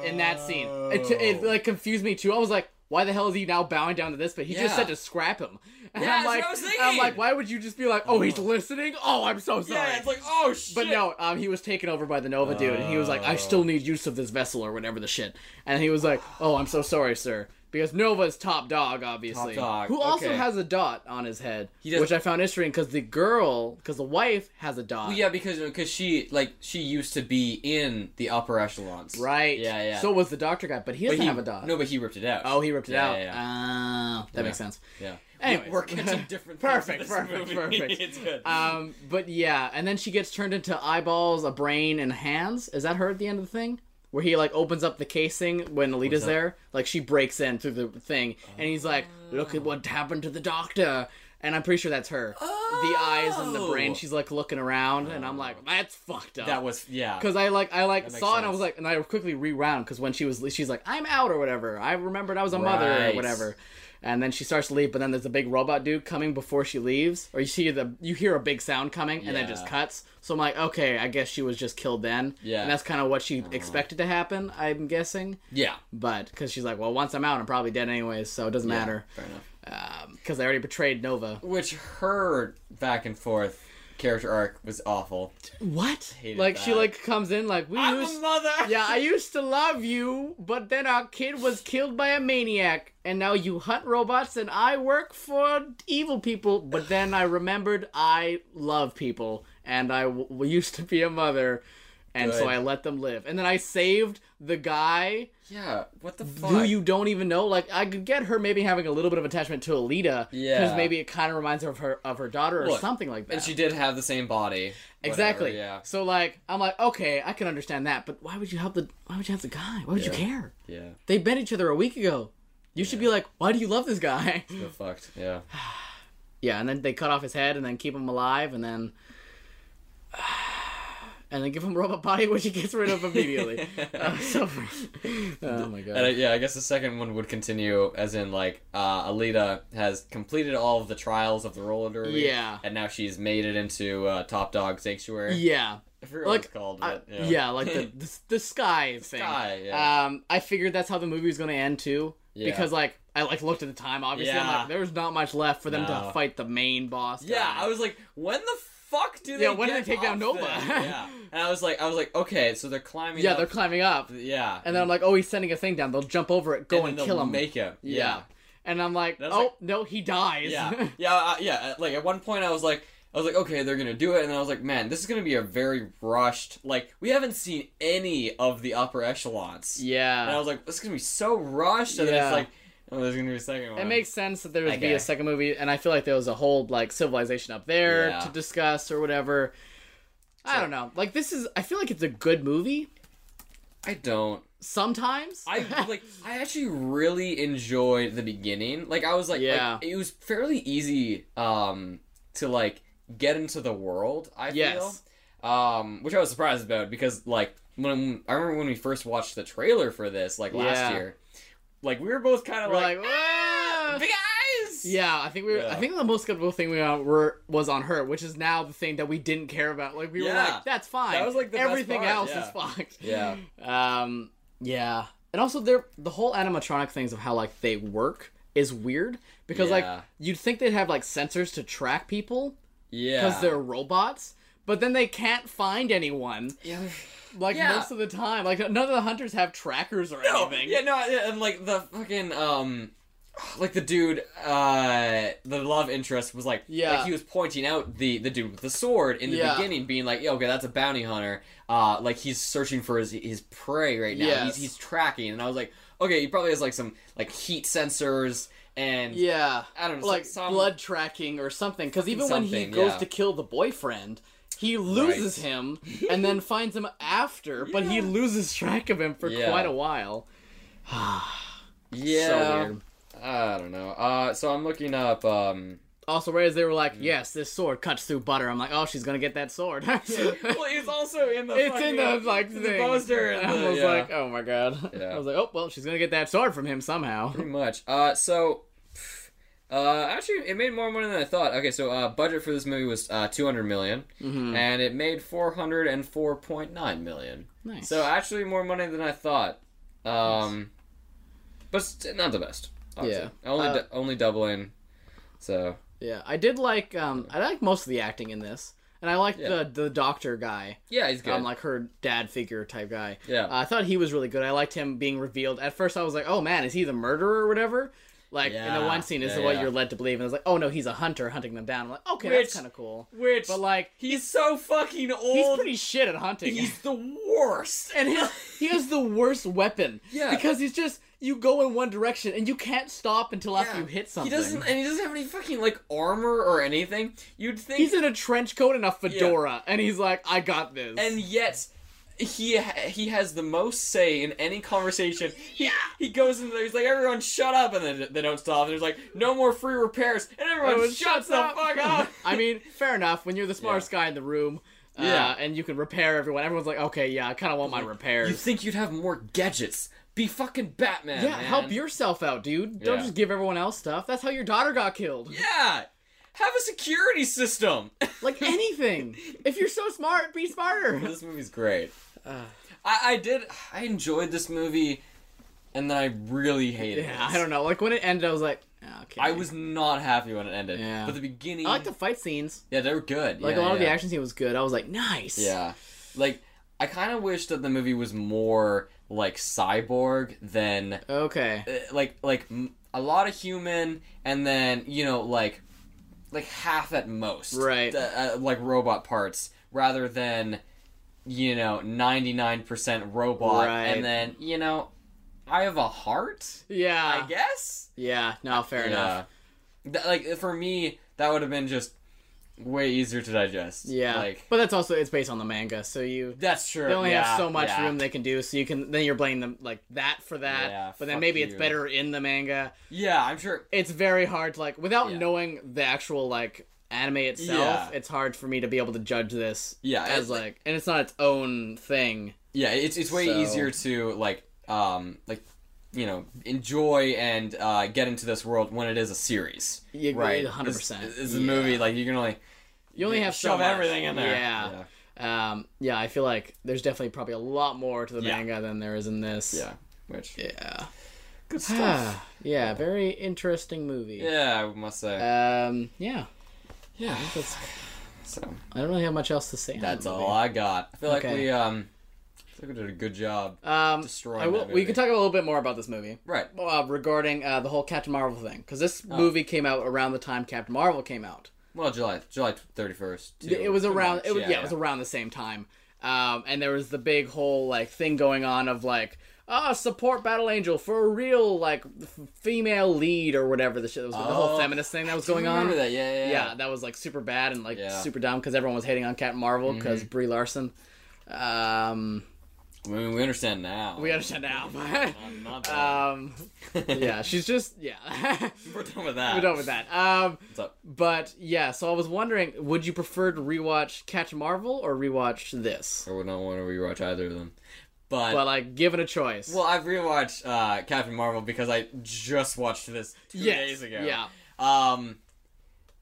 Speaker 2: Yeah, in that scene, it, it like confused me too. I was like. Why the hell is he now bowing down to this? But he just
Speaker 1: Yeah.
Speaker 2: said to scrap him. And
Speaker 1: Yeah,
Speaker 2: I'm
Speaker 1: that's what
Speaker 2: like,
Speaker 1: I was
Speaker 2: I'm
Speaker 1: thinking.
Speaker 2: like, why would you just be like, oh, he's listening? Oh, I'm so sorry.
Speaker 1: yeah, it's like, oh shit. Oh.
Speaker 2: But no, um, he was taken over by the Nova dude, and he was like, "I still need use of this vessel or whatever the shit." And he was like, "Oh, I'm so sorry, sir," because Nova's top dog, obviously,
Speaker 1: Top dog,
Speaker 2: who also
Speaker 1: okay.
Speaker 2: has a dot on his head,
Speaker 1: does-
Speaker 2: which I found interesting because the girl, because the wife has a dot.
Speaker 1: Yeah, because because she like she used to be in the upper echelons.
Speaker 2: Right.
Speaker 1: Yeah, yeah.
Speaker 2: So was the doctor guy, but he
Speaker 1: But
Speaker 2: doesn't
Speaker 1: he-
Speaker 2: have a dot.
Speaker 1: No, but he ripped it out.
Speaker 2: Oh, he ripped it
Speaker 1: Yeah,
Speaker 2: out.
Speaker 1: yeah, yeah.
Speaker 2: Ah, that makes sense.
Speaker 1: yeah.
Speaker 2: Anyways.
Speaker 1: We're catching different.
Speaker 2: Perfect,
Speaker 1: things in this
Speaker 2: perfect,
Speaker 1: movie.
Speaker 2: perfect.
Speaker 1: it's good.
Speaker 2: Um, but yeah, and then she gets turned into eyeballs, a brain, and hands. Is that her at the end of the thing? Where he like opens up the casing when Alita's
Speaker 1: that?
Speaker 2: there, like she breaks in through the thing, and he's like, "Look at what happened to the doctor." And I'm pretty sure that's her. The eyes and the brain.
Speaker 1: Oh!
Speaker 2: She's like looking around, and I'm like, "That's fucked up."
Speaker 1: that was yeah.
Speaker 2: Because I like I like
Speaker 1: makes
Speaker 2: saw it and I was
Speaker 1: sense.
Speaker 2: like and I quickly rewound because when she was she's like I'm out or whatever I remembered I was a mother or
Speaker 1: Right.
Speaker 2: whatever, and then she starts to leave but then there's a big robot dude coming before she leaves or you see the you hear a big sound coming and then it just
Speaker 1: Yeah.
Speaker 2: cuts so I'm like okay I guess she was just killed then
Speaker 1: Yeah. Uh-huh.
Speaker 2: and that's kind of what she expected to happen I'm guessing
Speaker 1: Yeah.
Speaker 2: but because she's like well once I'm out I'm probably dead anyways so it doesn't matter
Speaker 1: Fair enough.
Speaker 2: because I already betrayed Nova
Speaker 1: Which her back and forth character arc was awful.
Speaker 2: what
Speaker 1: Hated
Speaker 2: like she
Speaker 1: that.
Speaker 2: like comes in like we
Speaker 1: I'm
Speaker 2: used
Speaker 1: a mother.
Speaker 2: Yeah, I used to love you, but then our kid was killed by a maniac, and now you hunt robots and I work for evil people. But then I remembered I love people, and I w- w- used to be a mother, and so
Speaker 1: Good.
Speaker 2: I let them live. And then I saved the guy
Speaker 1: Yeah. What the fuck?
Speaker 2: who you don't even know. Like I could get her maybe having a little bit of attachment to Alita, because
Speaker 1: Yeah.
Speaker 2: maybe it kind of reminds her of her of her daughter or
Speaker 1: Look,
Speaker 2: something like that.
Speaker 1: and she did have the same body. Whatever,
Speaker 2: exactly.
Speaker 1: yeah.
Speaker 2: So like I'm like okay, I can understand that, but why would you help the why would you help the guy? Why would you
Speaker 1: Yeah.
Speaker 2: care?
Speaker 1: Yeah.
Speaker 2: They met each other a week ago. You should be like, why do you love this guy?
Speaker 1: You're fucked. Yeah.
Speaker 2: Yeah, and then they cut off his head and then keep him alive and then and then give him a robot body which he gets rid of immediately. Uh, so- oh my
Speaker 1: And I,
Speaker 2: god.
Speaker 1: yeah, I guess the second one would continue, as in like uh, Alita has completed all of the trials of the roller derby.
Speaker 2: Yeah.
Speaker 1: And now she's made it into uh, Top Dog Sanctuary.
Speaker 2: Yeah.
Speaker 1: I forget what
Speaker 2: Like,
Speaker 1: it's called.
Speaker 2: I-
Speaker 1: But,
Speaker 2: yeah.
Speaker 1: yeah.
Speaker 2: like the, the the sky thing.
Speaker 1: Sky, yeah.
Speaker 2: Um I figured that's how the movie was going to end too
Speaker 1: Yeah.
Speaker 2: because like I like looked at the time obviously I'm
Speaker 1: Yeah.
Speaker 2: like there's not much left for them to
Speaker 1: No.
Speaker 2: fight the main boss.
Speaker 1: Yeah,
Speaker 2: guy.
Speaker 1: I was like, when the fuck do they?
Speaker 2: Yeah, when do
Speaker 1: get
Speaker 2: they take down
Speaker 1: off
Speaker 2: Nova?
Speaker 1: this? yeah, and I was like, I was like, okay, so they're climbing.
Speaker 2: Yeah,
Speaker 1: up-
Speaker 2: they're climbing up.
Speaker 1: Yeah,
Speaker 2: And then I'm like, "Oh, he's sending a thing down. They'll jump over it, go and,
Speaker 1: they'll
Speaker 2: kill him."
Speaker 1: Make him.
Speaker 2: yeah.
Speaker 1: Yeah,
Speaker 2: And I'm like,
Speaker 1: That's
Speaker 2: "Oh,
Speaker 1: like-
Speaker 2: no, he dies."
Speaker 1: yeah, yeah, uh, yeah. Like at one point, I was like. I was like, okay, they're gonna do it, and I was like, man, this is gonna be a very rushed. Like, we haven't seen any of the upper echelons.
Speaker 2: yeah.
Speaker 1: And I was like, this is gonna be so rushed, and then
Speaker 2: Yeah.
Speaker 1: it's like, oh, there's gonna be a second one.
Speaker 2: It makes sense that there would be
Speaker 1: Okay.
Speaker 2: a second movie, and I feel like there was a whole like civilization up there
Speaker 1: Yeah.
Speaker 2: to discuss or whatever. I
Speaker 1: So-
Speaker 2: don't know. Like this is, I feel like it's a good movie
Speaker 1: I don't.
Speaker 2: sometimes.
Speaker 1: I like I actually really enjoyed the beginning. Like I was like, like,
Speaker 2: Yeah.
Speaker 1: it was fairly easy um to like get into the world, I
Speaker 2: Yes.
Speaker 1: feel. Um which I was surprised about because like when I remember when we first watched the trailer for this like last
Speaker 2: Yeah.
Speaker 1: year. Like we were both kind of
Speaker 2: We're
Speaker 1: like,
Speaker 2: like,
Speaker 1: "Ah,
Speaker 2: "Whoa."
Speaker 1: big eyes.
Speaker 2: yeah, I think we. Were, I
Speaker 1: Yeah.
Speaker 2: think the most comfortable thing we uh, were was on her, which is now the thing that we didn't care about. Like we were
Speaker 1: Yeah.
Speaker 2: like, that's fine.
Speaker 1: That was, like, the best
Speaker 2: everything
Speaker 1: part,
Speaker 2: else
Speaker 1: yeah.
Speaker 2: is fucked.
Speaker 1: Yeah.
Speaker 2: Um. Yeah. And also, there the whole animatronic things of how like they work is weird because
Speaker 1: Yeah.
Speaker 2: like you'd think they'd have like sensors to track people,
Speaker 1: Yeah.
Speaker 2: because they're robots. But then they can't find anyone.
Speaker 1: yeah.
Speaker 2: Like
Speaker 1: Yeah.
Speaker 2: most of the time, like none of the hunters have trackers or
Speaker 1: No,
Speaker 2: anything.
Speaker 1: Oh, yeah, no, yeah, and like the fucking um, like the dude, uh, the love interest was like,
Speaker 2: Yeah.
Speaker 1: like he was pointing out the the dude with the sword in the
Speaker 2: Yeah.
Speaker 1: beginning, being like, yeah, okay, that's a bounty hunter. Uh, like he's searching for his his prey right now.
Speaker 2: Yes.
Speaker 1: He's he's tracking, and I was like, okay, he probably has like some like heat sensors and
Speaker 2: Yeah.
Speaker 1: I don't know,
Speaker 2: like
Speaker 1: some-
Speaker 2: blood tracking or something. Because even when he
Speaker 1: something,
Speaker 2: goes
Speaker 1: yeah.
Speaker 2: to kill the boyfriend, he loses him and then finds him after. But he
Speaker 1: Yeah.
Speaker 2: loses track of him for
Speaker 1: Yeah.
Speaker 2: quite a while.
Speaker 1: yeah,
Speaker 2: So weird.
Speaker 1: I don't know. Uh, so I'm looking up um.
Speaker 2: Also, right as they were like,
Speaker 1: Mm.
Speaker 2: "Yes, this sword cuts through butter," I'm like, "Oh, she's gonna get that sword."
Speaker 1: well, he's also in the.
Speaker 2: It's in the
Speaker 1: fucking-
Speaker 2: like
Speaker 1: the
Speaker 2: thing.
Speaker 1: poster. and
Speaker 2: I
Speaker 1: the-
Speaker 2: was
Speaker 1: yeah.
Speaker 2: like, oh my god.
Speaker 1: Yeah.
Speaker 2: I was like, oh well, she's gonna get that sword from him somehow.
Speaker 1: Pretty much. Uh, so, uh, actually, it made more money than I thought. Okay, so uh, budget for this movie was uh, two hundred
Speaker 2: Mhm.
Speaker 1: and it made four hundred and four point nine million.
Speaker 2: Nice.
Speaker 1: So actually, more money than I thought. Um, but st- not the best. Obviously. Yeah. Only
Speaker 2: Uh,
Speaker 1: du- only doubling. So
Speaker 2: yeah, I did like um, I like most of the acting in this, and I liked
Speaker 1: Yeah.
Speaker 2: the the doctor guy.
Speaker 1: yeah, he's good.
Speaker 2: Um, like her dad figure type guy.
Speaker 1: yeah.
Speaker 2: Uh, I thought he was really good. I liked him being revealed. At first, I was like, oh man, is he the murderer or whatever? Like in the
Speaker 1: Yeah.
Speaker 2: one scene is
Speaker 1: Yeah,
Speaker 2: what
Speaker 1: yeah.
Speaker 2: you're led to believe, and it's like, oh no, he's a hunter hunting them down. I'm like, okay,
Speaker 1: Which-
Speaker 2: that's kind of cool.
Speaker 1: Which,
Speaker 2: But like,
Speaker 1: he's so fucking old.
Speaker 2: he's pretty shit at hunting.
Speaker 1: He's the worst.
Speaker 2: and his, he has the worst weapon.
Speaker 1: Yeah.
Speaker 2: Because he's just you go in one direction and you can't stop until after
Speaker 1: Yeah.
Speaker 2: you hit something.
Speaker 1: He doesn't, and he doesn't have any fucking like armor or anything. You'd think
Speaker 2: He's in a trench coat and a fedora, and he's like, "I got this."
Speaker 1: and yet he he has the most say in any conversation. He, he goes in there, he's like, everyone shut up, and then they don't stop. And there's like, no more free repairs, and everyone,
Speaker 2: Everyone
Speaker 1: shuts, the fuck up.
Speaker 2: I mean, fair enough. When you're the smartest guy in the room, uh,
Speaker 1: Yeah.
Speaker 2: and you can repair everyone. Everyone's like, "Okay, yeah, I kind of want my repairs."
Speaker 1: you think you'd have more gadgets? Be fucking Batman.
Speaker 2: yeah,
Speaker 1: man.
Speaker 2: help yourself out, dude. Don't
Speaker 1: Yeah.
Speaker 2: just give everyone else stuff. That's how your daughter got killed.
Speaker 1: Yeah, have a security system.
Speaker 2: Like anything. if you're so smart, be smarter.
Speaker 1: this movie's great. Uh, I, I did. I enjoyed this movie, and then I really hated
Speaker 2: Yeah,
Speaker 1: it.
Speaker 2: I don't know. Like when it ended, I was like, "Okay."
Speaker 1: I was not happy when it ended.
Speaker 2: Yeah.
Speaker 1: But the beginning.
Speaker 2: I like the fight scenes.
Speaker 1: yeah, they were good.
Speaker 2: Like
Speaker 1: yeah,
Speaker 2: a lot of the
Speaker 1: yeah.
Speaker 2: action scene was good. I was like, nice.
Speaker 1: Yeah. Like I kind of wish that the movie was more like cyborg than
Speaker 2: Okay.
Speaker 1: uh, like like m- a lot of human and then, you know, like like half at most.
Speaker 2: Right.
Speaker 1: uh, uh, like robot parts rather than you know, 99% robot.
Speaker 2: Right.
Speaker 1: And then, you know, I have a heart,
Speaker 2: Yeah.
Speaker 1: I guess?
Speaker 2: Yeah. No, Ah. fair enough.
Speaker 1: Yeah. That, like, for me, that would have been just way easier to digest.
Speaker 2: Yeah.
Speaker 1: Like,
Speaker 2: but that's also it's based on the manga, so you
Speaker 1: that's true.
Speaker 2: they only
Speaker 1: Yeah,
Speaker 2: have so much
Speaker 1: yeah.
Speaker 2: room they can do, so you can then you're blaming them like that for that.
Speaker 1: Yeah,
Speaker 2: but then
Speaker 1: fuck
Speaker 2: maybe it's
Speaker 1: you.
Speaker 2: better in the manga.
Speaker 1: Yeah, I'm sure.
Speaker 2: It's very hard to like without
Speaker 1: Yeah.
Speaker 2: knowing the actual like anime
Speaker 1: Yeah.
Speaker 2: itself, it's hard for me to be able to judge this
Speaker 1: Yeah.
Speaker 2: as
Speaker 1: it-
Speaker 2: like and it's not its own thing.
Speaker 1: Yeah, it's it's way
Speaker 2: So-
Speaker 1: easier to like um like you know enjoy and uh, get into this world when it is a series,
Speaker 2: You,
Speaker 1: right?
Speaker 2: 100%.
Speaker 1: It's, it's a
Speaker 2: Yeah.
Speaker 1: movie like you can only
Speaker 2: You only have so
Speaker 1: shove
Speaker 2: much.
Speaker 1: everything in there.
Speaker 2: Yeah.
Speaker 1: yeah.
Speaker 2: Um, yeah, I feel like there's definitely probably a lot more to the
Speaker 1: Yeah.
Speaker 2: manga than there is in this.
Speaker 1: Yeah, which
Speaker 2: Yeah.
Speaker 1: good stuff.
Speaker 2: yeah, very interesting movie.
Speaker 1: yeah, I must say.
Speaker 2: Um, yeah.
Speaker 1: yeah,
Speaker 2: that's-
Speaker 1: so
Speaker 2: I don't really have much else to say. on
Speaker 1: that's
Speaker 2: the movie.
Speaker 1: all I got. I feel
Speaker 2: Okay.
Speaker 1: like we um, I feel like we did a good job.
Speaker 2: Um,
Speaker 1: Destroying
Speaker 2: I will,
Speaker 1: that
Speaker 2: we can
Speaker 1: movie.
Speaker 2: talk a little bit more about this movie
Speaker 1: Right.
Speaker 2: uh, regarding uh, the whole Captain Marvel thing because this
Speaker 1: Oh.
Speaker 2: movie came out around the time Captain Marvel came out.
Speaker 1: Well, July July thirty first.
Speaker 2: it was around it was, yeah, it was around the same time um, and there was the big whole like thing going on of like ah support battle angel for a real like f- female lead or whatever the shit that was the whole
Speaker 1: Oh,
Speaker 2: feminist thing that was
Speaker 1: Do you
Speaker 2: going on
Speaker 1: remember that? Yeah, yeah,
Speaker 2: yeah
Speaker 1: yeah.
Speaker 2: that was like super bad and like
Speaker 1: Yeah. Mm-hmm.
Speaker 2: super dumb because everyone was hating on captain marvel because brie larson um
Speaker 1: I mean, we understand now.
Speaker 2: we understand now but
Speaker 1: Not, not that.
Speaker 2: um yeah she's just yeah
Speaker 1: we're done with that.
Speaker 2: we're done with that um
Speaker 1: What's up?
Speaker 2: But yeah, so I was wondering, would you prefer to rewatch Catch Marvel or rewatch this?
Speaker 1: I would not want to rewatch either of them. But,
Speaker 2: But like, given a choice,
Speaker 1: well, I've rewatched uh, Captain Marvel because I just watched this two
Speaker 2: Yes,
Speaker 1: days ago.
Speaker 2: yeah,
Speaker 1: Um.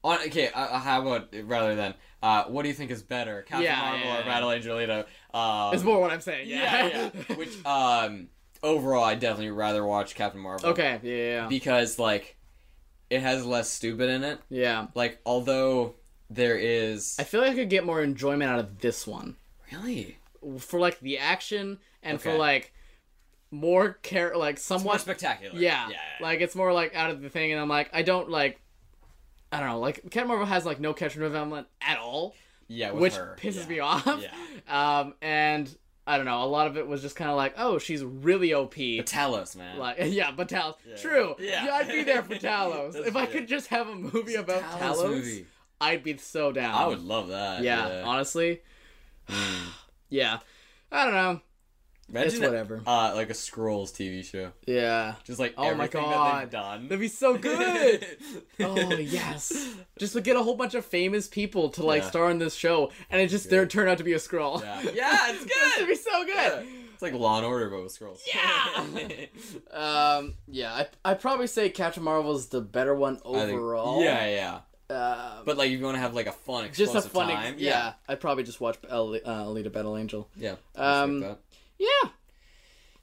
Speaker 1: On okay, uh, uh, how about rather than uh, what do you think is better, Captain
Speaker 2: Yeah,
Speaker 1: Marvel
Speaker 2: yeah,
Speaker 1: or
Speaker 2: yeah.
Speaker 1: Battle Angelito? Um,
Speaker 2: it's more what I'm saying.
Speaker 1: Yeah, yeah. Which um, overall, I definitely rather watch Captain Marvel.
Speaker 2: okay, yeah, yeah,
Speaker 1: Because like, it has less stupid in it.
Speaker 2: yeah.
Speaker 1: Like, although there is
Speaker 2: I feel like I could get more enjoyment out of this one
Speaker 1: really
Speaker 2: for like the action and for
Speaker 1: Okay.
Speaker 2: like more care, like
Speaker 1: it's more
Speaker 2: somewhat.
Speaker 1: spectacular.
Speaker 2: yeah,
Speaker 1: yeah.
Speaker 2: like it's more like out of the thing, and I'm like, I don't like. I don't know, like Captain Marvel has like no catch and development at all,
Speaker 1: yeah with
Speaker 2: which
Speaker 1: her.
Speaker 2: pisses
Speaker 1: yeah.
Speaker 2: me off.
Speaker 1: Yeah.
Speaker 2: Um, and I don't know. A lot of it was just kind of like, oh, she's really OP.
Speaker 1: But Talos, man.
Speaker 2: Like, yeah, but Talos.
Speaker 1: Yeah.
Speaker 2: True.
Speaker 1: Yeah.
Speaker 2: Yeah. I'd be there for Talos.
Speaker 1: That's
Speaker 2: if I
Speaker 1: right.
Speaker 2: could just have a movie about Talos,
Speaker 1: movie.
Speaker 2: I'd be so down.
Speaker 1: I would love that. Hmm.
Speaker 2: Yeah, honestly. yeah. I don't know.
Speaker 1: Imagine
Speaker 2: it's whatever.
Speaker 1: Uh, like a Scrolls TV show,
Speaker 2: Yeah.
Speaker 1: just like
Speaker 2: Oh my
Speaker 1: everything that they've
Speaker 2: God.
Speaker 1: done.
Speaker 2: That'd be so good. oh yes. Just to get a whole bunch of famous people to like
Speaker 1: Yeah.
Speaker 2: star in this show, and it just there turned out to be a scroll.
Speaker 1: Yeah, yeah it's
Speaker 2: It'd
Speaker 1: good.
Speaker 2: be so good.
Speaker 1: It's like Law and Order, but with Scrolls.
Speaker 2: Yeah. Um, yeah, I I probably say Captain Marvel's the better one
Speaker 1: I think-
Speaker 2: overall.
Speaker 1: yeah, yeah.
Speaker 2: yeah. Um,
Speaker 1: But like, if you want to have like a fun, explosive
Speaker 2: just a fun. ex-
Speaker 1: time,
Speaker 2: yeah. I'd probably just watch El- uh, Alita Battle Angel.
Speaker 1: yeah.
Speaker 2: Um,
Speaker 1: Just like that.
Speaker 2: Yeah,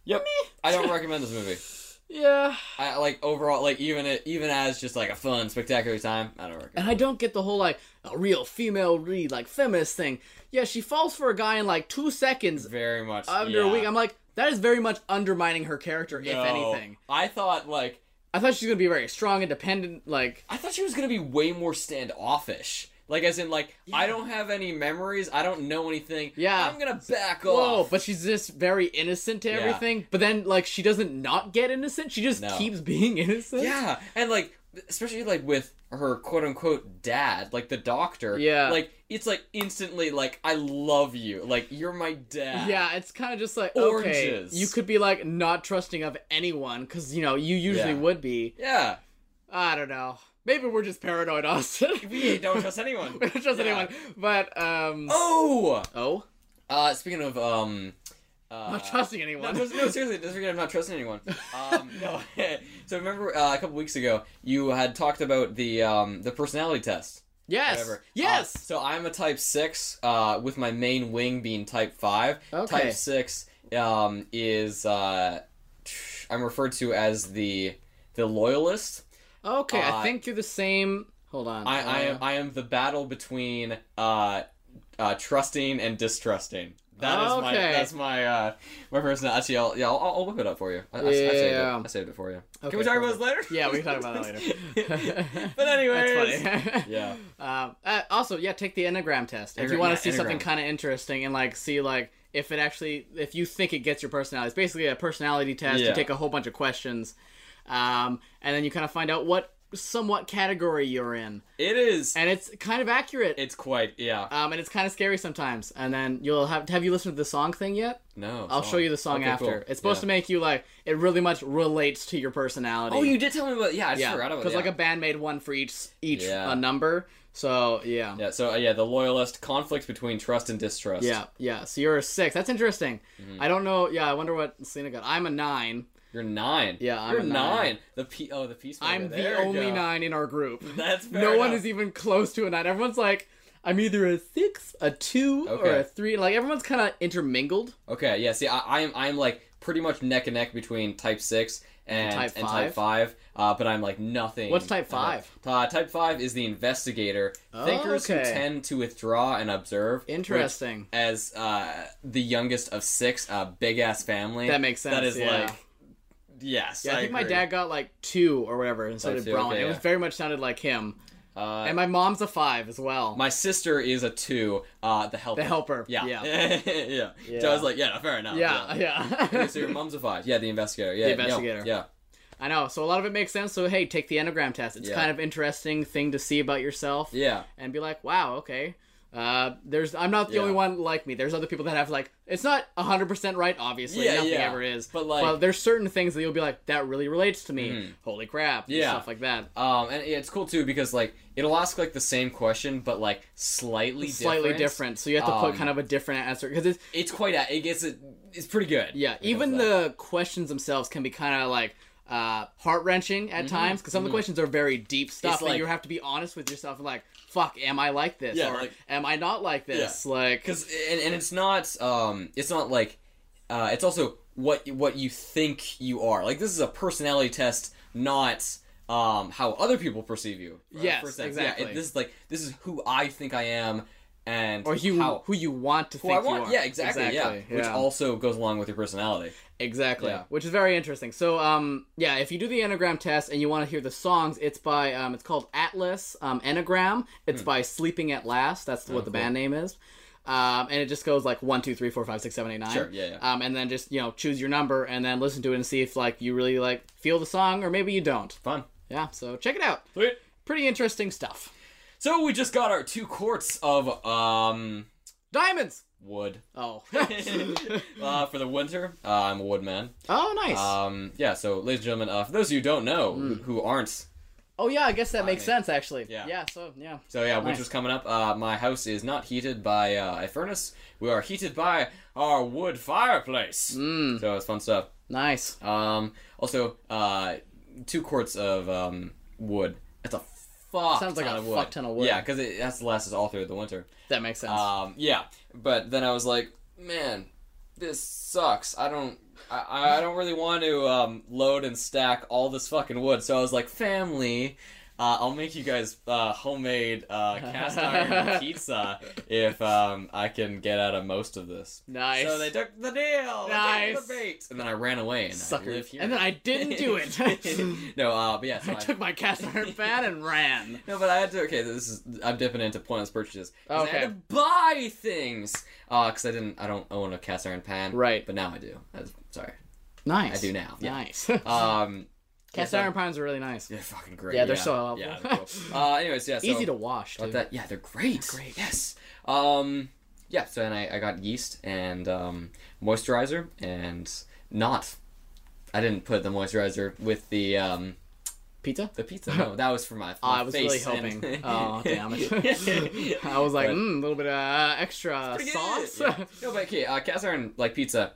Speaker 1: Yep. I don't recommend this movie.
Speaker 2: yeah.
Speaker 1: I like overall, like even it, even as just like a fun, spectacular time. I don't recommend.
Speaker 2: And I don't get the whole like a real female read like feminist thing. Yeah, she falls for a guy in like two seconds
Speaker 1: very much
Speaker 2: under
Speaker 1: yeah.
Speaker 2: a week. I'm like, that is very much undermining her character, if
Speaker 1: No.
Speaker 2: anything.
Speaker 1: I thought like
Speaker 2: I thought she was gonna be very strong, independent. Like,
Speaker 1: I thought she was gonna be way more standoffish. Like as in like I don't have any memories, I don't know anything.
Speaker 2: Yeah.
Speaker 1: I'm gonna back
Speaker 2: whoa!
Speaker 1: off.
Speaker 2: But she's just very innocent to
Speaker 1: Yeah.
Speaker 2: everything. But then, like, she doesn't not get innocent. She just
Speaker 1: No.
Speaker 2: keeps being innocent.
Speaker 1: yeah, and like especially like with her quote unquote dad, like the doctor.
Speaker 2: Yeah.
Speaker 1: like it's like instantly like I love you, like you're my dad.
Speaker 2: Yeah, it's kind of just like
Speaker 1: Oranges.
Speaker 2: okay, you could be like not trusting of anyone because you know you usually
Speaker 1: Yeah.
Speaker 2: would be.
Speaker 1: yeah.
Speaker 2: I don't know. Maybe we're just paranoid, Austin.
Speaker 1: We don't trust anyone.
Speaker 2: We don't trust
Speaker 1: Yeah.
Speaker 2: anyone. But um, oh,
Speaker 1: Oh, uh, speaking of um, uh,
Speaker 2: not trusting anyone.
Speaker 1: No, just- no, seriously, just forget I'm not trusting anyone. Um, no. so remember uh, a couple weeks ago, you had talked about the um, the personality test.
Speaker 2: yes,
Speaker 1: Whatever. Uh,
Speaker 2: yes.
Speaker 1: so I'm a type six, uh, with my main wing being type five.
Speaker 2: Okay.
Speaker 1: Uh, Type six um, is uh, I'm referred to as the the loyalist.
Speaker 2: okay,
Speaker 1: uh,
Speaker 2: I think you're the same. Hold on.
Speaker 1: I, I am I am the battle between uh, uh, trusting and distrusting. That is my
Speaker 2: Okay.
Speaker 1: that's my uh reference. Now. Actually, I'll yeah I'll, I'll whip it up for you. I, I- I saved
Speaker 2: Yeah.
Speaker 1: it. I saved it for you.
Speaker 2: Okay,
Speaker 1: can we talk about this later?
Speaker 2: Yeah, we can talk about that later.
Speaker 1: but anyways,
Speaker 2: That's funny.
Speaker 1: yeah.
Speaker 2: Um, uh, also, yeah, take the Enneagram test if you
Speaker 1: Enneagram-
Speaker 2: want
Speaker 1: yeah,
Speaker 2: to see something
Speaker 1: Enneagram.
Speaker 2: kind of interesting and like see like if it actually if you think it gets your personality. It's basically a personality test. You
Speaker 1: Yeah.
Speaker 2: take a whole bunch of questions, um, and then you kind of find out what somewhat category you're in,
Speaker 1: It is.
Speaker 2: and it's kind of accurate.
Speaker 1: It's quite yeah.
Speaker 2: um, and it's kind of scary sometimes. And then you'll have have you listened to the song thing yet?
Speaker 1: No.
Speaker 2: I'll show you the song after. It's supposed to make you like it really much relates to your personality.
Speaker 1: Oh, you did tell me about yeah. I just
Speaker 2: yeah,
Speaker 1: forgot about
Speaker 2: because
Speaker 1: yeah.
Speaker 2: like a band made one for each each
Speaker 1: Yeah.
Speaker 2: uh, number. So yeah.
Speaker 1: yeah. So uh, yeah, the loyalist conflict between trust and distrust.
Speaker 2: Yeah, yeah. So you're a six. That's interesting.
Speaker 1: Mm-hmm.
Speaker 2: I don't know. Yeah, I wonder what Selena got. I'm a nine.
Speaker 1: You're nine.
Speaker 2: Yeah, I'm
Speaker 1: You're
Speaker 2: a nine.
Speaker 1: The P. Oh, the peacemaker.
Speaker 2: I'm the
Speaker 1: There we
Speaker 2: only
Speaker 1: go.
Speaker 2: nine in our group.
Speaker 1: That's fair
Speaker 2: no one
Speaker 1: enough.
Speaker 2: is even close to a nine. Everyone's like, I'm either a six, a two, or
Speaker 1: Okay.
Speaker 2: a three. Like everyone's kind of intermingled.
Speaker 1: Okay, yeah. See, I, I'm I'm like pretty much neck and neck between Type Six and and
Speaker 2: Type
Speaker 1: Type Five, uh, but I'm like nothing.
Speaker 2: What's Type
Speaker 1: about-
Speaker 2: Five?
Speaker 1: Uh, type Five is the investigator, thinkers who
Speaker 2: Okay.
Speaker 1: tend to withdraw and observe. which,
Speaker 2: Interesting.
Speaker 1: as uh, the youngest of six, a big ass family.
Speaker 2: That makes sense,
Speaker 1: That is
Speaker 2: yeah.
Speaker 1: like yes.
Speaker 2: Yeah, I, think my
Speaker 1: agree.
Speaker 2: dad got like two or whatever, and so
Speaker 1: Like
Speaker 2: did
Speaker 1: two,
Speaker 2: Braun.
Speaker 1: okay,
Speaker 2: it was
Speaker 1: yeah.
Speaker 2: very much sounded like him.
Speaker 1: Uh,
Speaker 2: And my mom's a five as well.
Speaker 1: My sister is a two. Uh, the helper.
Speaker 2: the helper.
Speaker 1: Yeah.
Speaker 2: yeah,
Speaker 1: yeah. So I was like, yeah, fair enough.
Speaker 2: yeah. yeah.
Speaker 1: Okay, so your mom's a five. Yeah, the investigator. Yeah,
Speaker 2: The
Speaker 1: no,
Speaker 2: investigator.
Speaker 1: yeah.
Speaker 2: I know. So a lot of it makes sense. So hey, take the enneagram test. It's
Speaker 1: Yeah.
Speaker 2: kind of interesting thing to see about yourself.
Speaker 1: Yeah.
Speaker 2: And be like, wow, okay. Uh, there's I'm not the
Speaker 1: Yeah.
Speaker 2: only one like me. There's other people that have like it's not 100% right obviously.
Speaker 1: Yeah,
Speaker 2: Nothing
Speaker 1: yeah.
Speaker 2: ever is.
Speaker 1: But, like- Mm-hmm.
Speaker 2: Well, there's certain things that you'll be like that really relates to me. Holy crap. and
Speaker 1: Yeah.
Speaker 2: stuff like that.
Speaker 1: Um, and yeah, it's cool too because like it'll ask like the same question, but like slightly
Speaker 2: Slightly different. So you have to put
Speaker 1: Um,
Speaker 2: kind of a different answer cuz it's
Speaker 1: It's quite a, it gets it, it's pretty good.
Speaker 2: yeah,
Speaker 1: Because
Speaker 2: even
Speaker 1: of that.
Speaker 2: the questions themselves can be kind of like uh, heart wrenching at times because some of the questions are very deep stuff,
Speaker 1: Mm-hmm. It's
Speaker 2: and you
Speaker 1: like-
Speaker 2: have to be honest with yourself and like, "Fuck, am I like this?
Speaker 1: Yeah,
Speaker 2: or
Speaker 1: like-
Speaker 2: am I not like this?" Like,
Speaker 1: cause and, and it's not um it's not like uh it's also what what you think you are like this is a personality test not um how other people perceive you. right?
Speaker 2: Yes,
Speaker 1: First things. Yeah,
Speaker 2: exactly.
Speaker 1: it, this is like this is who I think I am, and
Speaker 2: or you
Speaker 1: how.
Speaker 2: who you want to
Speaker 1: Who
Speaker 2: think
Speaker 1: I want,
Speaker 2: you are.
Speaker 1: yeah, exactly, yeah. Which also goes along with your personality.
Speaker 2: exactly,
Speaker 1: Yeah.
Speaker 2: which is very interesting. So, um, yeah, if you do the Enneagram test and you want to hear the songs, it's by um, it's called Atlas um, Enneagram. It's by Sleeping at Last. That's what the
Speaker 1: Hmm. Oh, cool.
Speaker 2: band name is. Um, and it just goes like one, two, three, four, five, six, seven, eight, nine.
Speaker 1: Sure, yeah, yeah.
Speaker 2: Um, and then just you know choose your number and then listen to it and see if like you really like feel the song or maybe you don't.
Speaker 1: Fun.
Speaker 2: Yeah, so check it out.
Speaker 1: Sweet.
Speaker 2: Pretty interesting stuff.
Speaker 1: So we just got our two quarts of um
Speaker 2: Diamonds.
Speaker 1: wood
Speaker 2: Oh.
Speaker 1: uh, for the winter. Uh, I'm a woodman.
Speaker 2: oh, nice.
Speaker 1: Um, yeah. So, ladies and gentlemen, uh, for those of you who don't know,
Speaker 2: Hmm.
Speaker 1: who, who aren't,
Speaker 2: oh yeah, I guess that makes
Speaker 1: mean,
Speaker 2: sense actually.
Speaker 1: yeah.
Speaker 2: Yeah. So yeah.
Speaker 1: so yeah,
Speaker 2: Nice.
Speaker 1: winter's coming up. Uh, my house is not heated by uh, a furnace. We are heated by our wood fireplace.
Speaker 2: Hmm.
Speaker 1: Mm. So it's fun stuff.
Speaker 2: Nice.
Speaker 1: Um, also, uh, two quarts of um, wood. That's a fuck.
Speaker 2: Sounds like
Speaker 1: ton
Speaker 2: a
Speaker 1: of wood.
Speaker 2: fuck ton of wood.
Speaker 1: Yeah, because it has to last us all through the winter.
Speaker 2: That makes sense.
Speaker 1: Um, yeah, but then I was like, man, this sucks. I don't, I, I don't really want to um, load and stack all this fucking wood. So I was like, family, uh, I'll make you guys uh, homemade uh, cast iron pizza if um, I can get out of most of this.
Speaker 2: nice.
Speaker 1: So they took the deal. They took
Speaker 2: Nice.
Speaker 1: the bait. And then I ran away and I
Speaker 2: suckers.
Speaker 1: live here.
Speaker 2: And then I didn't do it.
Speaker 1: no, uh, but yeah, so
Speaker 2: I
Speaker 1: I
Speaker 2: took my cast iron fan and ran.
Speaker 1: no, but I had to. Okay, this is I'm dipping into pointless purchases. 'Cause I
Speaker 2: Okay.
Speaker 1: had to buy things. Uh, because I didn't. I don't own a cast iron pan.
Speaker 2: Right.
Speaker 1: But now I do. That's, sorry.
Speaker 2: Nice.
Speaker 1: I do now, yeah.
Speaker 2: Nice.
Speaker 1: Um.
Speaker 2: cast
Speaker 1: so-
Speaker 2: iron pans are really nice.
Speaker 1: They're fucking great.
Speaker 2: Yeah, they're so helpful.
Speaker 1: Yeah. they're cool. uh. Anyways, yeah. So
Speaker 2: Easy to wash.
Speaker 1: got
Speaker 2: Too.
Speaker 1: that. Yeah, they're great.
Speaker 2: great.
Speaker 1: Yes. Um. Yeah. So then I, I got yeast and um moisturizer and not. I didn't put the moisturizer with the um
Speaker 2: Pizza.
Speaker 1: the pizza. No, that was for my.
Speaker 2: Oh,
Speaker 1: my
Speaker 2: I was really
Speaker 1: face
Speaker 2: hoping.
Speaker 1: and-
Speaker 2: oh damn it! I was like,
Speaker 1: But-
Speaker 2: mm, a little bit of uh, extra
Speaker 1: pretty good.
Speaker 2: sauce.
Speaker 1: Yeah. No, but okay, uh, cast iron like pizza.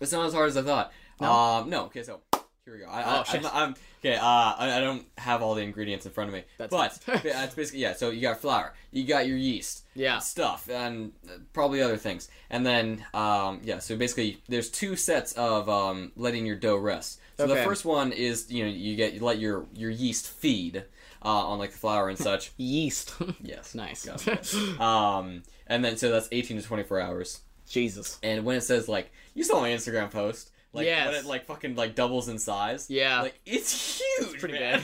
Speaker 1: It's not as hard as I thought. No. Um, no. Okay, so here we go. I,
Speaker 2: Oh,
Speaker 1: I,
Speaker 2: shit.
Speaker 1: I'm, I'm- okay. Uh, I, I don't have all the ingredients in front of me,
Speaker 2: That's
Speaker 1: but
Speaker 2: fine.
Speaker 1: ba- that's basically yeah. So you got flour, you got your yeast,
Speaker 2: Yeah.
Speaker 1: stuff, and uh, probably other things, and then um, yeah. So basically, there's two sets of um, letting your dough rest. So the
Speaker 2: Okay.
Speaker 1: first one is you know you get you let your your yeast feed uh, on like the flour and such.
Speaker 2: Yeast.
Speaker 1: Yes.
Speaker 2: nice.
Speaker 1: Gotcha. Um, and then so that's 18 to 24 hours.
Speaker 2: Jesus.
Speaker 1: And when it says like you saw my Instagram post, like when
Speaker 2: Yes.
Speaker 1: it like fucking like doubles in size,
Speaker 2: Yeah.
Speaker 1: like it's huge,
Speaker 2: It's pretty
Speaker 1: man.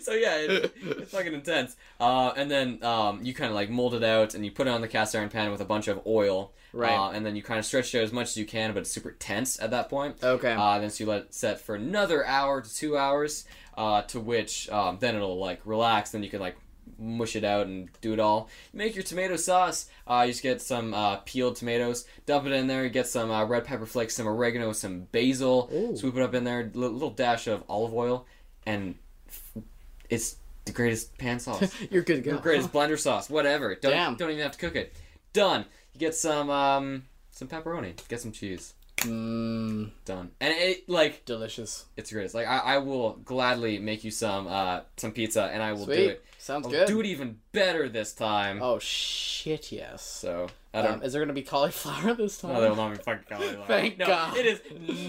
Speaker 1: so yeah, it, it's fucking intense. Uh, and then um, you kind of like mold it out and you put it on the cast iron pan with a bunch of oil,
Speaker 2: Right.
Speaker 1: Uh, and then you kind of stretch it out as much as you can, but it's super tense at that point.
Speaker 2: okay.
Speaker 1: Uh, then so you let it set for another hour to two hours, uh, to which um, then it'll like relax. Then you can like mush it out and do it all. Make your tomato sauce. Uh, you just get some uh, peeled tomatoes, dump it in there. You get some uh, red pepper flakes, some oregano, some basil.
Speaker 2: Ooh.
Speaker 1: Swoop it up in there. Li- little dash of olive oil, and f- it's the greatest pan sauce.
Speaker 2: You're good to go.
Speaker 1: Your greatest blender sauce, whatever. Don't
Speaker 2: Damn.
Speaker 1: don't even have to cook it. Done. You get some um, some pepperoni. Get some cheese.
Speaker 2: Mm,
Speaker 1: Done. And it like
Speaker 2: delicious.
Speaker 1: it's the greatest. Like I, I will gladly make you some uh some pizza and I will
Speaker 2: Sweet.
Speaker 1: do it.
Speaker 2: Sounds
Speaker 1: I'll
Speaker 2: good.
Speaker 1: do it even better this time.
Speaker 2: Oh shit, yes.
Speaker 1: So I don't
Speaker 2: Um, is there gonna be cauliflower this time?
Speaker 1: no, they will not be fucking cauliflower.
Speaker 2: Thank
Speaker 1: no,
Speaker 2: God.
Speaker 1: It is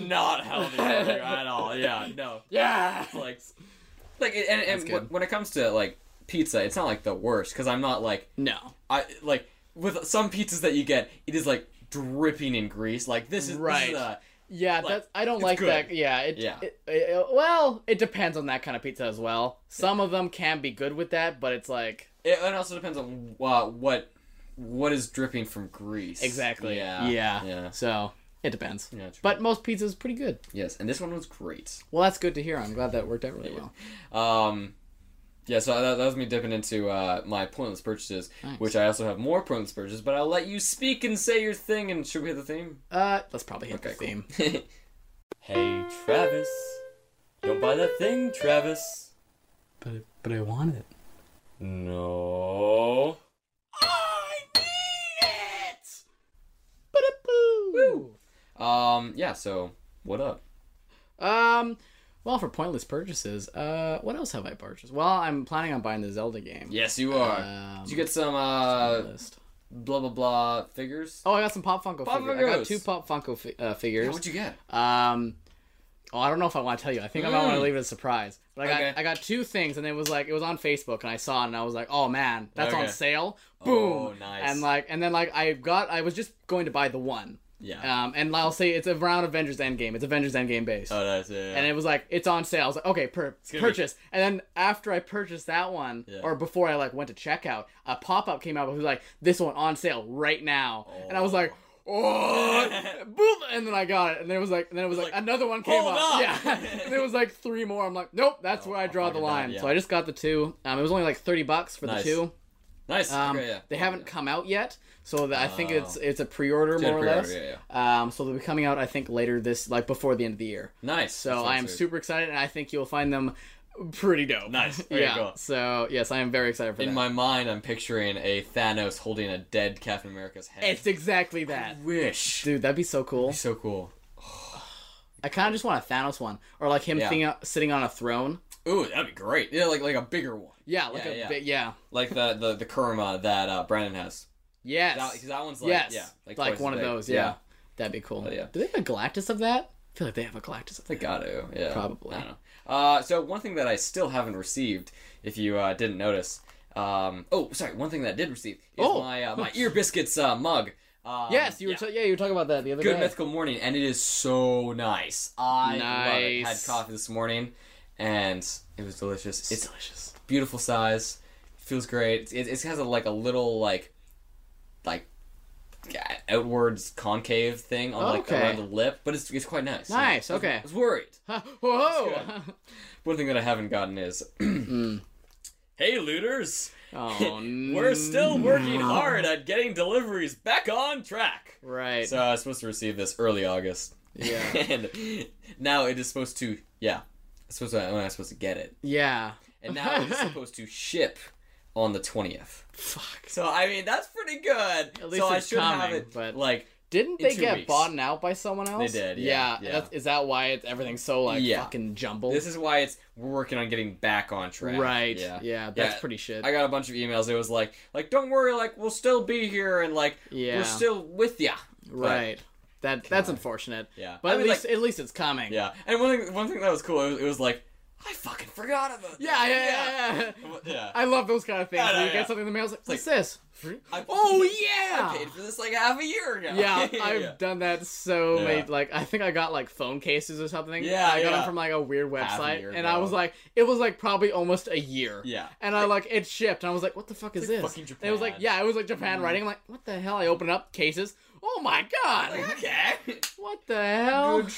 Speaker 1: not healthy for you at all. Yeah, no.
Speaker 2: yeah.
Speaker 1: Like like it- and, and
Speaker 2: That's
Speaker 1: when,
Speaker 2: good.
Speaker 1: when it comes to like pizza, it's not like the worst cuz I'm not like
Speaker 2: No.
Speaker 1: I like with some pizzas that you get, it is like dripping in grease. Like this is
Speaker 2: Right.
Speaker 1: this is, uh,
Speaker 2: Yeah, that's. I don't like
Speaker 1: good.
Speaker 2: that. Yeah. It,
Speaker 1: Yeah.
Speaker 2: It, it- uh, well, it depends on that kind of pizza as well. Some of them can be good with that, but it's like
Speaker 1: it, it also depends on uh, what what is dripping from grease.
Speaker 2: exactly.
Speaker 1: Yeah.
Speaker 2: Yeah.
Speaker 1: Yeah.
Speaker 2: So it depends.
Speaker 1: Yeah, true.
Speaker 2: But most pizza's pretty good.
Speaker 1: Yes, and this one was great.
Speaker 2: Well, that's good to hear. I'm glad that worked out really well.
Speaker 1: Um, yeah, so that, that was me dipping into uh, my pointless purchases,
Speaker 2: Nice.
Speaker 1: which I also have more pointless purchases, but I'll let you speak and say your thing, and should we hit the theme?
Speaker 2: Uh, let's probably hit the
Speaker 1: cool.
Speaker 2: theme.
Speaker 1: hey, Travis. Don't buy that thing, Travis.
Speaker 2: But but I want it.
Speaker 1: No.
Speaker 2: I need it. Woo.
Speaker 1: Um, yeah, so what up?
Speaker 2: Um, well, for pointless purchases, uh, what else have I purchased? Well, I'm planning on buying the Zelda game.
Speaker 1: Yes, you are.
Speaker 2: Um,
Speaker 1: Did you get some uh,
Speaker 2: list.
Speaker 1: blah blah blah figures?
Speaker 2: Oh, I got some Pop Funko
Speaker 1: Pop
Speaker 2: figures. I got
Speaker 1: Funkos.
Speaker 2: two Pop Funko fi- uh,
Speaker 1: Yeah,
Speaker 2: figures.
Speaker 1: what'd you get?
Speaker 2: Um, oh, I don't know if I want to tell you. I think I might want to
Speaker 1: Mm.
Speaker 2: leave it as a surprise. But I got
Speaker 1: Okay.
Speaker 2: I got two things, and it was like it was on Facebook, and I saw it, and I was like, oh man, that's on
Speaker 1: Okay.
Speaker 2: sale. Boom.
Speaker 1: Oh, nice.
Speaker 2: And like, and then like I got, I was just going to buy the one.
Speaker 1: Yeah.
Speaker 2: Um, and I'll say it's around Avengers Endgame. It's Avengers Endgame based.
Speaker 1: oh, that's it.
Speaker 2: and it was like it's on sale. I was like, okay, per-
Speaker 1: gonna be-
Speaker 2: purchase. And then after I purchased that one,
Speaker 1: Yeah.
Speaker 2: or before I like went to checkout, a pop up came out that was like, this one on sale right now, and I was like. Oh, boom, and then I got it, and then it was like, and then it was like,
Speaker 1: Like,
Speaker 2: another one came
Speaker 1: hold
Speaker 2: up,
Speaker 1: up.
Speaker 2: yeah. and it was like three more. I'm like, nope, that's
Speaker 1: No,
Speaker 2: where I
Speaker 1: I'll
Speaker 2: draw the
Speaker 1: fucking die,
Speaker 2: line.
Speaker 1: yeah.
Speaker 2: So I just got the two. Um, it was only like thirty bucks for
Speaker 1: Nice.
Speaker 2: the two.
Speaker 1: nice.
Speaker 2: Um,
Speaker 1: okay, yeah.
Speaker 2: They haven't come out yet, so that I think
Speaker 1: Oh.
Speaker 2: it's it's a pre-order
Speaker 1: Yeah,
Speaker 2: more or
Speaker 1: pre-order,
Speaker 2: less.
Speaker 1: yeah,
Speaker 2: Um, so they'll be coming out, I think, later this like before the end of the year.
Speaker 1: Nice.
Speaker 2: So I am
Speaker 1: super.
Speaker 2: super excited, and I think you'll find them pretty dope.
Speaker 1: Nice. Very
Speaker 2: yeah.
Speaker 1: cool.
Speaker 2: So yes, I am very excited for
Speaker 1: In
Speaker 2: that.
Speaker 1: my mind, I'm picturing a Thanos holding a dead Captain America's head.
Speaker 2: it's exactly that,
Speaker 1: wish.
Speaker 2: dude. That'd be so cool.
Speaker 1: So cool.
Speaker 2: I kind of just want a Thanos one, or like him
Speaker 1: Yeah.
Speaker 2: thing- sitting on a throne.
Speaker 1: Ooh, that'd be great. Yeah, like like a bigger one,
Speaker 2: Yeah, like
Speaker 1: Yeah,
Speaker 2: a
Speaker 1: yeah.
Speaker 2: bit. Yeah.
Speaker 1: like the the the Kurma that uh, Brandon has.
Speaker 2: Yes.
Speaker 1: That, 'cause that one's like
Speaker 2: yes.
Speaker 1: yeah,
Speaker 2: like
Speaker 1: like, twice
Speaker 2: one
Speaker 1: as
Speaker 2: of
Speaker 1: big.
Speaker 2: those. Yeah. That'd be cool.
Speaker 1: Oh, yeah.
Speaker 2: Do they have a Galactus of that? I feel like they have a Galactus of
Speaker 1: They
Speaker 2: that.
Speaker 1: got to, yeah.
Speaker 2: Probably.
Speaker 1: I don't know. Uh, so one thing that I still haven't received, if you uh, didn't notice, um, oh, sorry, one thing that I did receive is
Speaker 2: Oh.
Speaker 1: my uh, my ear biscuits uh, mug. Um,
Speaker 2: Yes, you were.
Speaker 1: yeah.
Speaker 2: Yeah. yeah, you were talking about that the other
Speaker 1: Good
Speaker 2: day.
Speaker 1: Mythical Morning, and it is so nice. I love it. Had
Speaker 2: Nice.
Speaker 1: coffee this morning, and it was delicious.
Speaker 2: It's
Speaker 1: It's
Speaker 2: delicious.
Speaker 1: beautiful size, feels great. It, it has a, like a little like, like, yeah, outwards concave thing on like
Speaker 2: Okay.
Speaker 1: around the lip, but it's it's quite nice.
Speaker 2: Nice,
Speaker 1: I was-
Speaker 2: okay.
Speaker 1: I was worried.
Speaker 2: Whoa! Mm.
Speaker 1: One thing that I haven't gotten is, hey looters,
Speaker 2: oh,
Speaker 1: we're still working hard at getting deliveries back on track.
Speaker 2: Right.
Speaker 1: So I was supposed to receive this early August.
Speaker 2: Yeah.
Speaker 1: and now it is supposed to. Yeah. It's supposed to. When I was supposed to get it,
Speaker 2: yeah.
Speaker 1: and now it's supposed to ship on the twentieth.
Speaker 2: Fuck.
Speaker 1: So I mean, that's pretty good.
Speaker 2: At least
Speaker 1: so I
Speaker 2: it's
Speaker 1: should have
Speaker 2: coming,
Speaker 1: it.
Speaker 2: but-
Speaker 1: like,
Speaker 2: Didn't
Speaker 1: in
Speaker 2: they
Speaker 1: two
Speaker 2: get
Speaker 1: weeks.
Speaker 2: bought out by someone else?
Speaker 1: did, yeah, yeah.
Speaker 2: That's, is that why it's, everything's so like
Speaker 1: Yeah.
Speaker 2: fucking jumbled?
Speaker 1: this is why it's we're working on getting back on track.
Speaker 2: right.
Speaker 1: Yeah.
Speaker 2: Yeah. that's pretty shit.
Speaker 1: I got a bunch of emails. It was like, like, don't worry, like we'll still be here, and like
Speaker 2: Yeah.
Speaker 1: we're still with ya. But-
Speaker 2: right. That that's unfortunate.
Speaker 1: Yeah.
Speaker 2: But
Speaker 1: I
Speaker 2: at
Speaker 1: mean,
Speaker 2: least
Speaker 1: like-
Speaker 2: at least it's coming.
Speaker 1: yeah. And one thing, one thing that was cool, it was, it was like, I fucking forgot about that.
Speaker 2: Yeah, yeah, yeah, yeah. yeah.
Speaker 1: Well, yeah.
Speaker 2: I love those kind of things.
Speaker 1: Yeah,
Speaker 2: where you
Speaker 1: yeah,
Speaker 2: get
Speaker 1: yeah.
Speaker 2: something in the mail. It's like,
Speaker 1: like-
Speaker 2: what's this?
Speaker 1: I-
Speaker 2: oh
Speaker 1: I
Speaker 2: yeah.
Speaker 1: paid for this like half a year ago.
Speaker 2: Yeah, I've done that so
Speaker 1: Yeah.
Speaker 2: many. Like, I think I got like phone cases or something.
Speaker 1: Yeah,
Speaker 2: I got
Speaker 1: yeah.
Speaker 2: them from like a weird
Speaker 1: Half a
Speaker 2: website,
Speaker 1: year
Speaker 2: and I
Speaker 1: ago.
Speaker 2: was like, it was like probably almost a year.
Speaker 1: Yeah.
Speaker 2: And I like it shipped, and I was like, "What the fuck is
Speaker 1: like
Speaker 2: this?"
Speaker 1: fucking
Speaker 2: And It was like,
Speaker 1: Japan. Mm.
Speaker 2: yeah, it was like Japan writing. I'm like, "What the hell?" I open up cases. Oh my
Speaker 1: Like,
Speaker 2: god!
Speaker 1: okay.
Speaker 2: What the hell?
Speaker 1: Good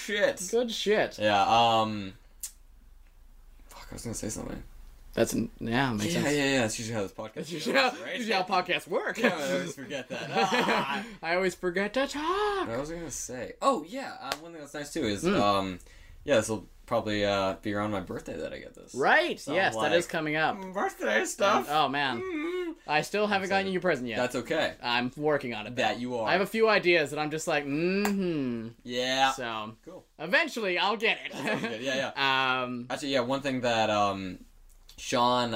Speaker 1: shit.
Speaker 2: Good, shit.
Speaker 1: Yeah. Um. Fuck, I was gonna say something.
Speaker 2: That's yeah, makes
Speaker 1: Yeah, yeah,
Speaker 2: sense.
Speaker 1: yeah. That's usually how this podcast.
Speaker 2: That's usually how,
Speaker 1: goes, right?
Speaker 2: usually how podcasts work.
Speaker 1: Yeah, I always forget that. Ah.
Speaker 2: I always forget to talk.
Speaker 1: What was I gonna say? Oh yeah, uh, one thing that's nice too
Speaker 2: Hmm.
Speaker 1: is um, yeah, this will probably uh, be around my birthday that I get this.
Speaker 2: Right?
Speaker 1: So,
Speaker 2: yes, that is
Speaker 1: like,
Speaker 2: coming up.
Speaker 1: Birthday stuff.
Speaker 2: Oh man,
Speaker 1: Mm.
Speaker 2: I still haven't gotten you your present yet.
Speaker 1: That's okay.
Speaker 2: I'm working on it. though.
Speaker 1: That you are.
Speaker 2: I have a few ideas that I'm just like, mm-hmm.
Speaker 1: yeah.
Speaker 2: So
Speaker 1: Cool.
Speaker 2: eventually, I'll get it.
Speaker 1: Sounds good. Yeah, yeah.
Speaker 2: Um.
Speaker 1: Actually, yeah, one thing that um, Sean,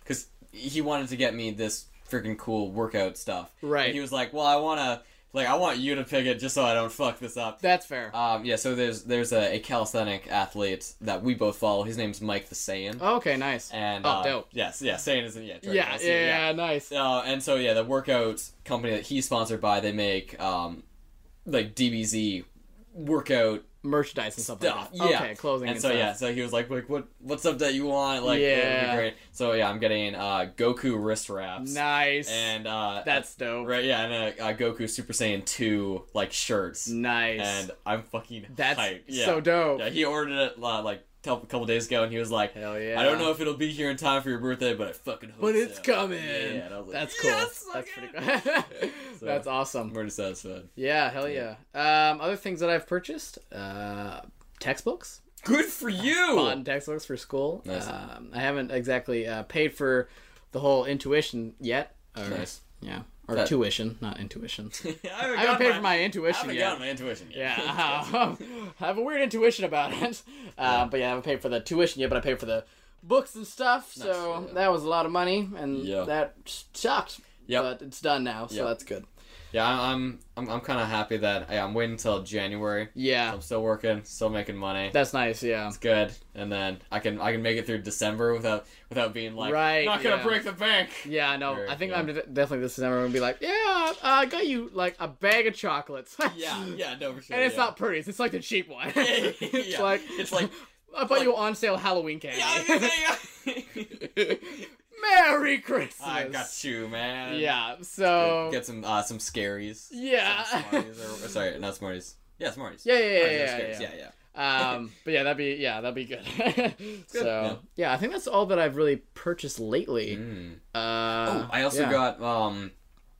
Speaker 1: because he wanted to get me this freaking cool workout stuff.
Speaker 2: Right.
Speaker 1: And he was like, "Well, I want to, like, I want you to pick it just so I don't fuck this up."
Speaker 2: That's fair.
Speaker 1: Um, yeah. So there's there's a, a calisthenic athlete that we both follow. His name's Mike the Saiyan.
Speaker 2: Uh, okay, nice.
Speaker 1: And
Speaker 2: Oh,
Speaker 1: uh,
Speaker 2: dope.
Speaker 1: Yes, yeah. Saiyan isn't yet. Dragon
Speaker 2: yeah,
Speaker 1: Ball
Speaker 2: yeah,
Speaker 1: Super,
Speaker 2: yeah, nice.
Speaker 1: uh, and so yeah, the workout company that he's sponsored by, they make um, like DBZ workout
Speaker 2: Merchandise and stuff
Speaker 1: stuff.
Speaker 2: like that.
Speaker 1: Yeah.
Speaker 2: Okay, clothing and,
Speaker 1: and, so yeah,
Speaker 2: stuff.
Speaker 1: so he was like, like what what's up that you want? Like yeah, would
Speaker 2: Yeah.
Speaker 1: be great. So yeah, I'm getting uh, Goku wrist wraps.
Speaker 2: Nice.
Speaker 1: And uh,
Speaker 2: That's dope.
Speaker 1: right, yeah, and a, uh Goku Super Saiyan two like shirts.
Speaker 2: Nice.
Speaker 1: And I'm fucking
Speaker 2: That's
Speaker 1: hyped. Yeah.
Speaker 2: so dope.
Speaker 1: yeah, he ordered it uh, like a couple days ago, and he was like,
Speaker 2: Hell yeah.
Speaker 1: I don't know if it'll be here in time for your birthday, but I fucking hope
Speaker 2: But it's
Speaker 1: so."
Speaker 2: coming.
Speaker 1: Yeah, and I was like,
Speaker 2: That's cool.
Speaker 1: "Yes,
Speaker 2: That's
Speaker 1: fucking
Speaker 2: pretty cool.
Speaker 1: So-
Speaker 2: That's awesome.
Speaker 1: I'm already satisfied.
Speaker 2: Yeah, hell yeah. Um, other things that I've purchased, uh, textbooks,
Speaker 1: Good for you.
Speaker 2: fun textbooks for school.
Speaker 1: Nice.
Speaker 2: Um, I haven't exactly uh, paid for the whole intuition yet. Or,
Speaker 1: Nice.
Speaker 2: Yeah, or
Speaker 1: That-
Speaker 2: tuition, not intuition.
Speaker 1: I haven't,
Speaker 2: I haven't
Speaker 1: gotten
Speaker 2: paid for my
Speaker 1: I
Speaker 2: intuition
Speaker 1: haven't
Speaker 2: yet.
Speaker 1: gotten my intuition yet.
Speaker 2: Yeah, um, I have a weird intuition about it. Uh, But yeah, I haven't paid for the tuition yet, but I paid for the books and stuff. so
Speaker 1: yeah.
Speaker 2: that was a lot of money, and
Speaker 1: Yeah.
Speaker 2: that sucked.
Speaker 1: Yep.
Speaker 2: But it's done now, so
Speaker 1: Yep.
Speaker 2: that's good.
Speaker 1: Yeah, I- I'm I'm I'm kind of happy that yeah, I'm waiting until January.
Speaker 2: Yeah,
Speaker 1: I'm still working, still making money.
Speaker 2: that's nice. Yeah.
Speaker 1: It's good, and then I can I can make it through December without without being like
Speaker 2: Right,
Speaker 1: not gonna
Speaker 2: yeah.
Speaker 1: break the bank.
Speaker 2: Yeah, no,
Speaker 1: Very
Speaker 2: I think
Speaker 1: cool.
Speaker 2: I'm de- definitely this December gonna be like, yeah, uh, I got you like a bag of chocolates.
Speaker 1: Yeah, yeah, no for sure.
Speaker 2: And it's
Speaker 1: yeah.
Speaker 2: not pretty. It's like the cheap one. it's
Speaker 1: Yeah,
Speaker 2: like
Speaker 1: it's like-
Speaker 2: I bought you on sale Halloween candy.
Speaker 1: Yeah, I was gonna say, yeah.
Speaker 2: Merry Christmas.
Speaker 1: I got you, man.
Speaker 2: Yeah. So.
Speaker 1: Get some uh, some scaries.
Speaker 2: yeah.
Speaker 1: Some Smarties or, or sorry, not Smarties. Yeah, Smarties.
Speaker 2: yeah. Yeah. Yeah.
Speaker 1: Sorry,
Speaker 2: Yeah.
Speaker 1: they're
Speaker 2: yeah,
Speaker 1: Scaries,
Speaker 2: yeah.
Speaker 1: yeah, yeah.
Speaker 2: Um, but yeah, that'd be yeah, that'd be good. so
Speaker 1: Yeah.
Speaker 2: yeah. I think that's all that I've really purchased lately.
Speaker 1: Mm.
Speaker 2: Uh,
Speaker 1: oh, I also
Speaker 2: yeah.
Speaker 1: got um,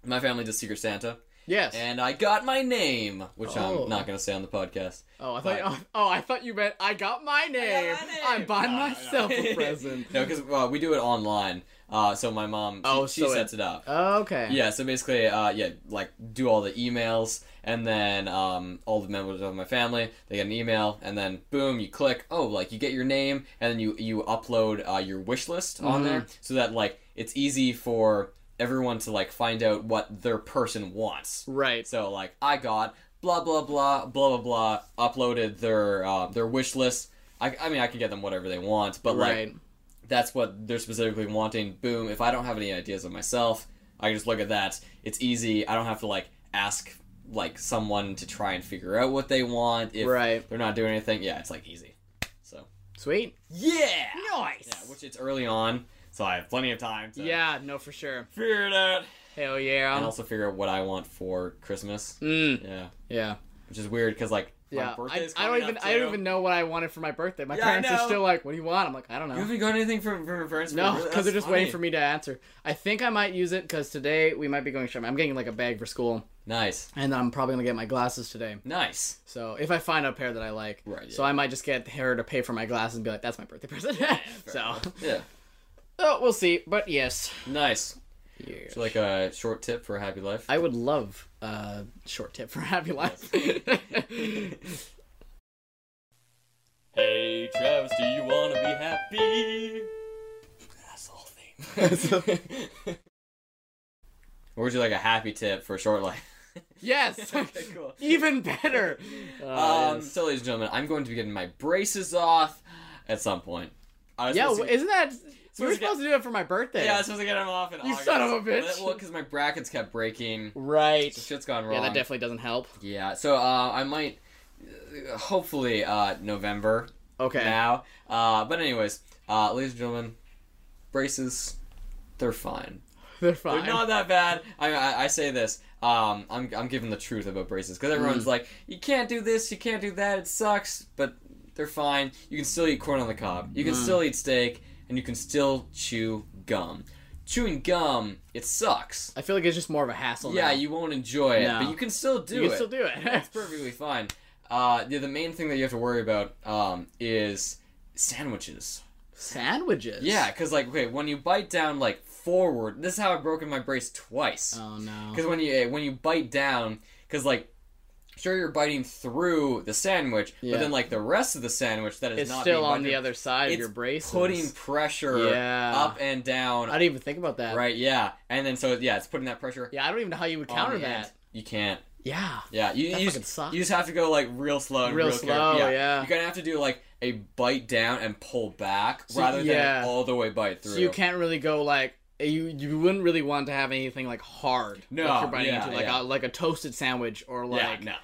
Speaker 1: my family does Secret Santa.
Speaker 2: yes.
Speaker 1: And I got my name, which
Speaker 2: Oh.
Speaker 1: I'm not going to say on the podcast.
Speaker 2: Oh, I thought. oh, oh, I thought you meant I got my name. I,
Speaker 1: name."
Speaker 2: bought
Speaker 1: No, no, no.
Speaker 2: myself a present.
Speaker 1: No, because uh, we do it online. Uh, so my mom,
Speaker 2: Oh,
Speaker 1: she, she
Speaker 2: so it-
Speaker 1: sets it up.
Speaker 2: Okay.
Speaker 1: yeah, so basically, uh, yeah, like do all the emails, and then um, all the members of my family they get an email, and then boom, you click. Oh, like you get your name, and then you you upload uh, your wish list on
Speaker 2: Mhm.
Speaker 1: there, so that like it's easy for everyone to like find out what their person wants.
Speaker 2: Right.
Speaker 1: So like I got blah blah blah blah blah blah uploaded their uh, their wish list. I, I mean I can get them whatever they want, but like
Speaker 2: right.
Speaker 1: that's what they're specifically wanting. Boom! If I don't have any ideas of myself, I can just look at that. It's easy. I don't have to like ask like someone to try and figure out what they want. If
Speaker 2: Right.
Speaker 1: they're not doing anything, yeah, it's like easy. So
Speaker 2: Sweet.
Speaker 1: yeah,
Speaker 2: Nice.
Speaker 1: yeah, which it's early on, so I have plenty of time to
Speaker 2: Yeah. Um, No, for sure.
Speaker 1: figure it out
Speaker 2: Hell
Speaker 1: and
Speaker 2: yeah.
Speaker 1: also figure out what I want for Christmas.
Speaker 2: Mm.
Speaker 1: Yeah
Speaker 2: Yeah.
Speaker 1: which is weird because like
Speaker 2: Yeah.
Speaker 1: my
Speaker 2: I,
Speaker 1: birthday's
Speaker 2: I don't
Speaker 1: coming
Speaker 2: even.
Speaker 1: up,
Speaker 2: I don't
Speaker 1: too.
Speaker 2: even know what I wanted for my birthday. My
Speaker 1: Yeah, I
Speaker 2: parents are
Speaker 1: know.
Speaker 2: still like, "What do you want?" I'm like, "I don't know."
Speaker 1: You haven't got anything from from your parents?
Speaker 2: No, because they're just waiting for me to answer. I think I might use it because today we might be going shopping. I'm getting like a bag for school,
Speaker 1: Nice,
Speaker 2: and I'm probably gonna get my glasses today.
Speaker 1: nice.
Speaker 2: So if I find a pair that I like,
Speaker 1: Right,
Speaker 2: so
Speaker 1: yeah.
Speaker 2: I might just get her to pay for my glasses and be like, "That's my birthday present." so,
Speaker 1: yeah,
Speaker 2: oh, we'll see. But yes,
Speaker 1: nice.
Speaker 2: Yeah.
Speaker 1: So like a short tip for a happy life.
Speaker 2: I would love a uh, short tip for happy life.
Speaker 1: hey Travis, do you wanna be happy? That's the whole thing. or would you like a happy tip for a short life?
Speaker 2: yes,
Speaker 1: cool.
Speaker 2: even better. Uh,
Speaker 1: Um,
Speaker 2: yes.
Speaker 1: so, ladies and gentlemen, I'm going to be getting my braces off, at some point. I was
Speaker 2: Yeah,
Speaker 1: supposed
Speaker 2: w
Speaker 1: to-
Speaker 2: isn't that we were
Speaker 1: to get-
Speaker 2: supposed to do it for my birthday?
Speaker 1: yeah, I was supposed to get him off in
Speaker 2: You
Speaker 1: August.
Speaker 2: son of a bitch.
Speaker 1: Well, because my brackets kept breaking.
Speaker 2: right.
Speaker 1: Shit's gone wrong.
Speaker 2: Yeah, that definitely doesn't help.
Speaker 1: Yeah, so uh, I might, uh, hopefully, uh, November
Speaker 2: Okay.
Speaker 1: now. Uh, but anyways, uh, ladies and gentlemen, braces, they're fine.
Speaker 2: They're fine.
Speaker 1: They're not that bad. I, I, I say this. Um, I'm I'm giving the truth about braces because everyone's
Speaker 2: Mm.
Speaker 1: like, you can't do this, you can't do that, it sucks, but they're fine. You can still eat corn on the cob. You can
Speaker 2: Mm.
Speaker 1: still eat steak, and you can still chew gum. Chewing gum, it sucks.
Speaker 2: I feel like it's just more of a hassle.
Speaker 1: Yeah,
Speaker 2: now.
Speaker 1: you won't enjoy it,
Speaker 2: Oh, No.
Speaker 1: but you can still do
Speaker 2: you can
Speaker 1: it.
Speaker 2: still do it.
Speaker 1: It's perfectly fine. Uh, yeah, the main thing that you have to worry about um, is sandwiches.
Speaker 2: Sandwiches.
Speaker 1: Yeah, because like, okay, when you bite down like forward, this is how I've broken my brace twice.
Speaker 2: Oh no.
Speaker 1: Because when you eh, when you bite down, because like, sure you're biting through the sandwich,
Speaker 2: Yeah.
Speaker 1: but then like the rest of the sandwich that is
Speaker 2: It's
Speaker 1: not
Speaker 2: still
Speaker 1: being
Speaker 2: on
Speaker 1: bited-
Speaker 2: the other side of
Speaker 1: it's
Speaker 2: your braces.
Speaker 1: putting pressure
Speaker 2: Yeah.
Speaker 1: up and down.
Speaker 2: I didn't even think about that.
Speaker 1: Right? Yeah, and then so yeah, it's putting that pressure.
Speaker 2: Yeah, I don't even know how you would
Speaker 1: on
Speaker 2: counter
Speaker 1: the end.
Speaker 2: that.
Speaker 1: You can't.
Speaker 2: Yeah.
Speaker 1: Yeah, you,
Speaker 2: That
Speaker 1: you,
Speaker 2: fucking
Speaker 1: just,
Speaker 2: sucks.
Speaker 1: you just have to go like real slow and
Speaker 2: Real
Speaker 1: real,
Speaker 2: slow,
Speaker 1: careful.
Speaker 2: yeah.
Speaker 1: You're gonna have to do like a bite down and pull back
Speaker 2: So,
Speaker 1: rather
Speaker 2: yeah.
Speaker 1: than all the way bite through.
Speaker 2: So you can't really go like you you wouldn't really want to have anything like hard.
Speaker 1: No,
Speaker 2: like you're biting
Speaker 1: yeah,
Speaker 2: into like
Speaker 1: yeah.
Speaker 2: a like a toasted sandwich or
Speaker 1: yeah,
Speaker 2: like
Speaker 1: no.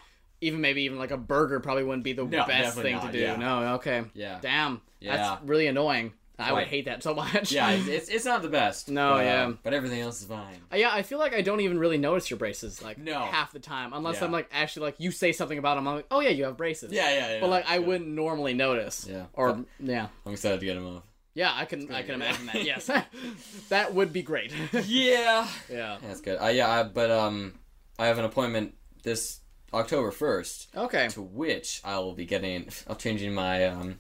Speaker 2: even maybe even like a burger probably wouldn't be the
Speaker 1: No,
Speaker 2: best
Speaker 1: definitely
Speaker 2: thing to
Speaker 1: not,
Speaker 2: do.
Speaker 1: yeah.
Speaker 2: No, okay.
Speaker 1: Yeah.
Speaker 2: Damn.
Speaker 1: Yeah.
Speaker 2: That's really annoying. I would
Speaker 1: Right.
Speaker 2: hate that so much.
Speaker 1: Yeah, it's, it's, it's not the best.
Speaker 2: No,
Speaker 1: but, uh,
Speaker 2: yeah.
Speaker 1: But everything else is fine.
Speaker 2: Yeah, I feel like I don't even really notice your braces like
Speaker 1: No.
Speaker 2: half the time unless
Speaker 1: Yeah.
Speaker 2: I'm like actually like you say something about them I'm like, "Oh yeah, you have braces."
Speaker 1: Yeah, yeah, yeah.
Speaker 2: But like I
Speaker 1: yeah.
Speaker 2: wouldn't normally notice.
Speaker 1: Yeah.
Speaker 2: Or yeah.
Speaker 1: I'm excited to get him off.
Speaker 2: Yeah, I can I can
Speaker 1: yeah.
Speaker 2: imagine that. Yes. that would be great.
Speaker 1: Yeah.
Speaker 2: yeah.
Speaker 1: That's good. Uh, yeah, I, but um, I have an appointment this October first,
Speaker 2: Okay.
Speaker 1: to which I will be getting. I'm changing my um,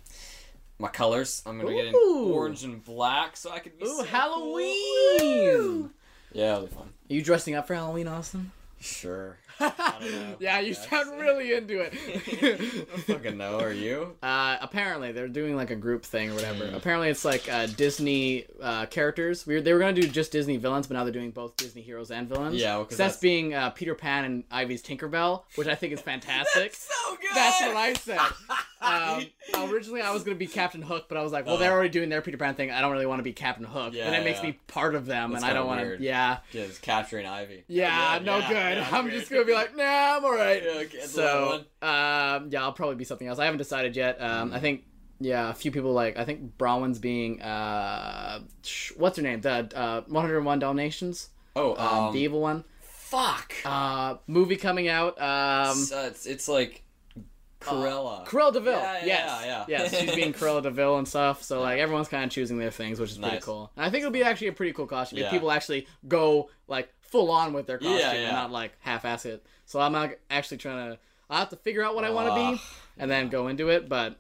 Speaker 1: my colors. I'm gonna be getting
Speaker 2: Ooh.
Speaker 1: orange and black, so I could be. so
Speaker 2: Ooh,
Speaker 1: cool.
Speaker 2: Halloween!
Speaker 1: Yeah, it'll be fun.
Speaker 2: Are you dressing up for Halloween, Austin?
Speaker 1: Sure. know.
Speaker 2: yeah, you
Speaker 1: Yes.
Speaker 2: sound really into
Speaker 1: I
Speaker 2: it.
Speaker 1: don't fucking know. Are you?
Speaker 2: uh, apparently, they're doing like a group thing or whatever.
Speaker 1: Hmm.
Speaker 2: Apparently, it's like uh, Disney uh, characters. We were, they were gonna do just Disney villains, but now they're doing both Disney heroes and villains.
Speaker 1: Yeah, well, 'cause
Speaker 2: so that's,
Speaker 1: that's-
Speaker 2: being uh, Peter Pan and Ivy's Tinkerbell, which I think is fantastic.
Speaker 1: so good.
Speaker 2: That's what I said. Um, originally, I was gonna be Captain Hook, but I was like, well, they're already doing their Peter Pan thing. I don't really want to be Captain Hook,
Speaker 1: Oh. Yeah,
Speaker 2: and it makes
Speaker 1: yeah.
Speaker 2: me part of them,
Speaker 1: That's
Speaker 2: and I don't
Speaker 1: kinda
Speaker 2: want
Speaker 1: weird.
Speaker 2: to. Yeah.
Speaker 1: Just capturing Ivy.
Speaker 2: Yeah, no
Speaker 1: yeah,
Speaker 2: good.
Speaker 1: yeah,
Speaker 2: I'm
Speaker 1: weird.
Speaker 2: just gonna be like, nah, I'm alright.
Speaker 1: Yeah, okay, that's
Speaker 2: so,
Speaker 1: another
Speaker 2: um, yeah, I'll probably be something else. I haven't decided yet. Um, I think, yeah, a few people like. I think Bronwyn's being, uh, sh- what's her name? The uh, 101 Dalmatians,
Speaker 1: Oh,
Speaker 2: um,
Speaker 1: um,
Speaker 2: the evil one.
Speaker 1: fuck.
Speaker 2: Uh, movie coming out. Um,
Speaker 1: it's, uh, it's, it's like Corella.
Speaker 2: Cruella Deville.
Speaker 1: Yeah, yeah,
Speaker 2: yes,
Speaker 1: yeah, yeah.
Speaker 2: yes. She's being Cruella Deville and stuff. So like everyone's kind of choosing their things, which is pretty
Speaker 1: Nice.
Speaker 2: cool. And I think it'll be actually a pretty cool costume if
Speaker 1: Yeah.
Speaker 2: people actually go like full on with their
Speaker 1: Yeah,
Speaker 2: costume
Speaker 1: yeah.
Speaker 2: and not like half ass it. So I'm not actually trying to. I will have to figure out what I want to
Speaker 1: Ugh,
Speaker 2: be and then go into it. But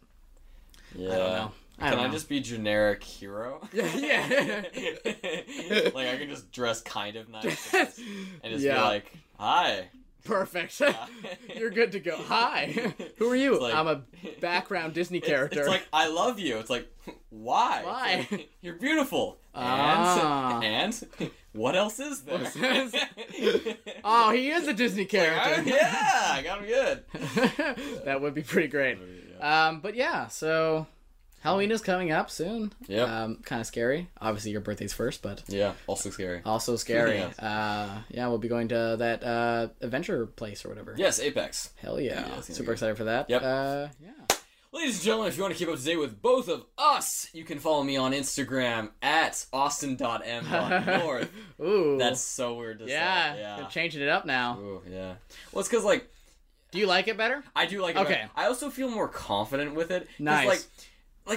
Speaker 1: yeah.
Speaker 2: I don't know. Uh, I
Speaker 1: can
Speaker 2: don't
Speaker 1: I
Speaker 2: know.
Speaker 1: just be generic hero?
Speaker 2: Yeah, yeah.
Speaker 1: like I can just dress kind of nice and just- and just be
Speaker 2: Yeah.
Speaker 1: like, "Hi."
Speaker 2: perfect?
Speaker 1: Yeah.
Speaker 2: You're good to go. Hi, who are you?
Speaker 1: It's like-
Speaker 2: I'm a background Disney character.
Speaker 1: It's, it's like I love you. It's like why?
Speaker 2: Why?
Speaker 1: Like, You're beautiful. And
Speaker 2: Ah.
Speaker 1: and what else is there?
Speaker 2: What else oh, he is a Disney
Speaker 1: Oh,
Speaker 2: character.
Speaker 1: yeah, I got him good.
Speaker 2: that would be pretty great. Um, but yeah, so Halloween is coming up soon.
Speaker 1: Yep.
Speaker 2: Um, kind of scary. Obviously, your birthday's first, but
Speaker 1: Yeah, also scary.
Speaker 2: also scary.
Speaker 1: Yes.
Speaker 2: Uh, yeah, we'll be going to that uh, adventure place or whatever.
Speaker 1: Yes, Apex.
Speaker 2: Hell yeah!
Speaker 1: Yeah, it's gonna be
Speaker 2: Super
Speaker 1: good.
Speaker 2: excited for that.
Speaker 1: Yep.
Speaker 2: Uh, yeah.
Speaker 1: Ladies and gentlemen, if you want to keep up to date with both of us, you can follow me on Instagram at austin.m.north.
Speaker 2: Ooh.
Speaker 1: That's so weird to
Speaker 2: yeah.
Speaker 1: say.
Speaker 2: They're
Speaker 1: Yeah.
Speaker 2: changing it up now.
Speaker 1: Ooh, yeah. Well, it's because, like,
Speaker 2: Do you like it better?
Speaker 1: I do like it.
Speaker 2: Okay.
Speaker 1: better. I also feel more confident with it. 'cause,
Speaker 2: Nice.
Speaker 1: Like,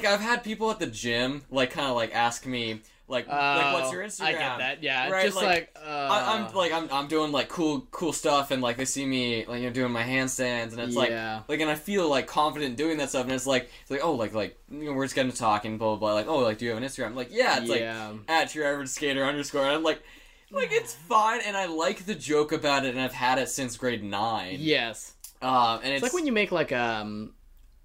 Speaker 1: like I've had people at the gym, like, kind of, like, ask me, like, like, what's your Instagram?
Speaker 2: Oh, I get that. Yeah.
Speaker 1: Right,
Speaker 2: Just like,
Speaker 1: like,
Speaker 2: uh,
Speaker 1: I, I'm like I'm, I'm doing like cool cool stuff and like they see me like you know doing my handstands and it's
Speaker 2: Yeah.
Speaker 1: like like and I feel like confident doing that stuff and it's like it's like oh like like you know, we're just getting to talking blah blah blah like oh like do you have an Instagram I'm like yeah it's
Speaker 2: Yeah.
Speaker 1: like at your average skater underscore and I'm like like it's fine and I like the joke about it and I've had it since grade nine
Speaker 2: yes.
Speaker 1: um and it's,
Speaker 2: It's like when you make like um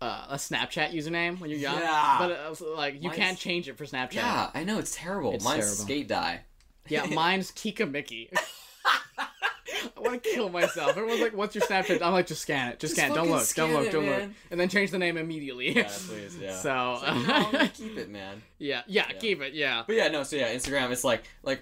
Speaker 2: uh, a Snapchat username when you're young,
Speaker 1: Yeah.
Speaker 2: but uh, so, like you
Speaker 1: Mine's-
Speaker 2: can't change it for Snapchat.
Speaker 1: yeah I know it's terrible
Speaker 2: It's
Speaker 1: mine's
Speaker 2: terrible.
Speaker 1: skate die
Speaker 2: Yeah, mine's Kika Mickey. I want to kill myself. Everyone's like, "What's your Snapchat?" I'm like, "Just scan it. Just,
Speaker 1: Just
Speaker 2: scan it. Don't
Speaker 1: fucking
Speaker 2: look. Don't
Speaker 1: scan
Speaker 2: look.
Speaker 1: it,
Speaker 2: don't look."
Speaker 1: man.
Speaker 2: And then change the name immediately.
Speaker 1: Yeah, please, yeah.
Speaker 2: So,
Speaker 1: It's like, no, I'm gonna keep it, man.
Speaker 2: yeah, yeah,
Speaker 1: Yeah.
Speaker 2: keep it. Yeah.
Speaker 1: But yeah, no, so yeah, Instagram, it's like like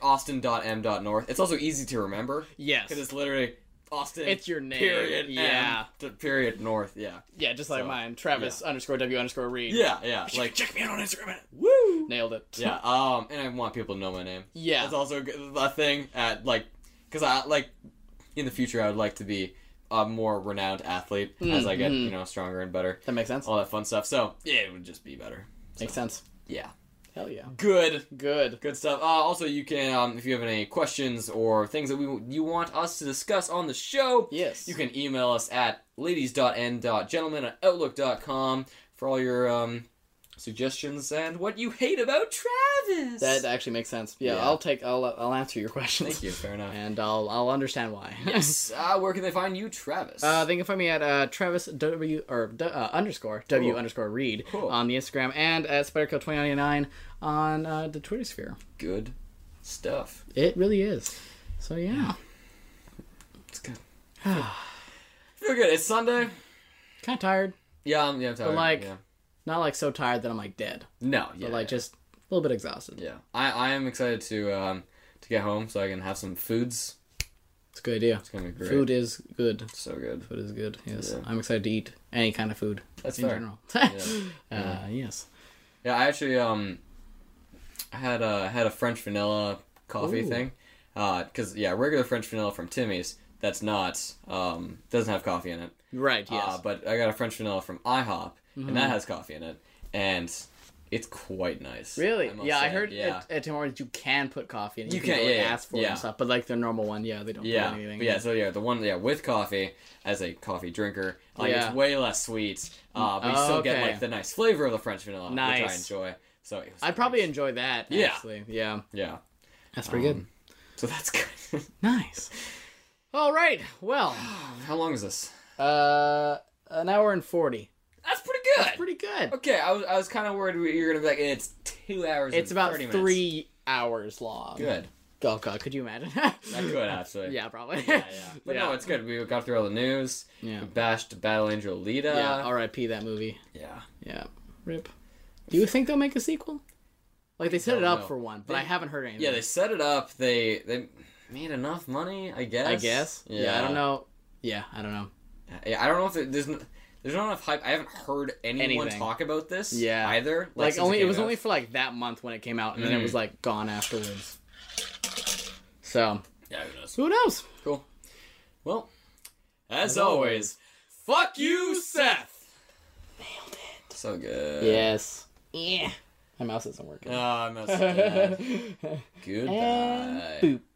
Speaker 1: austin.m.north. It's also easy to remember
Speaker 2: Yes.
Speaker 1: because it's literally Austin.
Speaker 2: It's your name.
Speaker 1: Period. M
Speaker 2: Yeah.
Speaker 1: to period north. Yeah.
Speaker 2: Yeah, just like
Speaker 1: So,
Speaker 2: mine. Travis underscore W underscore Reed.
Speaker 1: Yeah, yeah.
Speaker 2: Like,
Speaker 1: Like,
Speaker 2: check me out on Instagram.
Speaker 1: woo!
Speaker 2: Nailed it.
Speaker 1: Yeah, um, and I want people to know my name.
Speaker 2: Yeah.
Speaker 1: That's also a good- a thing at like, because I like in the future I would like to be a more renowned athlete as I get
Speaker 2: Mhm.
Speaker 1: you know stronger and better,
Speaker 2: That makes sense.
Speaker 1: all that fun stuff. So yeah, it would just be better.
Speaker 2: Makes sense.
Speaker 1: Yeah,
Speaker 2: Hell yeah.
Speaker 1: good,
Speaker 2: Good.
Speaker 1: good stuff. Uh, also, you can um, if you have any questions or things that we you want us to discuss on the show,
Speaker 2: Yes.
Speaker 1: you can email us at ladies.n.gentlemen at outlook.com for all your um, suggestions and what you hate about Travis.
Speaker 2: That actually makes sense. Yeah,
Speaker 1: Yeah.
Speaker 2: I'll take. I'll I'll answer your questions.
Speaker 1: Thank you. Fair enough.
Speaker 2: And I'll I'll understand why.
Speaker 1: yes. Uh, where can they find you, Travis?
Speaker 2: Uh, they can find me at uh, Travis W or d- uh, underscore W
Speaker 1: Cool.
Speaker 2: underscore Reed
Speaker 1: Cool.
Speaker 2: on the Instagram and at Spiderkill2099 on uh, the Twitter sphere.
Speaker 1: good stuff.
Speaker 2: It really is. So yeah,
Speaker 1: It's good. Feel good. It's Sunday.
Speaker 2: kind of tired.
Speaker 1: Yeah, I'm, yeah, I'm tired.
Speaker 2: like-
Speaker 1: yeah.
Speaker 2: Not like so tired that I'm like dead,
Speaker 1: no, yeah,
Speaker 2: but like
Speaker 1: yeah.
Speaker 2: just a little bit exhausted.
Speaker 1: yeah. I, I am excited to um to get home so I can have some foods.
Speaker 2: It's a good idea.
Speaker 1: It's gonna be great.
Speaker 2: Food is good.
Speaker 1: so good.
Speaker 2: Food is good. Yes,
Speaker 1: Yeah.
Speaker 2: I'm excited to eat any kind of food
Speaker 1: That's
Speaker 2: in
Speaker 1: fair.
Speaker 2: general.
Speaker 1: Yeah.
Speaker 2: Uh, yes.
Speaker 1: Yeah, I actually um, I had a had a French vanilla coffee
Speaker 2: Ooh.
Speaker 1: thing, uh, cause yeah, regular French vanilla from Timmy's. That's not um doesn't have coffee in it.
Speaker 2: Right. Yes. Mm-hmm.
Speaker 1: Uh, but I got a French vanilla from IHOP, and that has coffee in it, and it's quite nice.
Speaker 2: Really?
Speaker 1: must
Speaker 2: yeah, I
Speaker 1: say.
Speaker 2: heard
Speaker 1: yeah.
Speaker 2: at, at Tim Hortons you can put coffee in. it.
Speaker 1: You
Speaker 2: You, can,
Speaker 1: can,
Speaker 2: go and
Speaker 1: yeah, yeah,
Speaker 2: ask for it
Speaker 1: yeah.
Speaker 2: and stuff. But like the normal one, yeah, they don't
Speaker 1: yeah,
Speaker 2: put anything.
Speaker 1: but yeah. So yeah, the one yeah with coffee as a coffee drinker, like
Speaker 2: Yeah.
Speaker 1: it's way less sweet, uh, but you
Speaker 2: Oh,
Speaker 1: still get
Speaker 2: okay.
Speaker 1: like the nice flavor of the French vanilla, which I
Speaker 2: Nice.
Speaker 1: enjoy. So it was
Speaker 2: I'd probably enjoy that.
Speaker 1: Yeah.
Speaker 2: Actually. Yeah.
Speaker 1: yeah.
Speaker 2: That's pretty
Speaker 1: Um, So that's good.
Speaker 2: good. Nice. All right. Well,
Speaker 1: How long is this?
Speaker 2: uh, an hour and forty.
Speaker 1: That's pretty good.
Speaker 2: That's pretty good.
Speaker 1: okay, I was I was kind of worried we- you're gonna be like it's two hours.
Speaker 2: It's
Speaker 1: and
Speaker 2: about
Speaker 1: 30 minutes."
Speaker 2: three hours long.
Speaker 1: Good.
Speaker 2: Oh god, could you imagine?
Speaker 1: That good actually.
Speaker 2: yeah, probably.
Speaker 1: Yeah, yeah. But
Speaker 2: Yeah.
Speaker 1: no, it's good. We got through all the news.
Speaker 2: Yeah.
Speaker 1: We bashed Battle Angel Lita.
Speaker 2: yeah. R.I.P. That movie.
Speaker 1: Yeah.
Speaker 2: Yeah. Rip. Do you think they'll make a sequel? Like they set
Speaker 1: Don't
Speaker 2: it up
Speaker 1: know.
Speaker 2: for one, but
Speaker 1: They-
Speaker 2: I haven't heard anything.
Speaker 1: Yeah, they set it up. They they made enough money, I guess.
Speaker 2: I guess. Yeah. I don't know. Yeah, I don't know.
Speaker 1: Yeah, I don't know if it, there's n- there's not enough hype. I haven't heard anyone
Speaker 2: Anything.
Speaker 1: talk about this.
Speaker 2: Yeah.
Speaker 1: Either.
Speaker 2: Like
Speaker 1: since
Speaker 2: only it
Speaker 1: came
Speaker 2: was
Speaker 1: out. Mm-hmm.
Speaker 2: only for like that month when it came out, and then it was like gone afterwards. So
Speaker 1: Yeah. Who knows?
Speaker 2: who knows?
Speaker 1: Cool. Well, as always, fuck you, Seth.
Speaker 2: Nailed it.
Speaker 1: So good.
Speaker 2: Yes. Yeah. My mouse isn't working.
Speaker 1: Ah, I messed up. Goodbye.
Speaker 2: And boop.